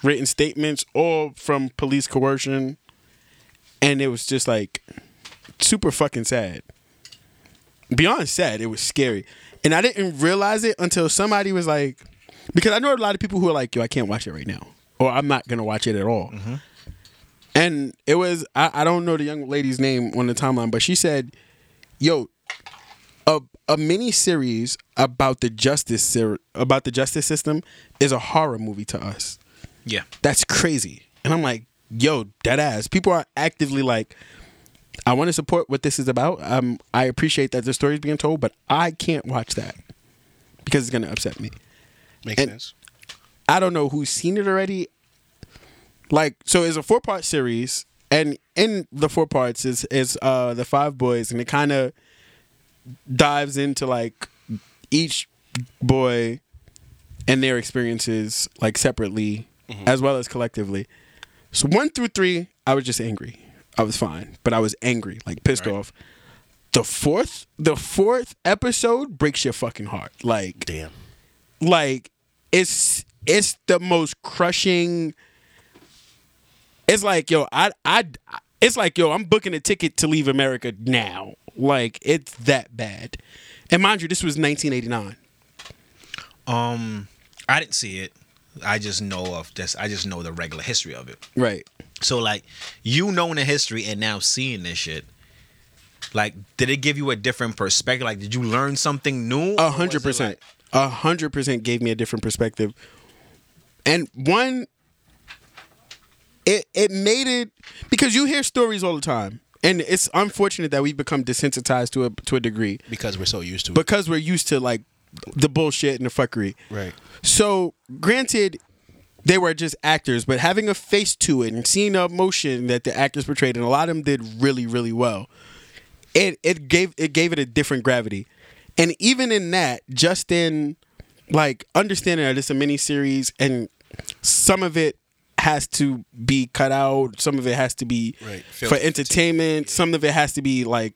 Speaker 3: written statements, all from police coercion, and it was just like super fucking sad. Beyond sad, it was scary, and I didn't realize it until somebody was like, because I know a lot of people who are like, "Yo, I can't watch it right now," or "I'm not gonna watch it at all." And it was I, I don't know the young lady's name on the timeline, but she said, "Yo, a a mini series about the justice ser- about the justice system is a horror movie to us.
Speaker 4: yeah.
Speaker 3: That's crazy. And I'm like, yo, dead ass. People are actively like, I want to support what this is about. Um, I appreciate that the story is being told, but I can't watch that because it's gonna upset me.
Speaker 2: Makes
Speaker 3: And-
Speaker 2: sense.
Speaker 3: I don't know who's seen it already. Like, so it's a four part series, and in the four parts is is uh the five boys, and it kind of dives into like each boy and their experiences like separately as well as collectively. So one through three, I was just angry. I was fine, but I was angry, like pissed off. The fourth, the fourth episode breaks your fucking heart. Like,
Speaker 2: Damn.
Speaker 3: like it's it's the most crushing it's like yo i i it's like yo i'm booking a ticket to leave america now like it's that bad and mind you this was 1989
Speaker 4: Um, I didn't see it. I just know of this. I just know the regular history of it.
Speaker 3: right
Speaker 4: So like you knowing the history and now seeing this shit. Like, did it give you a different perspective? Like, did you learn something new?
Speaker 3: a
Speaker 4: Or was
Speaker 3: hundred
Speaker 4: it
Speaker 3: percent
Speaker 4: like-
Speaker 3: a hundred percent gave me a different perspective and one it it made it because you hear stories all the time and it's unfortunate that we've become desensitized to a to a degree
Speaker 2: Because we're so used to it.
Speaker 3: because we're used to like the bullshit and the fuckery.
Speaker 2: right.
Speaker 3: So, granted, they were just actors, but having a face to it and seeing the emotion that the actors portrayed, and a lot of them did really, really well. It it gave it gave it a different gravity, and even in that, just in like understanding that it's a mini series and some of it has to be cut out. Some of it has to be
Speaker 2: Right,
Speaker 3: for
Speaker 2: filtered to-
Speaker 3: entertainment. Some of it has to be like,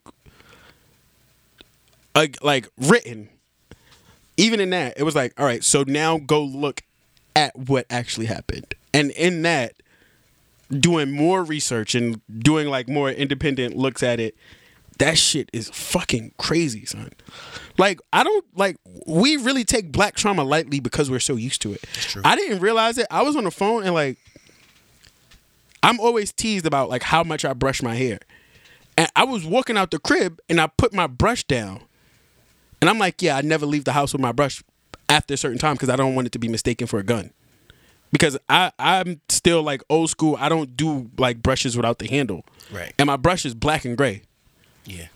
Speaker 3: like, like written. Even in that, it was like, all right, so now go look at what actually happened, and in that, doing more research and doing like more independent looks at it. That shit is fucking crazy, son. Like I don't like we really take black trauma lightly because we're so used to it. I didn't realize it. I was on the phone and like I'm always teased about like how much I brush my hair. And I was walking out the crib and I put my brush down. And I'm like, yeah, I never leave the house with my brush after a certain time because I don't want it to be mistaken for a gun. Because I I'm still like old school. I don't do like brushes without the handle.
Speaker 2: Right.
Speaker 3: And my brush is black and gray.
Speaker 2: Yeah.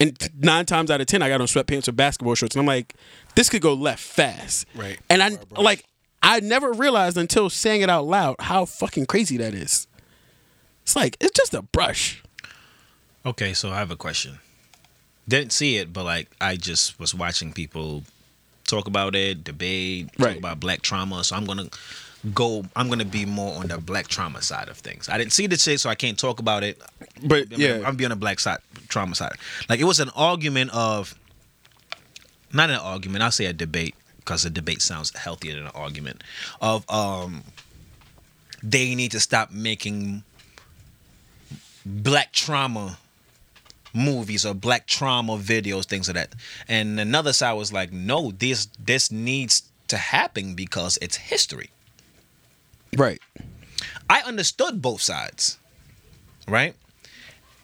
Speaker 3: And t- nine times out of ten, I got on sweatpants or basketball shorts, and I'm like, this could go left fast.
Speaker 2: Right.
Speaker 3: And I like, I never realized until saying it out loud how fucking crazy that is. It's like it's just a brush.
Speaker 4: Okay, so I have a question. Didn't see it, but like I just was watching people talk about it, debate,
Speaker 3: Right.
Speaker 4: talk about black trauma. So I'm gonna go. I'm gonna be more on the black trauma side of things. I didn't see the shit, so I can't talk about it.
Speaker 3: But
Speaker 4: I'm gonna, I'm be on the black side trauma side. Like it was an argument of, not an argument. I'll say a debate because a debate sounds healthier than an argument. Of um, they need to stop making black trauma movies or black trauma videos, things of that. And another side was like, no, this this needs to happen because it's history.
Speaker 3: right.
Speaker 4: I understood both sides, right?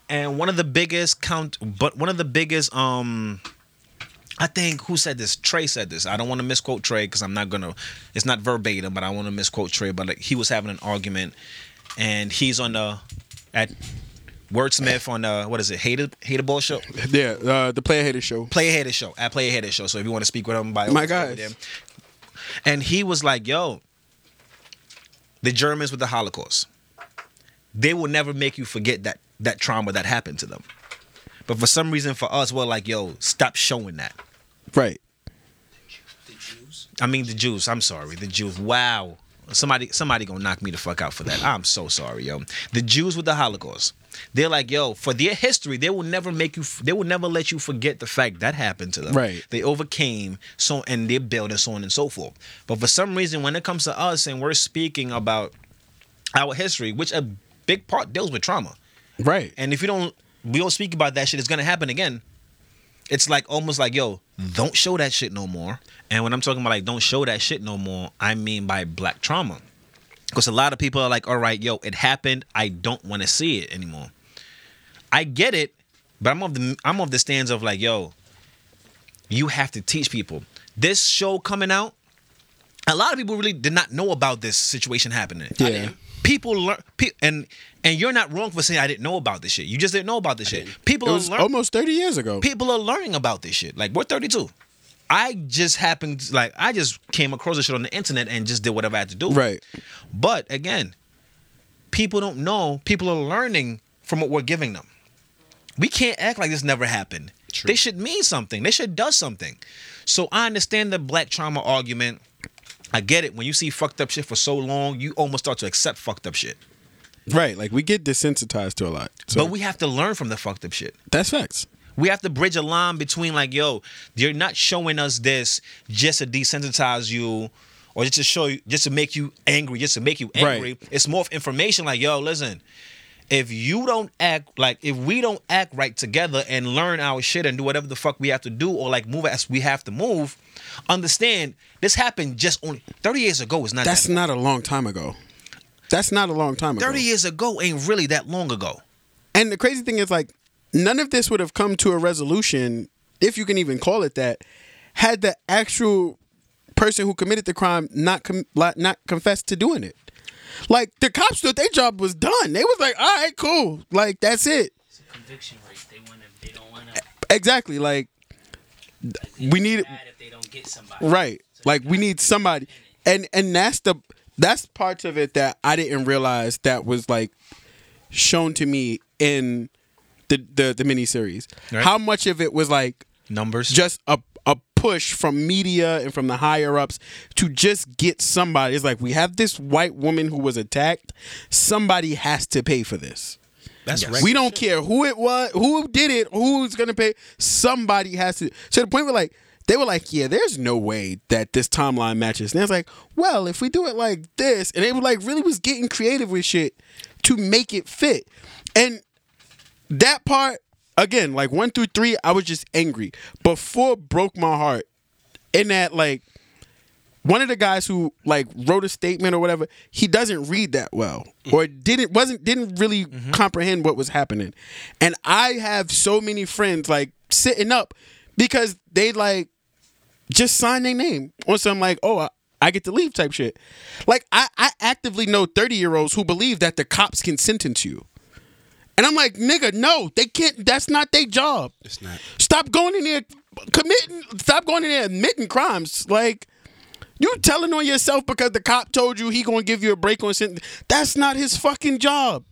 Speaker 4: And one of the biggest count, but one of the biggest, um, I think who said this? Trey said this. I don't want to misquote Trey because I'm not gonna. It's not verbatim, but I want to misquote Trey. But like, he was having an argument, and he's on the at wordsmith on the what is it? Hated hateable show.
Speaker 3: Yeah. Uh, the player hater show.
Speaker 4: Player Hater Show. At Player Hater Show. So if you want to speak with him, by all
Speaker 3: My
Speaker 4: means, speak with
Speaker 3: guys.
Speaker 4: him. And he was like, yo, the Germans with the Holocaust, they will never make you forget that that trauma that happened to them. But for some reason, for us, we're like, yo, stop showing that.
Speaker 3: Right.
Speaker 4: I mean, the Jews. I'm sorry, the Jews. Wow, somebody, somebody gonna knock me the fuck out for that. I'm so sorry, yo. The Jews with the Holocaust. They're like, yo, for their history, they will never make you. They will never let you forget the fact that happened to them.
Speaker 3: Right.
Speaker 4: They overcame so, and they built and so on and so forth. But for some reason, when it comes to us and we're speaking about our history, which a big part deals with trauma,
Speaker 3: Right.
Speaker 4: and if you don't, we don't speak about that shit. It's gonna happen again. It's like almost like yo, don't show that shit no more. And when I'm talking about like don't show that shit no more, I mean by black trauma, because a lot of people are like, all right, yo, it happened. I don't want to see it anymore. I get it, but I'm of the I'm of the stands of like yo, you have to teach people. This show coming out, a lot of people really did not know about this situation happening. I
Speaker 3: Yeah.
Speaker 4: didn't. People learn, pe- and and you're not wrong for saying I didn't know about this shit. You just didn't know about this shit. People
Speaker 3: It
Speaker 4: are
Speaker 3: was
Speaker 4: learning.
Speaker 3: almost thirty years ago.
Speaker 4: people are learning about this shit. Like we're 32. I just happened, like I just came across this shit on the internet and just did whatever I had to do.
Speaker 3: Right.
Speaker 4: But again, people don't know. People are learning from what we're giving them. We can't act like this never happened. They should mean something. They should do something. So I understand the black trauma argument. I get it. When you see fucked up shit for so long, you almost start to accept fucked up shit.
Speaker 3: Right. Like we get desensitized to a lot. So
Speaker 4: But we have to learn from the fucked up shit.
Speaker 3: that's facts.
Speaker 4: We have to bridge a line between like, yo, you're not showing us this just to desensitize you, or just to show you, just to make you angry, just to make you angry.
Speaker 3: Right.
Speaker 4: It's more of information. Like, yo, listen, if you don't act like, if we don't act right together and learn our shit and do whatever the fuck we have to do, or like move as we have to move, understand this happened just only 30 years ago. Is not
Speaker 3: That's
Speaker 4: that.
Speaker 3: not a long time ago. That's not a long time ago.
Speaker 4: 30 years ago ain't really that long ago.
Speaker 3: And the crazy thing is, like, none of this would have come to a resolution, if you can even call it that, had the actual person who committed the crime not com- li- not confessed to doing it. Like the cops thought their job was done. They was like, "All right, cool. Like that's it.
Speaker 9: It's a conviction rate. They want to. They don't want to.
Speaker 3: Eh, Exactly. Like we need
Speaker 9: Bad if they don't get somebody.
Speaker 3: right. Like we need somebody." And and that's the that's parts of it that I didn't realize that was like shown to me in the the, the miniseries. How much of it was like
Speaker 4: Numbers.
Speaker 3: just a a push from media and from the higher ups to just get somebody. It's like we have this white woman who was attacked. Somebody has to pay for this.
Speaker 2: That's right.
Speaker 3: We don't care who it was, who did it, who's gonna pay. Somebody has to. So the point where like they were like, yeah, there's no way that this timeline matches. And I was like, well, if we do it like this, and they were like, really was getting creative with shit to make it fit. And that part again, like one through three, I was just angry. But four broke my heart in that like one of the guys who like wrote a statement or whatever, he doesn't read that well or didn't wasn't didn't really comprehend what was happening. And I have so many friends like sitting up because they like just sign their name on some like, oh, I, I get to leave type shit. Like I, I actively know 30 year olds who believe that the cops can sentence you. And I'm like, nigga, no, they can't. That's not their job.
Speaker 2: It's not.
Speaker 3: Stop going in there committing. Stop going in there admitting crimes. Like you telling on yourself because the cop told you he gonna give you a break on sentence. That's not his fucking job.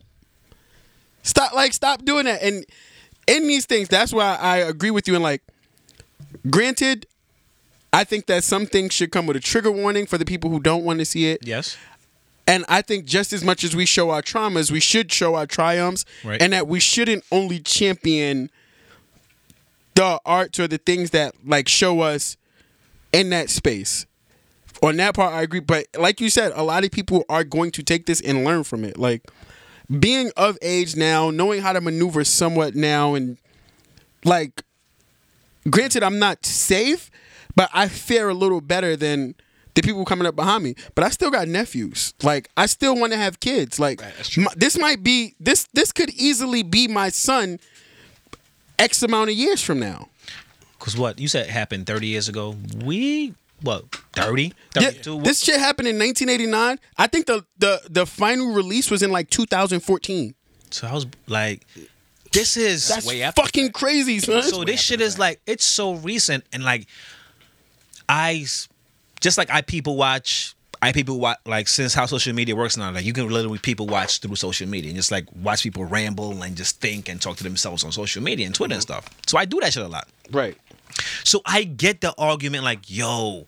Speaker 3: Stop. Like stop doing that. And in these things, that's why I agree with you. And like, granted, I think that some things should come with a trigger warning for the people who don't want to see it.
Speaker 6: Yes.
Speaker 3: And I think just as much as we show our traumas, we should show our triumphs,
Speaker 6: Right.
Speaker 3: and that we shouldn't only champion the arts or the things that like show us in that space. On that part, I agree. But like you said, a lot of people are going to take this and learn from it. Like being of age now, knowing how to maneuver somewhat now, and like, granted, I'm not safe, but I fare a little better than the people coming up behind me. But I still got nephews. Like, I still want to have kids. Like, my, this might be this. This could easily be my son. X amount of years from now.
Speaker 4: Cause what you said happened 30 years ago. We what 30,
Speaker 3: Yeah,
Speaker 4: 32.
Speaker 3: this shit happened in 1989. I think the, the the final release was in like 2014.
Speaker 4: so I was like, this is
Speaker 3: That's fucking crazy, son.
Speaker 4: so this shit is like it's so recent and like I s- just like I people watch I people watch like since how social media works now like you can literally people watch through social media and just like watch people ramble and just think and talk to themselves on social media and Twitter and
Speaker 3: Mm-hmm.
Speaker 4: stuff. So I do that shit a lot.
Speaker 3: right.
Speaker 4: So I get the argument like, yo,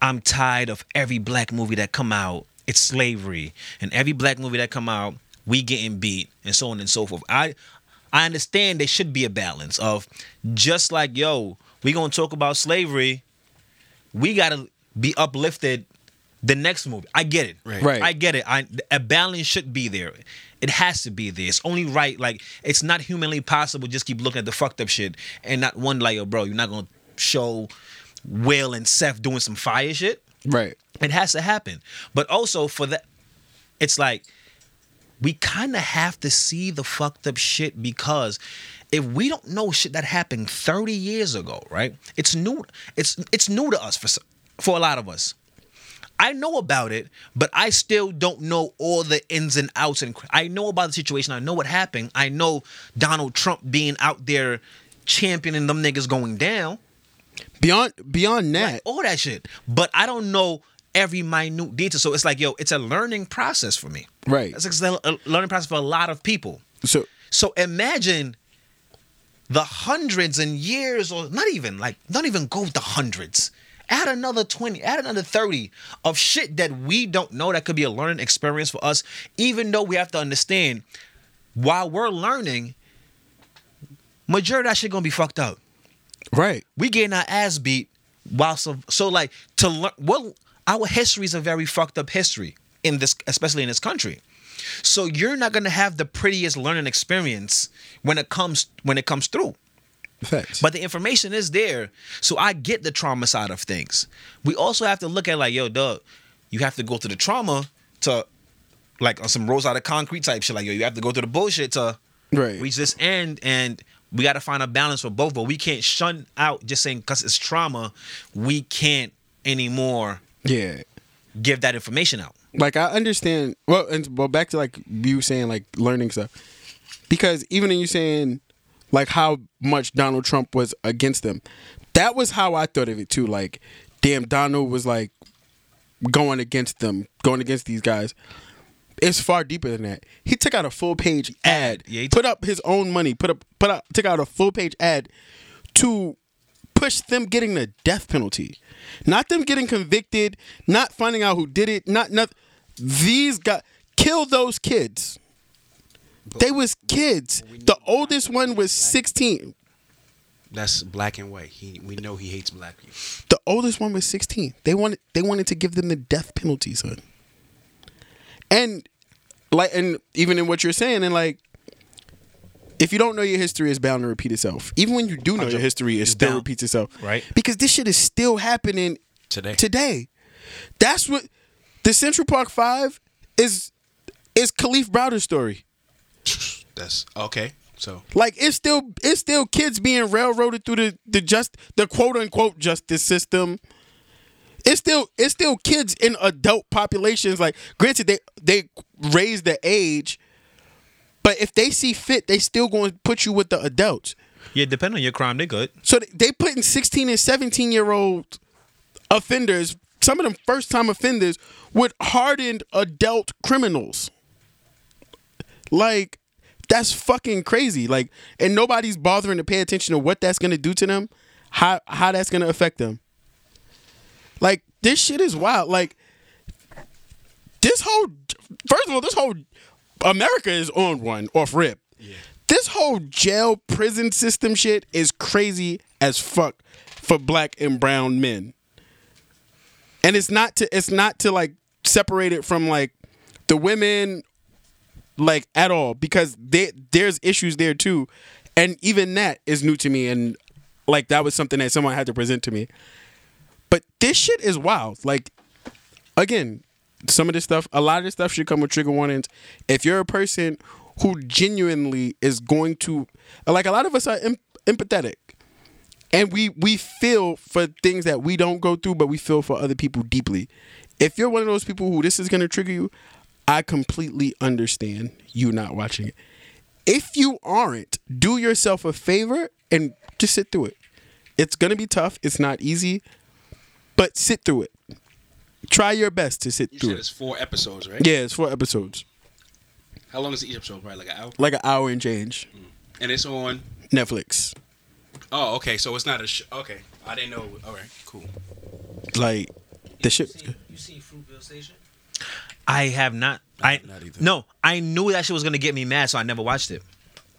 Speaker 4: I'm tired of every black movie that come out, it's slavery. And every black movie that come out, we getting beat and so on and so forth. I I understand there should be a balance of just like, yo, we gonna talk about slavery, we gotta be uplifted the next movie. I get it. Right.
Speaker 3: Right.
Speaker 4: I get it. I a balance should be there. It has to be there. It's only right. Like it's not humanly possible. Just keep looking at the fucked up shit and not one like, yo, bro, you're not gonna show Will and Seth doing some fire shit.
Speaker 3: Right.
Speaker 4: It has to happen. But also for that, it's like we kind of have to see the fucked up shit because if we don't know shit that happened 30 years ago, right? It's new. It's it's new to us for s- for a lot of us. I know about it, but I still don't know all the ins and outs. And cr- I know about the situation. I know what happened. I know Donald Trump being out there championing them niggas going down
Speaker 3: Beyond beyond that,
Speaker 4: like, all that shit. But I don't know every minute detail. So it's like, yo, it's a learning process for me.
Speaker 3: Right.
Speaker 4: It's a a learning process for a lot of people.
Speaker 3: So
Speaker 4: So imagine the hundreds and years, or not even like, not even go with the hundreds. Add another 20, add another 30 of shit that we don't know that could be a learning experience for us, even though we have to understand while we're learning, majority of that shit gonna be fucked up
Speaker 3: right,
Speaker 4: we getting our ass beat while so, so like to learn well our history is a very fucked up history in this especially in this country so you're not gonna have the prettiest learning experience when it comes when it comes through
Speaker 3: facts.
Speaker 4: but the information is there so i get the trauma side of things we also have to look at like yo dog you have to go to the trauma to like on some rose out of concrete type shit like yo you have to go through the bullshit to
Speaker 3: right,
Speaker 4: reach this end and we got to find a balance for both but we can't shun out just saying because it's trauma we can't anymore
Speaker 3: yeah.
Speaker 4: give that information out
Speaker 3: Like I understand. Well, and well, back to like you saying like learning stuff, because even in you saying like how much Donald Trump was against them, that was how I thought of it too. Like, damn, Donald was like going against them, going against these guys. It's far deeper than that. He took out a full page ad.
Speaker 4: Yeah, he
Speaker 3: put up his own money. Put up. Put out. Took out a full page ad to put push them getting the death penalty, not them getting convicted, not finding out who did it, not nothing. These guys kill those kids. They was kids. The oldest one was 16.
Speaker 2: That's black and white. He, we know he hates black people.
Speaker 3: The oldest one was 16. They wanted they wanted to give them the death penalty, son. And like and even in what you're saying, and like if you don't know your history, it's bound to repeat itself. Even when you do know your history, it still repeats itself.
Speaker 2: Right.
Speaker 3: Because this shit is still happening
Speaker 2: Today.
Speaker 3: Today. That's what the Central Park Five is is Khalif Browder's story.
Speaker 2: That's okay. So
Speaker 3: Like it's still it's still kids being railroaded through the the just the quote unquote justice system. It's still it's still kids in adult populations. Like granted they they raise the age, but if they see fit, they still going to put you with the adults.
Speaker 4: Yeah, depending on your crime, they good.
Speaker 3: So they- they putting sixteen and seventeen year old offenders, some of them first time offenders, with hardened adult criminals. Like, that's fucking crazy. Like, and nobody's bothering to pay attention to what that's gonna do to them, how how that's gonna affect them. Like, this shit is wild. Like, this whole first of all, this whole America is on one off rip. This whole jail prison system shit is crazy as fuck for black and brown men and it's not to it's not to like separate it from like the women like at all because they, there's issues there too and even that is new to me and like that was something that someone had to present to me but this shit is wild like again some of this stuff a lot of this stuff should come with trigger warnings if you're a person who genuinely is going to like a lot of us are em- empathetic and we we feel for things that we don't go through but we feel for other people deeply if you're one of those people who this is going to trigger you i completely understand you not watching it if you aren't do yourself a favor and just sit through it it's going to be tough it's not easy but sit through it try your best to sit
Speaker 2: you
Speaker 3: through
Speaker 2: said it's
Speaker 3: it
Speaker 2: four episodes, right?
Speaker 3: yeah it's four episodes
Speaker 2: How long is each episode? Probably like an hour.
Speaker 3: like an hour and change
Speaker 2: And it's on.
Speaker 3: netflix
Speaker 2: Oh, okay. So it's not a. Sh- okay, I didn't know. All right, cool.
Speaker 3: like the shit
Speaker 7: You see, you see Fruitville Station?
Speaker 4: I have not. I
Speaker 2: not either.
Speaker 4: no. I knew that shit was gonna get me mad, so I never watched it.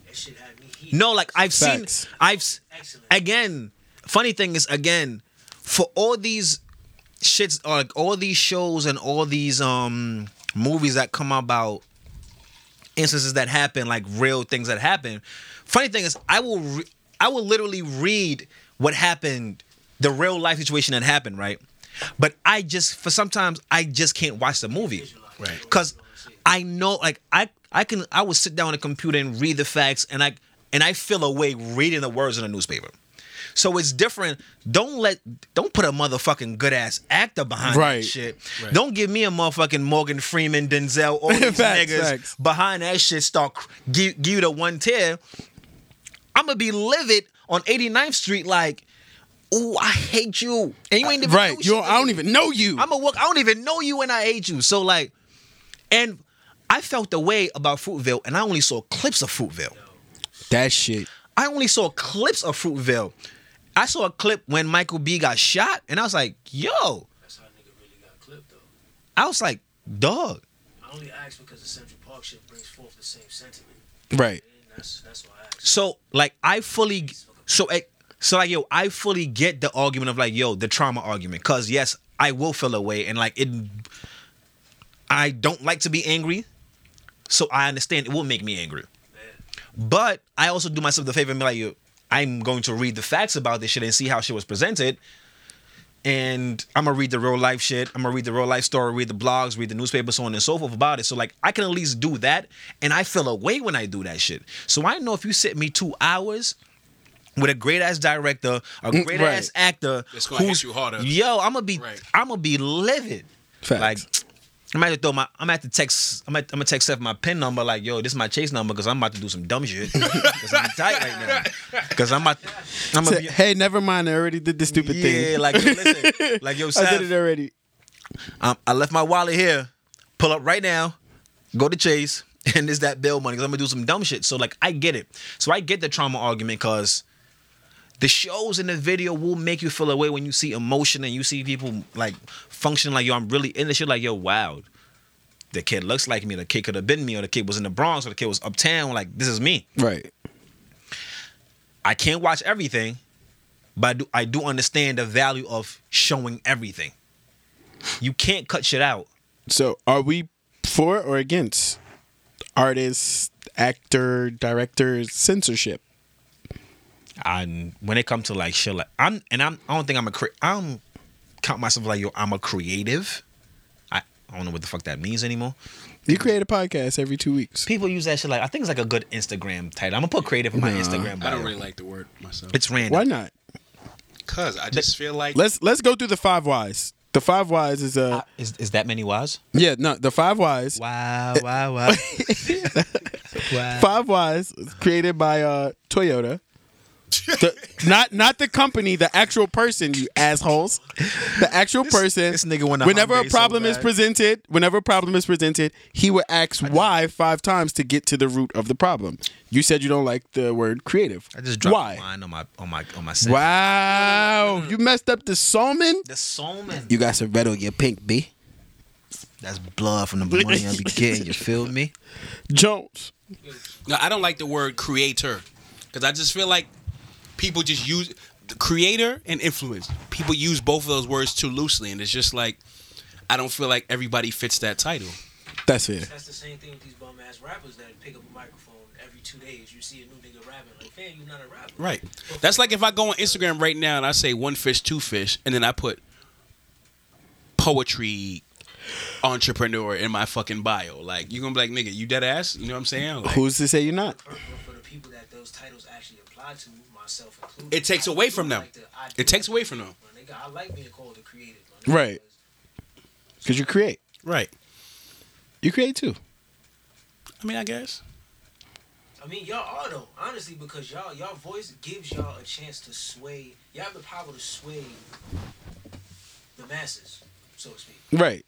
Speaker 7: That shit had me heat.
Speaker 4: No, like I've
Speaker 3: Facts.
Speaker 4: seen. I've s-
Speaker 7: Excellent.
Speaker 4: again. Funny thing is, again, for all these shits, or, like all these shows and all these um movies that come about instances that happen, like real things that happen. Funny thing is, I will re- I will literally read what happened, the real life situation that happened, right? But I just for sometimes I just can't watch the movie, right? Because I know, like I I can I will sit down on a computer and read the facts, and I and I feel a way reading the words in a newspaper. So it's different. Don't let don't put a motherfucking good ass actor behind
Speaker 3: Right.
Speaker 4: that shit. Don't give me a motherfucking Morgan Freeman, Denzel, all these
Speaker 3: Facts,
Speaker 4: niggas
Speaker 3: facts.
Speaker 4: behind that shit start cr- give, give you the one tear. I'm gonna be livid on 89th Street, like, ooh, I hate you, and you ain't even
Speaker 3: right you i don't even know you
Speaker 4: I'm a walk. I don't even know you, and I hate you. So like, and I felt the way about Fruitville, and I only saw clips of Fruitville.
Speaker 3: that shit
Speaker 4: I only saw clips of Fruitville. I saw a clip when Michael B got shot, and I was like, yo,
Speaker 7: That's how nigga really got clipped though.
Speaker 4: I was like, dog.
Speaker 7: I only asked because the Central Park shit brings forth the same sentiment.
Speaker 3: right
Speaker 7: And that's that's why I asked.
Speaker 4: So like I fully so it- so like yo, I fully get the argument of like yo, the trauma argument cuz yes, I will feel away and like it I don't like to be angry. So I understand it will make me angry. But I also do myself the favor and be like yo, I'm going to read the facts about this shit and see how shit was presented. And I'm gonna read the real life shit. I'm gonna read the real life story, read the blogs, read the newspaper, so on and so forth about it. So like I can at least do that. And I feel away when I do that shit. So I know if you sit me two hours with a great ass director, a great ass actor,
Speaker 2: It's Mm, gonna hit
Speaker 4: who's-
Speaker 2: you harder.
Speaker 4: Yo, I'm gonna be
Speaker 2: Right.
Speaker 4: I'm gonna be livid.
Speaker 3: Facts.
Speaker 4: Like I'm gonna have to throw my I'm gonna have to text I'm gonna, I'm gonna text Seth my pin number like yo this is my chase number because I'm about to do some dumb shit because I'm tight right now because I'm about I'm gonna
Speaker 3: Say,
Speaker 4: be
Speaker 3: hey never mind i already did the stupid thing
Speaker 4: yeah like yo, listen like yo
Speaker 3: I did
Speaker 4: Seth
Speaker 3: it already.
Speaker 4: um, I left my wallet here pull up right now go to Chase and it's that bill money because I'm gonna do some dumb shit so like I get it so I get the trauma argument because the shows and the video will make you feel away when you see emotion and you see people like functioning like yo, I'm really in this shit. Like yo, wow, the kid looks like me. The kid could have been me, or the kid was in the Bronx, or the kid was uptown. Like this is me.
Speaker 3: Right.
Speaker 4: I can't watch everything, but I do, I do understand the value of showing everything. You can't cut shit out.
Speaker 3: So are we for or against artists, actor, director censorship?
Speaker 4: I when it comes to like shit, like I'm and I'm I don't think I'm a cre- I don't count myself like yo. I'm a creative. I, I don't know what the fuck that means anymore.
Speaker 3: You create a podcast every two weeks.
Speaker 4: People use that shit like I think it's like a good Instagram title. I'm gonna put creative on my
Speaker 3: Nah,
Speaker 4: Instagram. Bio.
Speaker 2: I don't really like the word myself.
Speaker 4: It's random.
Speaker 3: Why not?
Speaker 2: Cause I just feel like
Speaker 3: Let's let's go through the five whys. The five whys is uh
Speaker 4: Uh, Is, is that many whys?
Speaker 3: yeah no the five whys
Speaker 4: Wow, wow, wow.
Speaker 3: Five Whys was created by uh, Toyota. The- not not the company, the actual person, you assholes. The actual person.
Speaker 4: this nigga wanna
Speaker 3: whenever a
Speaker 4: Hyundai so
Speaker 3: problem is
Speaker 4: bad.
Speaker 3: presented, whenever a problem is presented, he would ask why five times to get to the root of the problem. You said you don't like the word creative.
Speaker 4: I just dropped
Speaker 3: why.
Speaker 4: mine on my on my on my. Set.
Speaker 3: Wow, you messed up the salmon.
Speaker 4: The Solman.
Speaker 3: You got some red on your pink, b.
Speaker 4: That's blood from the money I be getting. You feel me?
Speaker 3: Jones.
Speaker 2: No, I don't like the word creator because I just feel like people just use the creator and influence. People use both of those words too loosely, and it's just like I don't feel like everybody fits that title.
Speaker 3: That's fair.
Speaker 5: That's the same thing with these bum ass rappers that pick up a microphone every two days. You see a new nigga rapping, like, fam, you not a rapper.
Speaker 2: Right. That's like if I go on Instagram right now and I say one fish, two fish, and then I put poetry entrepreneur in my fucking bio. Like you're gonna be like, nigga, you dead ass? You know what I'm saying? Like,
Speaker 3: Who's to say you're not?
Speaker 5: But for the people that those titles actually apply to, myself included,
Speaker 2: It takes
Speaker 5: I
Speaker 2: away
Speaker 5: do
Speaker 2: from them.
Speaker 5: like the idea
Speaker 2: It takes away from them.
Speaker 5: my nigga. I like being called a creative. my nigga,
Speaker 3: Right. Because you create.
Speaker 2: Right.
Speaker 3: You create too.
Speaker 2: I mean, I guess.
Speaker 5: because- I mean, y'all are though, honestly, because y'all y'all voice gives y'all a chance to sway. Y'all have the power to sway the masses, so to speak.
Speaker 3: Right.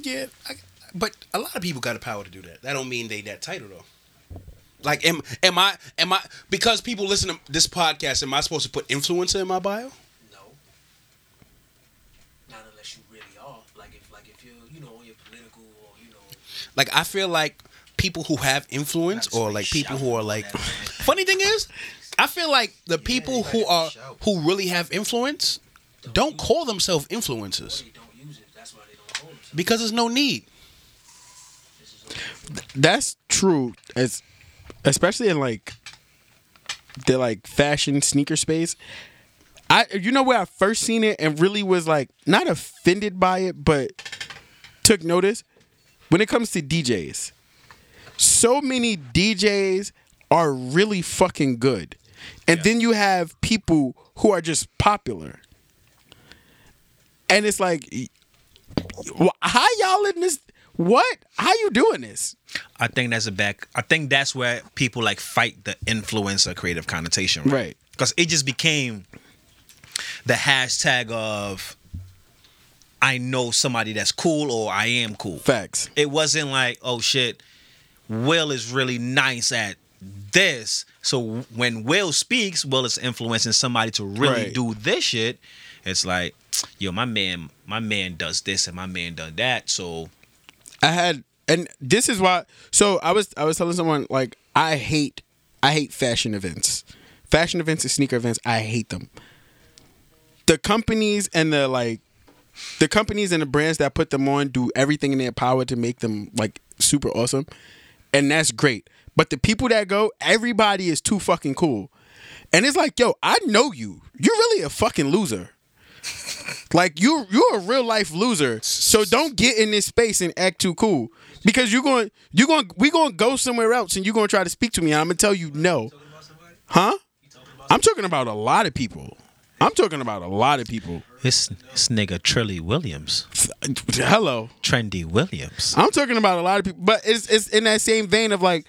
Speaker 2: Yeah, I, but a lot of people got the power to do that. That don't mean they that title though. Like, am am I am I because people listen to this podcast? Am I supposed to put influencer in my bio?
Speaker 5: No. Not unless you really are. Like if like if you're you know on your political or you know
Speaker 2: Like, I feel like people who have influence or like people who are like. Funny thing is, I feel like the people who are who really have influence don't call themselves influencers
Speaker 5: they don't use it. That's why they don't hold themselves.
Speaker 2: because there's no need.
Speaker 3: that's true as especially in like the like fashion sneaker space i you know where i first seen it and really was like not offended by it but took notice when it comes to djs so many djs are really fucking good and then you have people who are just popular and it's like wh- how y'all in this what how you doing this
Speaker 4: I think that's a back. I think that's where people like fight the influencer creative connotation, right?
Speaker 3: Right.
Speaker 4: Because it just became the hashtag of I know somebody that's cool or I am cool.
Speaker 3: Facts.
Speaker 4: It wasn't like oh shit, Will is really nice at this. So when Will speaks, Will is influencing somebody to really
Speaker 3: Right.
Speaker 4: do this shit. It's like yo, my man, my man does this and my man does that. So
Speaker 3: I had, and this is why. So I was, I was telling someone like I hate, I hate fashion events, fashion events and sneaker events. I hate them. The companies and the like, the companies and the brands that put them on do everything in their power to make them like super awesome, and that's great. But the people that go, everybody is too fucking cool, and it's like, yo, I know you. You're really a fucking loser. Like you, you're a real life loser. So don't get in this space and act too cool because you're going, you're going, we're going to go somewhere else, and you're going to try to speak to me. and I'm gonna tell you no, huh? I'm talking about a lot of people. I'm talking about a lot of people.
Speaker 4: this this nigga Trilly Williams.
Speaker 3: Hello,
Speaker 4: Trendy Williams.
Speaker 3: I'm talking about a lot of people, but it's it's in that same vein of like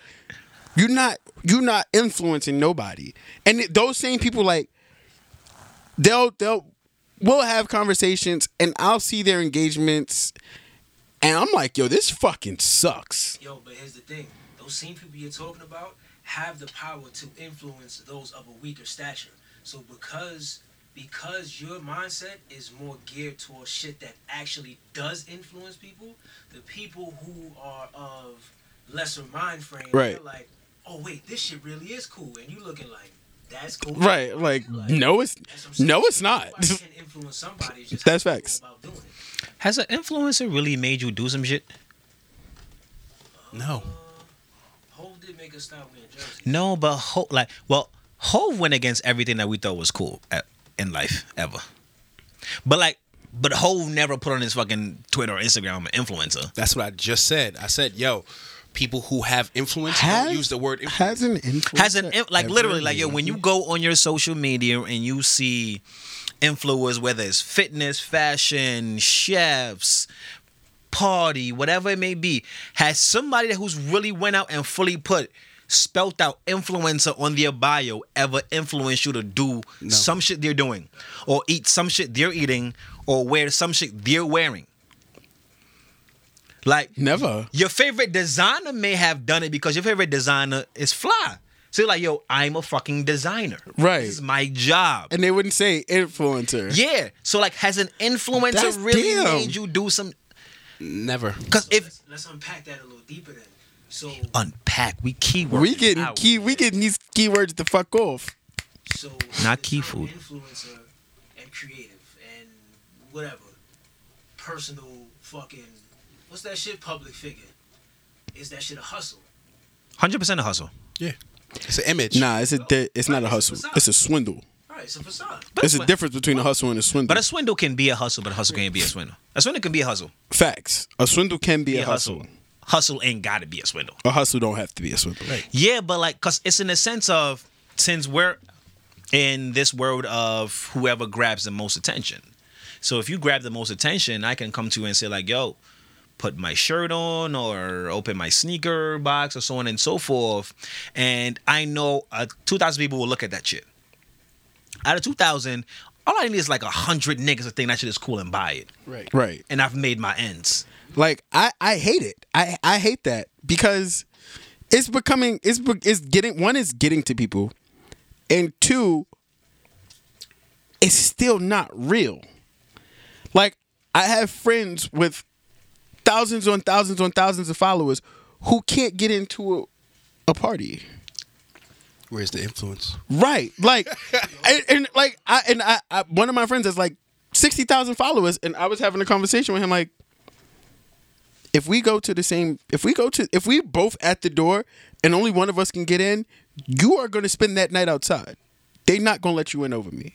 Speaker 3: you're not you're not influencing nobody, and it- those same people like they'll they'll we'll have conversations, and I'll see their engagements, and I'm like, yo, this fucking sucks.
Speaker 5: Yo, but here's the thing: those same people you're talking about have the power to influence those of a weaker stature. So because because your mindset is more geared towards shit that actually does influence people, the people who are of lesser mind frame,
Speaker 3: Right.
Speaker 5: they're like, oh wait, this shit really is cool, and you looking like that's cool,
Speaker 3: Right, like no, it's
Speaker 5: That's what I'm
Speaker 3: no,
Speaker 5: saying.
Speaker 3: it's not.
Speaker 5: Everybody can influence somebody it's just
Speaker 3: That's
Speaker 5: how you
Speaker 3: facts.
Speaker 5: go about doing it.
Speaker 4: Has an influencer really made you do some shit?
Speaker 2: No.
Speaker 5: Hov did make us stop wearing jerseys.
Speaker 4: No, but Ho, like, well, Hove went against everything that we thought was cool at, in life ever. But like, but Hove never put on his fucking Twitter or Instagram "I'm an influencer.
Speaker 2: That's what I just said. I said, yo, people who have influence don't
Speaker 3: Has-
Speaker 2: use the word
Speaker 3: Has
Speaker 2: influence.
Speaker 3: an influence.
Speaker 4: Has an inf- like literally like yo, when you go on your social media and you see influencers, whether it's fitness, fashion, chefs. Party, whatever it may be, has somebody who's really went out and fully put spelt out influencer on their bio ever influenced you to do some shit they're doing, or eat some shit they're eating, or wear some shit they're wearing? Like
Speaker 3: Never.
Speaker 4: your favorite designer may have done it because your favorite designer is fly. So you're like, yo, I'm a fucking designer.
Speaker 3: Right.
Speaker 4: This is my job.
Speaker 3: And they wouldn't say influencer.
Speaker 4: yeah. So like has an influencer
Speaker 3: That's
Speaker 4: really
Speaker 3: them.
Speaker 4: made you do some
Speaker 2: Never.
Speaker 4: cause if
Speaker 5: Let's, let's unpack that a little deeper then. So
Speaker 4: unpack, we keyword.
Speaker 3: We getting key we getting these keywords the fuck off.
Speaker 5: so
Speaker 4: Not
Speaker 5: the
Speaker 4: key
Speaker 5: term
Speaker 4: food.
Speaker 5: Influencer and creative and whatever personal fucking what's that shit? Public figure is that shit a hustle?
Speaker 4: hundred percent a hustle.
Speaker 2: It's an image.
Speaker 3: Nah, it's a di- it's not a hustle. It's a swindle.
Speaker 5: All right, so facade.
Speaker 3: It's a difference between a hustle and a swindle.
Speaker 4: But a swindle can be a hustle, but a hustle can't be a swindle. A swindle can be a hustle.
Speaker 3: Facts. A swindle can be
Speaker 4: Be
Speaker 3: a hustle.
Speaker 4: Hustle ain't gotta be a swindle.
Speaker 3: A hustle don't have to be a swindle.
Speaker 4: Yeah, but like, cause it's in the sense of since we're in this world of whoever grabs the most attention. So if you grab the most attention, I can come to you and say like, yo, put my shirt on or open my sneaker box or so on and so forth. And I know uh, 2,000 people will look at that shit. Out of 2,000, all I need is like 100 niggas to think that shit is cool and buy it.
Speaker 3: Right.
Speaker 4: And I've made my ends.
Speaker 3: Like I I hate it. I I hate that because it's becoming it's be- it's getting one is getting to people, and two, it's still not real. Like I have friends with thousands on thousands on thousands of followers who can't get into a, a party.
Speaker 2: Where's the influence?
Speaker 3: Right. Like and, and like I and I, I one of my friends has like 60,000 followers and I was having a conversation with him like if we go to the same if we go to if we both at the door and only one of us can get in, you are going to spend that night outside. They not going to let you in over me.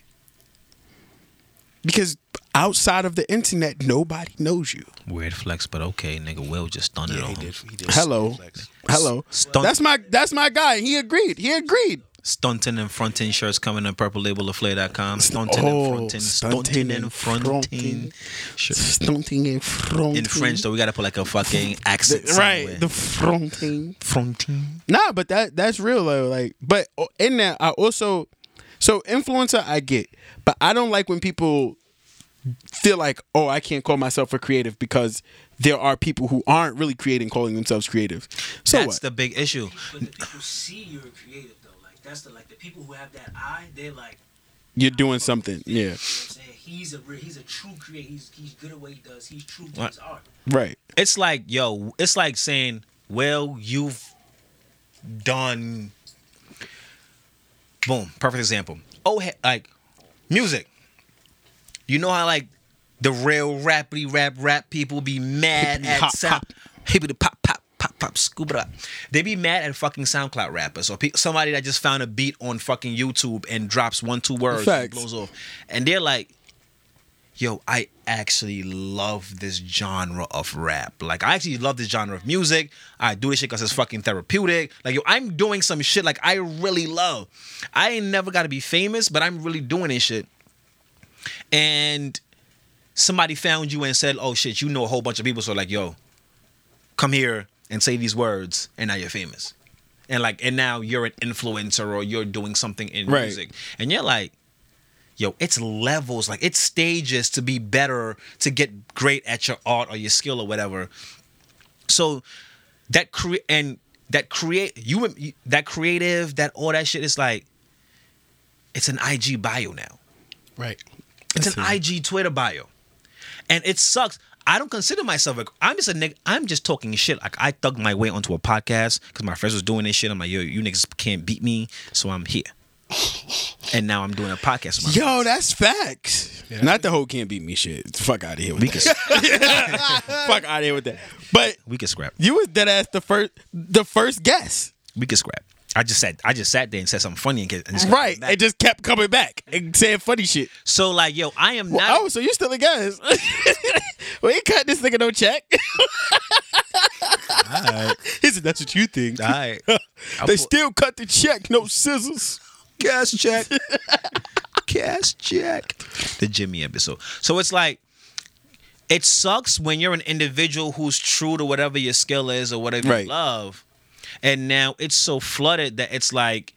Speaker 3: Because outside of the internet nobody knows you.
Speaker 4: Weird flex, but okay, nigga, Will just stunned it on
Speaker 2: He
Speaker 4: him.
Speaker 2: did. He did.
Speaker 3: Hello. Hello.
Speaker 4: Stunt-
Speaker 3: That's my that's my guy. He agreed. He agreed.
Speaker 4: Stunting and fronting shirts coming in purple label of flay.com. Stunting
Speaker 3: Oh,
Speaker 4: and fronting.
Speaker 3: stunting
Speaker 4: Stunting and
Speaker 3: and
Speaker 4: fronting.
Speaker 3: fronting.
Speaker 4: Shit.
Speaker 3: Stunting in front.
Speaker 4: In French, though, we gotta put like a fucking accent.
Speaker 3: Right. The
Speaker 4: The
Speaker 3: fronting.
Speaker 4: fronting.
Speaker 3: Nah, but that that's real though. Like, but oh, in that I also so influencer I get, but I don't like when people feel like, oh, I can't call myself a creative because there are people who aren't really creating calling themselves creative. So
Speaker 4: That's
Speaker 3: what?
Speaker 4: the big issue.
Speaker 5: But the people see you're creative though. Like that's the like the people who have that eye. They're like.
Speaker 3: You're doing something. Yeah.
Speaker 5: You know what I'm saying? He's a real, he's a true creator. He's, he's good at what he does. He's true to
Speaker 4: What?
Speaker 5: his art.
Speaker 3: Right.
Speaker 4: It's like, yo, it's like saying, well, you've done. Boom. Perfect example. Oh, he- like music. You know how, like, the real rappity rap rap people be mad at
Speaker 3: Hop,
Speaker 4: sound. Hippity pop, pop, pop, pop, scuba. da. They be mad at fucking SoundCloud rappers or pe- somebody that just found a beat on fucking YouTube and drops one, two words and
Speaker 3: Facts.
Speaker 4: blows off. And they're like, yo, I actually love this genre of rap. Like, I actually love this genre of music. I do this shit because it's fucking therapeutic. Like, yo, I'm doing some shit like I really love. I ain't never got to be famous, but I'm really doing this shit. And somebody found you and said, oh shit, you know a whole bunch of people. So, like, yo, come here and say these words, and now you're famous. And like, and now you're an influencer or you're doing something in
Speaker 3: Right.
Speaker 4: music. And you're like, yo, it's levels, like it's stages to be better, to get great at your art or your skill or whatever. So that create and that create you that creative, that all that shit is like it's an IG bio now.
Speaker 2: Right.
Speaker 4: It's an IG Twitter bio, and it sucks. I don't consider myself. A, I'm just a nigga. I'm just talking shit. Like I thugged my way onto a podcast because my friends was doing this shit. I'm like, yo, you niggas can't beat me, so I'm here. and now I'm doing a podcast. with my
Speaker 3: Yo, that's facts. Not the whole can't beat me shit. Fuck out of here with
Speaker 4: We
Speaker 3: that.
Speaker 4: can,
Speaker 3: Fuck out of here with that. But
Speaker 4: we can scrap.
Speaker 3: you was dead ass the first the first guess.
Speaker 4: We can scrap. I just sat. I just sat there and said something funny and, get, and just got
Speaker 3: Right.
Speaker 4: back.
Speaker 3: It just kept coming back and saying funny shit.
Speaker 4: So like, yo, I am not.
Speaker 3: Oh, so you still a guess. well you cut this nigga no check. He said that's what you think.
Speaker 4: all right.
Speaker 3: they still cut the check, no scissors.
Speaker 4: Cash check. Cash check. The Jimmy episode. So it's like, it sucks when you're an individual who's true to whatever your skill is or whatever
Speaker 3: Right.
Speaker 4: you love. And now it's so flooded that it's like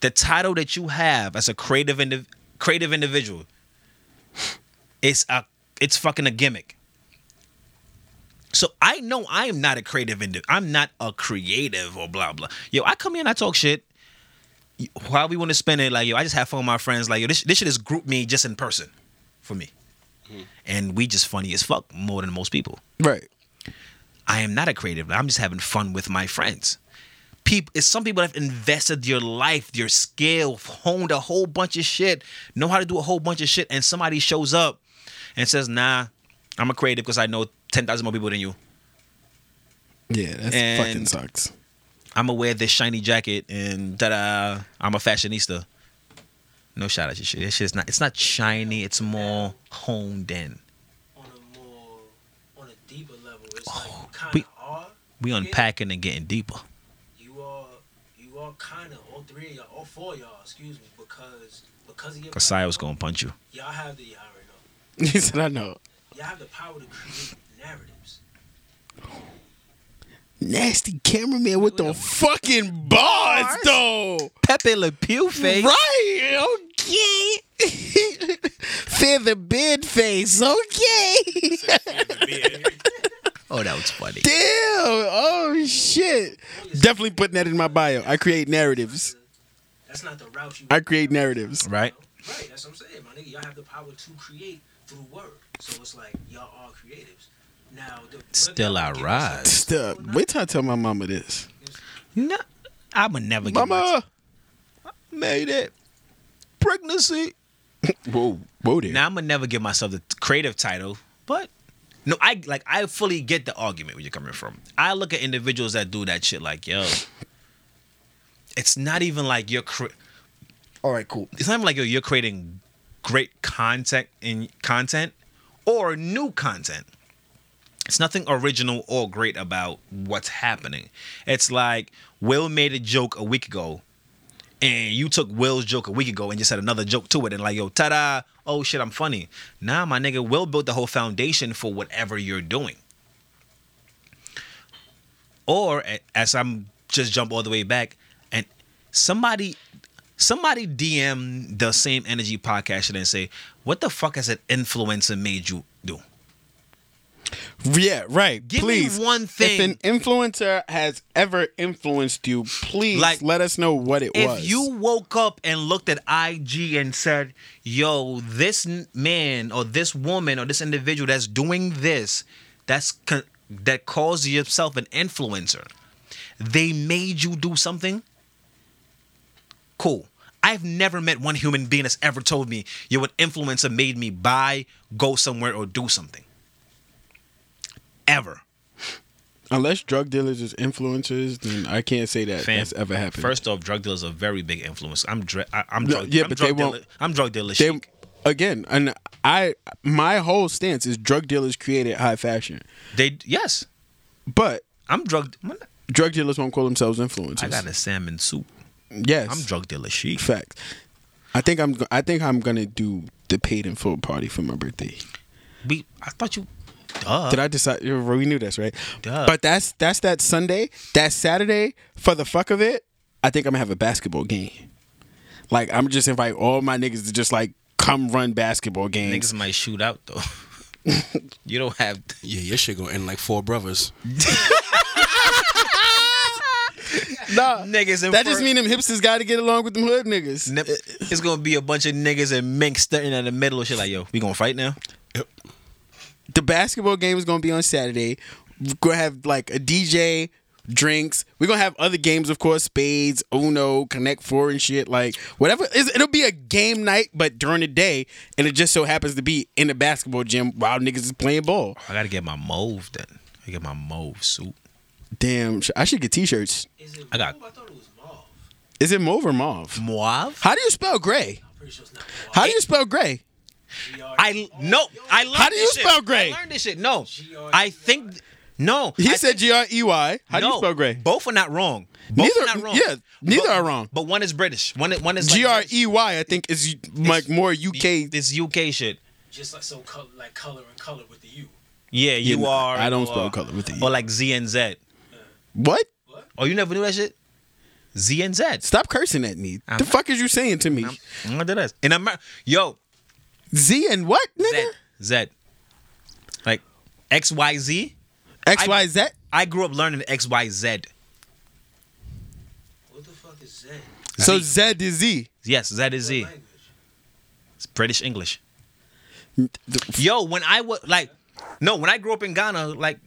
Speaker 4: the title that you have as a creative indiv- creative individual. It's a it's fucking a gimmick. So I know I am not a creative indiv- I'm not a creative or blah blah. Yo, I come in, I talk shit how we want to spend it, like yo, I just have fun with my friends. Like yo, this this shit is group me just in person, for me, and we just funny as fuck more than most people.
Speaker 3: Right.
Speaker 4: I am not a creative. I'm just having fun with my friends. People, it's some people that have invested your life, your skill, honed a whole bunch of shit, know how to do a whole bunch of shit, and somebody shows up and says, "Nah, I'm a creative because I know ten thousand more people than you.
Speaker 3: Yeah, that
Speaker 4: And-
Speaker 3: fucking sucks.
Speaker 4: I'm gonna wear this shiny jacket and da da. I'm a fashionista. No shout out to shit. That shit's not. It's not shiny. It's more honed in.
Speaker 5: on a more on a deeper level. It's like kind
Speaker 4: Oh, we-
Speaker 5: of are
Speaker 4: We unpacking and getting deeper.
Speaker 5: you are you are kind of all three of y'all, all four of y'all, excuse me, because because of your
Speaker 4: Cause Sio's gonna punch you.
Speaker 5: y'all have the y'all already know
Speaker 3: He said, I know.
Speaker 5: y'all have the power to create narratives.
Speaker 3: Nasty cameraman with the fucking bars, though.
Speaker 4: Pepe Le Pew face.
Speaker 3: Right, okay. Fear the bid face, okay.
Speaker 4: Oh, that was funny.
Speaker 3: Damn, oh shit. Definitely putting that in my bio. I create narratives.
Speaker 5: That's not the route you.
Speaker 3: I create narratives.
Speaker 4: Right.
Speaker 5: Right, that's what I'm saying, my nigga. Y'all have the power to create through word. So it's like y'all are creatives. Now, the,
Speaker 4: Still
Speaker 5: whether
Speaker 4: I
Speaker 5: y'all give
Speaker 4: rise.
Speaker 3: Stop. Wait till I tell my mama this.
Speaker 4: No, I'ma never get.
Speaker 3: Mama.
Speaker 4: my- made it. Pregnancy.
Speaker 3: Whoa, whoa there.
Speaker 4: Now I'ma never give myself the creative title, but no, I like I fully get the argument where you're coming from. I look at individuals that do that shit like yo. It's not even like you're. Cre- All right, cool. It's not even like you're, you're creating great content in content or new content. It's nothing original or great about what's happening. It's like Will made a joke a week ago, and you took Will's joke a week ago and just had another joke to it, and like, yo, ta da, oh shit, I'm funny. Nah, my nigga, Will built the whole foundation for whatever you're doing. Or a- as I'm just jump all the way back, and somebody somebody DM the same energy podcast shit and say, what the fuck has an influencer made you do?
Speaker 3: yeah, right.
Speaker 4: Give me
Speaker 3: please.
Speaker 4: one
Speaker 3: If
Speaker 4: thing.
Speaker 3: an influencer has ever influenced you, please
Speaker 4: Like,
Speaker 3: let us know what it
Speaker 4: if
Speaker 3: was.
Speaker 4: you woke up and looked at IG and said, "Yo, this n- man or this woman or this individual that's doing this, that's con- that calls yourself an influencer, they made you do something." Cool. I've never met one human being that's ever told me, "Yo, an influencer made me buy, go somewhere, or do something." Ever.
Speaker 3: Unless drug dealers is influencers, then I can't say that
Speaker 4: Fam,
Speaker 3: that's ever happened.
Speaker 4: First off, drug dealers are very big influence. I'm dre- I, I'm
Speaker 3: No,
Speaker 4: drug.
Speaker 3: yeah,
Speaker 4: I'm
Speaker 3: but
Speaker 4: drug
Speaker 3: they won't-
Speaker 4: dealer- I'm drug dealer.
Speaker 3: they,
Speaker 4: chic.
Speaker 3: again, and I my whole stance is drug dealers created high fashion,
Speaker 4: They yes,
Speaker 3: but
Speaker 4: I'm drug.
Speaker 3: drug dealers won't call themselves influencers.
Speaker 4: I got a salmon soup.
Speaker 3: Yes,
Speaker 4: I'm drug dealer chic.
Speaker 3: Facts. I think I'm. go- I think I'm gonna do the paid in full party for my birthday.
Speaker 4: We, I thought you. Duh.
Speaker 3: Did I decide? We knew this, right?
Speaker 4: Uh. Duh.
Speaker 3: But that's that's that Sunday. That Saturday, for the fuck of it, I think I'm gonna have a basketball game. Like I'm just invite all my niggas to just like come run basketball games.
Speaker 4: Niggas might shoot out though. you don't have.
Speaker 2: Yeah, your shit gonna end like four brothers.
Speaker 3: Nah.
Speaker 4: niggas and
Speaker 3: That just
Speaker 4: fur-
Speaker 3: mean them hipsters got to get along with them hood niggas.
Speaker 4: Nip- it's gonna be a bunch of niggas and minks standing in the middle of shit like, yo, we gonna fight now?
Speaker 3: The basketball game is gonna be on Saturday. We're gonna have like a DJ, drinks. We're gonna have other games, of course, spades, Uno, Connect Four, and shit. Like whatever. It's, it'll be a game night, but during the day, and it just so happens to be in the basketball gym while niggas is playing ball.
Speaker 4: I gotta get my mauve then. I get my mauve suit.
Speaker 3: Damn, sh- I should get T-shirts.
Speaker 5: Is it
Speaker 4: I got-
Speaker 5: mauve? I thought it was mauve.
Speaker 3: Is it mauve or mauve?
Speaker 4: Mauve?
Speaker 3: How do you spell gray?
Speaker 5: I'm pretty sure it's not mauve.
Speaker 3: How do you spell gray?
Speaker 4: I no. I learned
Speaker 3: How do you
Speaker 4: this shit.
Speaker 3: spell gray?
Speaker 4: I learned this shit. No, I think no.
Speaker 3: He
Speaker 4: I
Speaker 3: said G R E Y. How do
Speaker 4: no.
Speaker 3: you spell gray?
Speaker 4: Both are not wrong. Both
Speaker 3: Neither-
Speaker 4: are not wrong.
Speaker 3: yeah, neither
Speaker 4: But-
Speaker 3: are wrong.
Speaker 4: But one is British. One one is like E
Speaker 3: G R E Y. I think is like more UK.
Speaker 4: This UK shit.
Speaker 5: Just like so, color, like color and color with the U.
Speaker 4: Yeah, you are.
Speaker 3: I don't
Speaker 4: or-
Speaker 3: spell color with the E.
Speaker 4: Or like Z and Z.
Speaker 3: What?
Speaker 4: Oh, you never knew that shit. Z and Z.
Speaker 3: Stop cursing at me. the fuck is you saying to me?
Speaker 4: I'm gonna do this. In America, yo,
Speaker 3: Z and what,
Speaker 4: Z,
Speaker 3: nigga?
Speaker 4: Z, like X Y Z.
Speaker 3: X Y Z.
Speaker 4: I grew up learning X Y Z.
Speaker 5: What the fuck is Z?
Speaker 3: So Z is Z.
Speaker 4: Yes, Z is Z.
Speaker 5: Language.
Speaker 4: It's British English. Yo, when I was like, no, when I grew up in Ghana, like,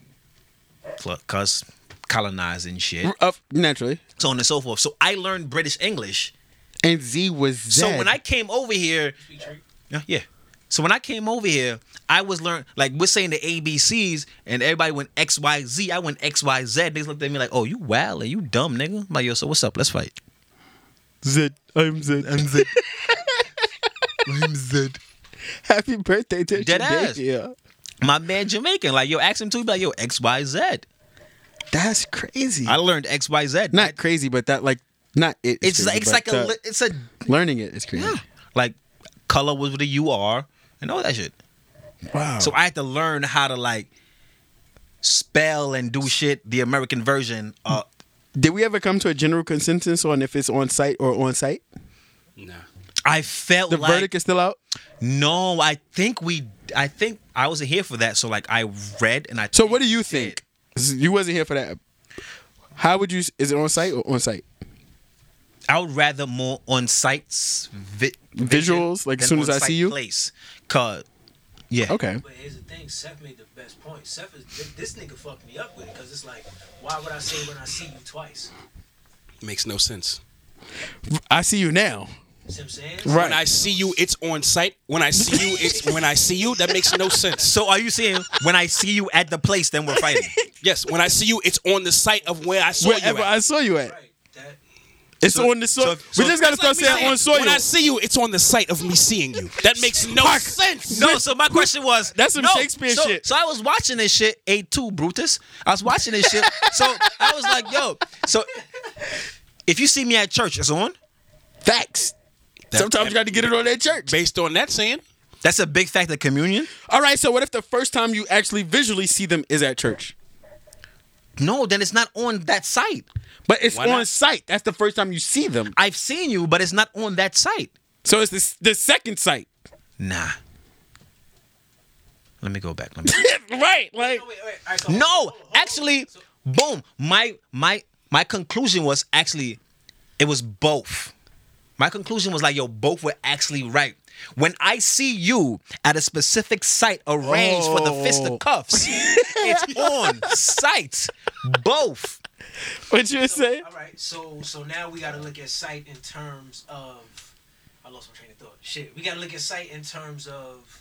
Speaker 4: look, cuz colonized and shit,
Speaker 3: Up naturally.
Speaker 4: so on and so forth. So I learned British English.
Speaker 3: And Z was Z.
Speaker 4: So when I came over here, yeah, yeah. So when I came over here, I was learn like we're saying the ABCs, and everybody went X Y Z. I went X Y Z. They looked at me like, "Oh, you wild, you dumb nigga." I'm like, yo, so what's up? Let's fight.
Speaker 3: Z, I'm Z. I'm Z.
Speaker 4: I'm Zed.
Speaker 3: Happy birthday to
Speaker 4: Dead ass.
Speaker 3: Yeah.
Speaker 4: My man Jamaican, like, yo, ask him to be like, yo, X Y Z.
Speaker 3: That's crazy.
Speaker 4: I learned X Y Z.
Speaker 3: not crazy, but that like not it.
Speaker 4: It's,
Speaker 3: crazy,
Speaker 4: like it's
Speaker 3: but uh,
Speaker 4: like a
Speaker 3: the-
Speaker 4: li- it's a
Speaker 3: learning it is crazy.
Speaker 4: like color was with a U R and all that shit.
Speaker 3: Wow.
Speaker 4: So I had to learn how to like spell and do shit the American version. Uh,
Speaker 3: Did we ever come to a general consensus on if it's on site or on site?
Speaker 2: Nah.
Speaker 4: I felt
Speaker 3: The
Speaker 4: like
Speaker 3: verdict is still out.
Speaker 4: no, I think we, I think I wasn't here for that. So like I read and I.
Speaker 3: So what do you think? You wasn't here for that. How would you? Is it on site or on site?
Speaker 4: I would rather more on sites vi-
Speaker 3: Visuals, like, as soon as I see you?
Speaker 4: place, cause yeah,
Speaker 3: Okay.
Speaker 5: But here's the thing, Seth made the best point. Seth is th- this nigga fucked me up with it because it's like, why would I say when I see you twice?
Speaker 2: Makes no sense.
Speaker 3: I see you now.
Speaker 5: See what I'm saying?
Speaker 2: When I see you, it's on site. When I see you, it's when I see you. That makes no sense.
Speaker 4: So are you saying when I see you at the place, then we're fighting?
Speaker 2: Yes, when I see you, it's on the site of where I saw
Speaker 3: Wherever
Speaker 2: you. At.
Speaker 3: I saw you at.
Speaker 5: Right. That
Speaker 3: It's on the soil. we just gotta start
Speaker 2: That's like me
Speaker 3: saying on soil.
Speaker 2: When I see you, it's on the site of me seeing you. That makes no sense.
Speaker 4: No, so my question was
Speaker 3: That's some
Speaker 4: no,
Speaker 3: Shakespeare
Speaker 4: so,
Speaker 3: shit.
Speaker 4: So I was watching this shit, A2 Brutus. I was watching this shit. So I was like, yo, so if you see me at church, it's on?
Speaker 3: Facts. Sometimes you gotta get it on that church.
Speaker 2: Based on that saying,
Speaker 4: That's a big fact of communion?
Speaker 3: All right. So what if the first time you actually visually see them is at church?
Speaker 4: No, then it's not on that site.
Speaker 3: But it's
Speaker 2: Why
Speaker 3: on
Speaker 2: not?
Speaker 3: site. That's the first time you see them.
Speaker 4: I've seen you, but it's not on that site.
Speaker 3: So it's the the second site.
Speaker 4: Nah. Let me go back. Let me
Speaker 3: right. Like
Speaker 5: wait, wait, all right, so hold on, hold
Speaker 4: no,
Speaker 5: on, hold on.
Speaker 4: actually, boom. My my my conclusion was actually it was both. My conclusion was like, yo, both were actually right. When I see you at a specific site arranged for the fist of cuffs,
Speaker 3: Oh.
Speaker 4: it's on site. Both.
Speaker 3: what you were saying.
Speaker 5: All right, so so now we gotta look at sight in terms of. I lost my train of thought. Shit, we gotta look at sight in terms of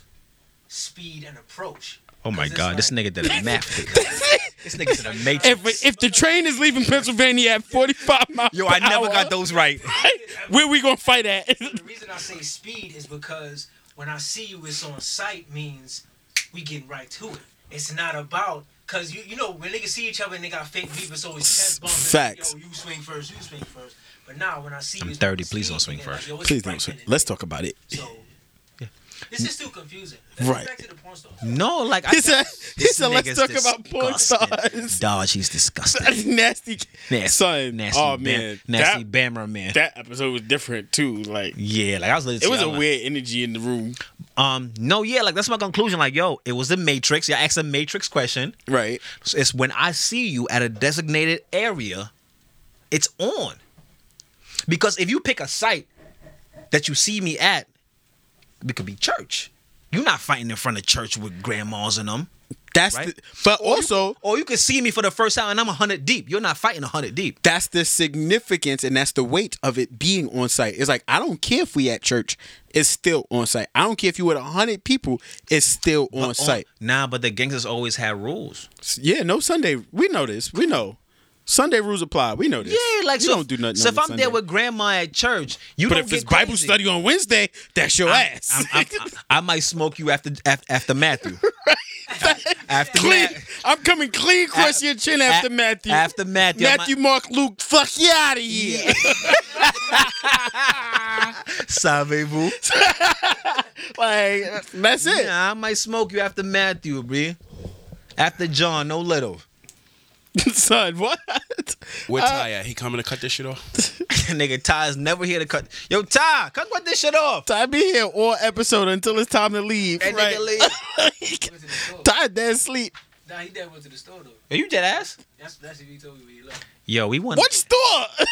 Speaker 5: speed and approach.
Speaker 4: Oh my
Speaker 5: 'Cause it's
Speaker 4: God, this
Speaker 5: like-
Speaker 4: nigga did a math. nigga. this nigga did a matrix.
Speaker 3: If if the train is leaving Pennsylvania at 45 miles,
Speaker 4: Yo, I
Speaker 3: per
Speaker 4: never
Speaker 3: hour,
Speaker 4: got those right.
Speaker 3: Where we gonna fight at?
Speaker 5: The reason I say speed is because when I see you, it's on sight means we getting right to it. It's not about cause you you know when niggas see each other and they got fake beef, it's always chest bumping.
Speaker 3: Facts.
Speaker 5: Yo, you swing first, you swing first. But now when I see you,
Speaker 4: I'm
Speaker 5: it's
Speaker 4: 30,
Speaker 5: on
Speaker 4: please don't swing
Speaker 5: speed, and like,
Speaker 4: first.
Speaker 5: yo, it's
Speaker 3: Please
Speaker 5: right
Speaker 3: don't.
Speaker 5: in it.
Speaker 3: Let's talk about it.
Speaker 5: So, this is too confusing. Let's
Speaker 3: Right.
Speaker 5: get back to the porn star.
Speaker 4: No, like I
Speaker 3: He said, he
Speaker 4: This
Speaker 3: said let's
Speaker 4: nigga's
Speaker 3: talk about porn
Speaker 4: disgusting.
Speaker 3: stars.
Speaker 4: Dog, he's disgusting.
Speaker 3: That's nasty.
Speaker 4: Nasty,
Speaker 3: Son.
Speaker 4: nasty,
Speaker 3: oh,
Speaker 4: Bam-
Speaker 3: man.
Speaker 4: nasty
Speaker 3: That,
Speaker 4: Bammer man.
Speaker 3: that episode was different, too. Like,
Speaker 4: yeah, like I was.
Speaker 3: it was
Speaker 4: a
Speaker 3: a weird energy in the room.
Speaker 4: Um, no, yeah, like that's my conclusion. Like, yo, it was the Matrix. Yeah, I asked a Matrix question.
Speaker 3: Right.
Speaker 4: So it's when I see you at a designated area, it's on. Because if you pick a site that you see me at, it could be church. You're not fighting in front of church with grandmas and them.
Speaker 3: That's
Speaker 4: Right?
Speaker 3: the, but also
Speaker 4: Or you could see me for the first time and I'm 100 deep. You're not fighting 100 deep.
Speaker 3: that's the significance and that's the weight of it being on site. It's like I don't care if we at church, it's still on site. I don't care if you with hundred people, it's still on site.
Speaker 4: Nah, but the gangsters always had rules.
Speaker 3: Yeah, no Sunday. We know this. We know Sunday rules apply. We know this.
Speaker 4: Yeah, like
Speaker 3: you
Speaker 4: so.
Speaker 3: don't do nothing.
Speaker 4: So
Speaker 3: on
Speaker 4: if I'm
Speaker 3: Sunday.
Speaker 4: there with grandma at church, you
Speaker 3: but
Speaker 4: don't
Speaker 3: if
Speaker 4: get
Speaker 3: it's Bible
Speaker 4: crazy.
Speaker 3: study on Wednesday, that's your ass.
Speaker 4: I'm, I'm, I, I might smoke you after after, after Matthew. after
Speaker 3: clean.
Speaker 4: Ma-
Speaker 3: I'm coming clean, crush your chin after
Speaker 4: a-
Speaker 3: Matthew.
Speaker 4: after Matthew, I
Speaker 3: Matthew, Mark, Luke, fuck you out of here.
Speaker 4: Savez-vous?
Speaker 3: like that's it.
Speaker 4: Nah, I might smoke you after Matthew, bruh. After John, no little.
Speaker 3: Son, what?
Speaker 2: With Taya, he coming to cut this shit off.
Speaker 4: Nigga, Ty is never here to cut. Yo, Ty, cut what this shit off.
Speaker 3: I be here all episode until it's time to leave.
Speaker 4: That
Speaker 3: right?
Speaker 4: nigga leave.
Speaker 5: Went to the store.
Speaker 3: Tired dead sleep.
Speaker 5: Nah, he never went to the store though.
Speaker 4: Are you dead ass?
Speaker 5: That's that's if he told me where he left.
Speaker 4: Yo, we want
Speaker 3: What store?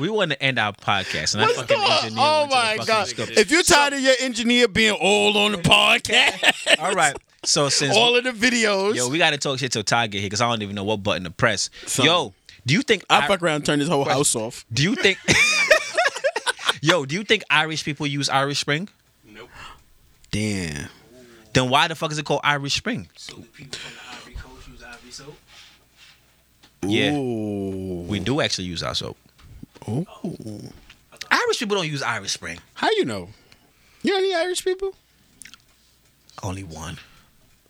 Speaker 4: we want to end our podcast, and I
Speaker 3: What
Speaker 4: fucking
Speaker 3: store?
Speaker 4: engineer.
Speaker 3: Oh
Speaker 4: went to the
Speaker 3: my
Speaker 4: fucking
Speaker 3: god!
Speaker 4: store.
Speaker 3: If you're tired of your engineer being all on the podcast,
Speaker 4: All right, so since
Speaker 3: all of the videos,
Speaker 4: yo, we gotta talk shit till Ty get here because I don't even know what button to press. Yo, do you think
Speaker 3: I
Speaker 4: Ir-
Speaker 3: fuck around and turn this whole house off.
Speaker 4: Do you think? Yo, do you think Irish people use Irish Spring?
Speaker 3: Damn.
Speaker 4: Then why the fuck is it called Irish Spring?
Speaker 5: So the people from the Ivory Coast use Ivory soap.
Speaker 4: Yeah,
Speaker 3: Ooh.
Speaker 4: we do actually use our soap. Irish people don't use Irish Spring.
Speaker 3: How you know? You know any Irish people?
Speaker 4: Only one.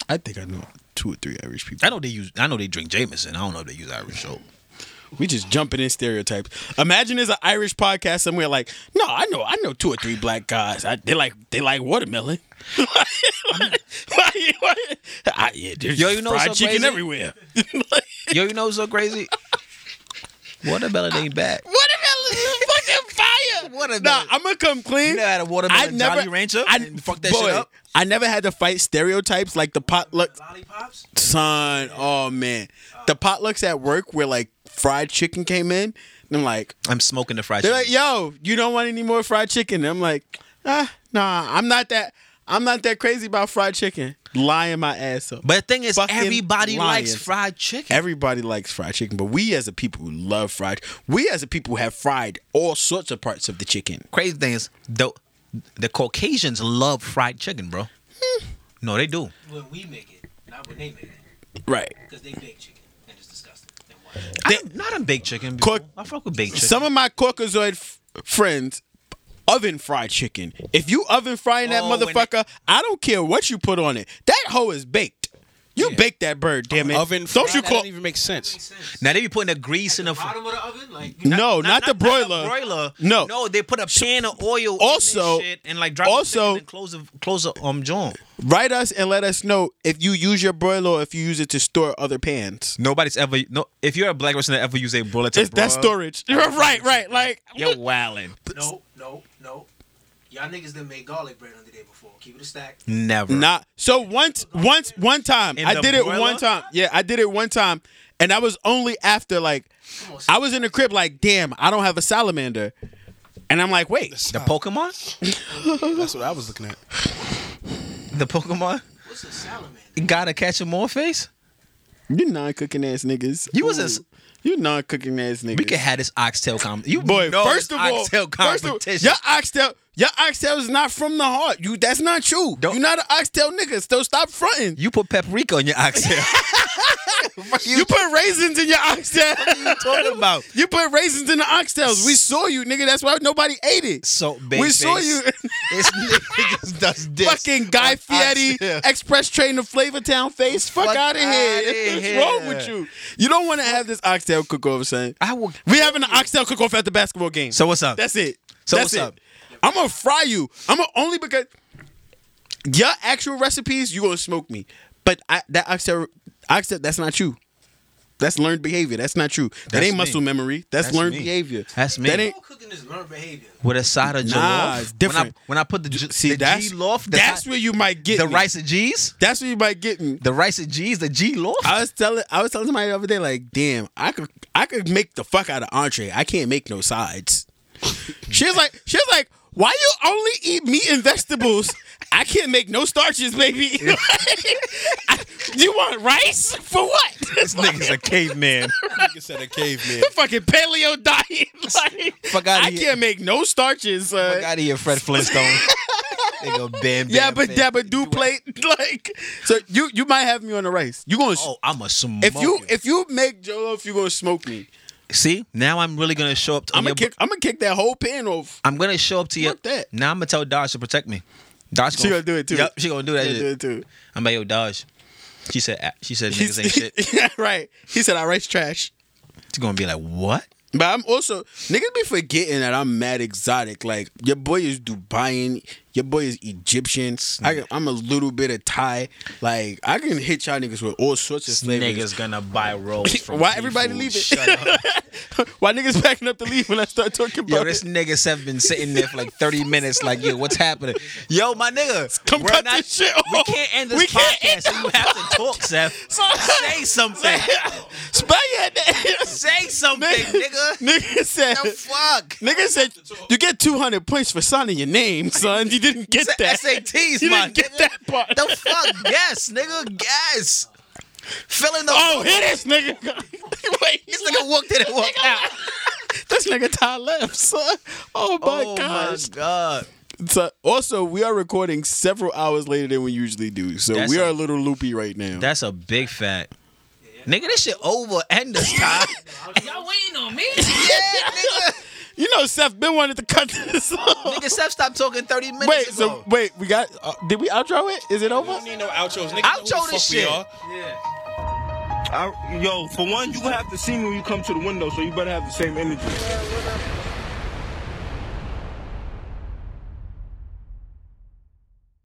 Speaker 3: I think I know two or three Irish people.
Speaker 4: I know they use. I know they drink Jameson. I don't know if they use Irish soap.
Speaker 3: We just jumping in stereotypes. Imagine there's an Irish podcast somewhere like, no, I know, I know two or three black guys. I, they like, they like watermelon. I, yeah, there's
Speaker 4: Yo, you know
Speaker 3: fried
Speaker 4: what's so
Speaker 3: chicken
Speaker 4: crazy?
Speaker 3: everywhere.
Speaker 4: Yo, you know what's so crazy? Watermelon ain't bad.
Speaker 3: watermelon is fucking fire.
Speaker 4: Watermelon.
Speaker 3: Nah, I'm gonna come clean.
Speaker 4: You never had a watermelon Jolly Rancher
Speaker 3: I,
Speaker 4: and fuck that
Speaker 3: boy,
Speaker 4: shit up?
Speaker 3: I never had to fight stereotypes like the potluck
Speaker 5: Lollipops.
Speaker 3: son. Oh man, the potlucks at work where like fried chicken came in. And I'm like,
Speaker 4: I'm smoking the fried
Speaker 3: They're
Speaker 4: chicken.
Speaker 3: like, "Yo, you don't want any more fried chicken?" I'm like, "Ah, nah, I'm not that. I'm not that crazy about fried chicken." Lying my ass up.
Speaker 4: but the thing is,
Speaker 3: Fucking
Speaker 4: everybody likes
Speaker 3: lions.
Speaker 4: fried chicken.
Speaker 3: Everybody likes fried chicken, but we as a people who love fried, we as a people have fried all sorts of parts of the chicken.
Speaker 4: crazy thing is, the the Caucasians love fried chicken, bro. No, they do.
Speaker 5: When we make it, not when they make it,
Speaker 3: Right.
Speaker 5: because they bake chicken and it's disgusting. And why?
Speaker 4: I don't- not a baked chicken. before.
Speaker 3: Cook-
Speaker 4: I fuck with baked chicken.
Speaker 3: Some of my Caucasoid f- friends oven fried chicken. If you oven frying that
Speaker 4: Oh, when
Speaker 3: motherfucker, I don't care what you put on it. That hoe is baked. You baked that bird, damn it.
Speaker 2: Oven.
Speaker 3: don't you
Speaker 2: that
Speaker 3: call
Speaker 2: don't even make sense.
Speaker 5: Sense.
Speaker 4: now they be putting the grease in the. fr-
Speaker 5: Bottom of the oven, like you
Speaker 3: No, not, the broiler.
Speaker 4: broiler.
Speaker 3: No.
Speaker 4: no, they put a pan of oil
Speaker 3: Also-
Speaker 4: in this shit and like drop
Speaker 3: also-
Speaker 4: also, and close the close the um joint.
Speaker 3: Write us and let us know if you use your broiler or if you use it to store other pans.
Speaker 4: Nobody's ever no. If you're a black person that ever use a broiler, to
Speaker 3: It's that
Speaker 4: broil,
Speaker 3: storage. right, right. Like
Speaker 4: You're wildin'.
Speaker 5: No, no, no. Y'all niggas done made garlic bread under there before. Keep it a stack.
Speaker 4: Never.
Speaker 3: Nah. So once, once, one time,
Speaker 4: In
Speaker 3: I
Speaker 4: the
Speaker 3: did it
Speaker 4: broiler?
Speaker 3: one time. Yeah, I did it one time, and I was only after like, I was in the crib like, damn, I don't have a salamander, and I'm like, wait,
Speaker 4: The Pokemon?
Speaker 2: That's what I was looking at.
Speaker 4: The Pokemon?
Speaker 5: What's a salamander?
Speaker 4: Gotta catch him more face?
Speaker 3: you non cooking ass niggas.
Speaker 4: You was a-
Speaker 3: Ooh. you non cooking ass niggas.
Speaker 4: We could have this oxtail com. You
Speaker 3: Boy,
Speaker 4: know
Speaker 3: first
Speaker 4: this
Speaker 3: of all,
Speaker 4: oxtail
Speaker 3: first of all,
Speaker 4: competition.
Speaker 3: your oxtail, your oxtail is not from the heart. You, that's not you.
Speaker 4: Don't-
Speaker 3: You're not an oxtail nigga. So stop fronting.
Speaker 4: you put paprika on your oxtail.
Speaker 3: You, put raisins in your oxtail.
Speaker 4: you talking about?
Speaker 3: You put raisins in the oxtails. We saw you, nigga. That's why nobody ate it.
Speaker 4: So big.
Speaker 3: we saw
Speaker 4: face.
Speaker 3: you.
Speaker 4: This nigga just does this.
Speaker 3: Fucking Guy
Speaker 4: on
Speaker 3: Fieri,
Speaker 4: oxtail.
Speaker 3: Express Train to Flavor Town face. Fuck,
Speaker 4: Fuck
Speaker 3: out of
Speaker 4: outta
Speaker 3: here. What's
Speaker 4: here.
Speaker 3: wrong with you? You don't want to have this oxtail cook over, son.
Speaker 4: I will.
Speaker 3: We having an oxtail cook off at the basketball game.
Speaker 4: So what's up?
Speaker 3: That's it.
Speaker 4: So
Speaker 3: That's
Speaker 4: what's
Speaker 3: it.
Speaker 4: up?
Speaker 3: I'm gonna fry you. I'm gonna only because your actual recipes, you gonna smoke me. But I, that oxtail, oxtail, that's not you. That's learned behavior. That's not true. that
Speaker 4: That's
Speaker 3: ain't
Speaker 4: me.
Speaker 3: muscle memory. That's,
Speaker 4: That's
Speaker 3: learned
Speaker 4: me.
Speaker 3: behavior.
Speaker 4: That's me.
Speaker 3: That ain't
Speaker 5: cooking is learned behavior.
Speaker 4: with a side of
Speaker 3: Nah,
Speaker 4: jollof.
Speaker 3: it's different.
Speaker 4: When I, when I put the, J-
Speaker 3: see
Speaker 4: the
Speaker 3: that's
Speaker 4: G loaf, the,
Speaker 3: that's
Speaker 4: ti-
Speaker 3: where you might get
Speaker 4: the
Speaker 3: me.
Speaker 4: rice and G's,
Speaker 3: That's where you might get me.
Speaker 4: the rice and G's, the G loaf.
Speaker 3: I was telling I was telling somebody the other day, like, damn, I could I could make the fuck out of entree. I can't make no sides. she was like, she was like, why you only eat meat and vegetables? I can't make no starches, baby. I- you want rice for what? This
Speaker 4: nigga's a caveman.
Speaker 2: Nigga said a caveman.
Speaker 3: fucking paleo diet. Like,
Speaker 4: Fuck outta
Speaker 3: I
Speaker 4: here.
Speaker 3: can't make no starches. uh,
Speaker 4: Fuck out of here, Fred Flintstone. they go bam, bam.
Speaker 3: yeah, but
Speaker 4: bam.
Speaker 3: yeah, but do plate like so. You you might have me on the rice. You gonna
Speaker 4: Oh, I'm a smoke.
Speaker 3: if you if you make jollof, you gonna smoke me.
Speaker 4: see now, I'm really gonna show up. To
Speaker 3: I'm
Speaker 4: your-
Speaker 3: gonna kick. I'm gonna kick that whole pan off.
Speaker 4: I'm gonna show up to you.
Speaker 3: Fuck that.
Speaker 4: Now I'm gonna tell Dodge to protect me. Dodge,
Speaker 3: She gonna do it too.
Speaker 4: Yep, she gonna do that.
Speaker 3: Yeah,
Speaker 4: shit.
Speaker 3: do it too.
Speaker 4: I'm like, yo, Dodge. She said, ah, she said, niggas ain't shit.
Speaker 3: yeah, right. He said I rice trash.
Speaker 4: She's gonna be like, what?
Speaker 3: But I'm also niggas be forgetting that I'm mad exotic. Like your boy is Dubaian, your boy is Egyptian. I, am a little bit of Thai. Like I can hit y'all niggas with all sorts of flavors.
Speaker 4: Niggas gonna buy rolls from
Speaker 3: Why
Speaker 4: T
Speaker 3: everybody
Speaker 4: Food.
Speaker 3: leaving?
Speaker 4: Shut up.
Speaker 3: Why niggas packing up to leave when I start talking about
Speaker 4: Yo, this
Speaker 3: it?
Speaker 4: niggas have been sitting there for like 30 minutes, like, yo, what's happening? Yo, my nigga,
Speaker 3: Come
Speaker 4: we're
Speaker 3: cut
Speaker 4: not-
Speaker 3: this shit off.
Speaker 4: We can't end this
Speaker 3: We can't
Speaker 4: podcast, so you have to talk, Seth. Say something.
Speaker 3: Spell your name.
Speaker 4: Say something, nigga.
Speaker 3: Nigga said.
Speaker 4: The fuck?
Speaker 3: Nigga said you get 200 points for signing your name, son. You didn't get
Speaker 4: It's
Speaker 3: that.
Speaker 4: SATs,
Speaker 3: you
Speaker 4: my
Speaker 3: didn't get
Speaker 4: nigga.
Speaker 3: that part.
Speaker 4: The fuck? Guess, nigga. Guess. Fill in the.
Speaker 3: Oh, hit this nigga. Wait,
Speaker 4: This nigga walked in and walked out.
Speaker 3: this nigga Ty left, son. Oh my
Speaker 4: oh
Speaker 3: gosh.
Speaker 4: my god.
Speaker 3: So, also, we are recording several hours later than we usually do, so
Speaker 4: That's
Speaker 3: we are a
Speaker 4: a-
Speaker 3: little loopy right now.
Speaker 4: That's a big fat. Nigga, this shit over. End this time.
Speaker 7: Y'all waiting on me?
Speaker 4: yeah, nigga.
Speaker 3: you know, Seth been wanted to cut this off.
Speaker 4: Nigga, Seth stopped talking 30 minutes
Speaker 3: Wait,
Speaker 4: ago.
Speaker 3: so wait, we got? Uh, did we outro it? Is it over?
Speaker 2: don't need no outros. Nigga,
Speaker 4: Outro
Speaker 2: know who the
Speaker 4: this
Speaker 2: fuck we
Speaker 4: shit.
Speaker 2: are.
Speaker 1: I, yo, for one, you gonna have to see me when you come to the window, so you better have the same energy.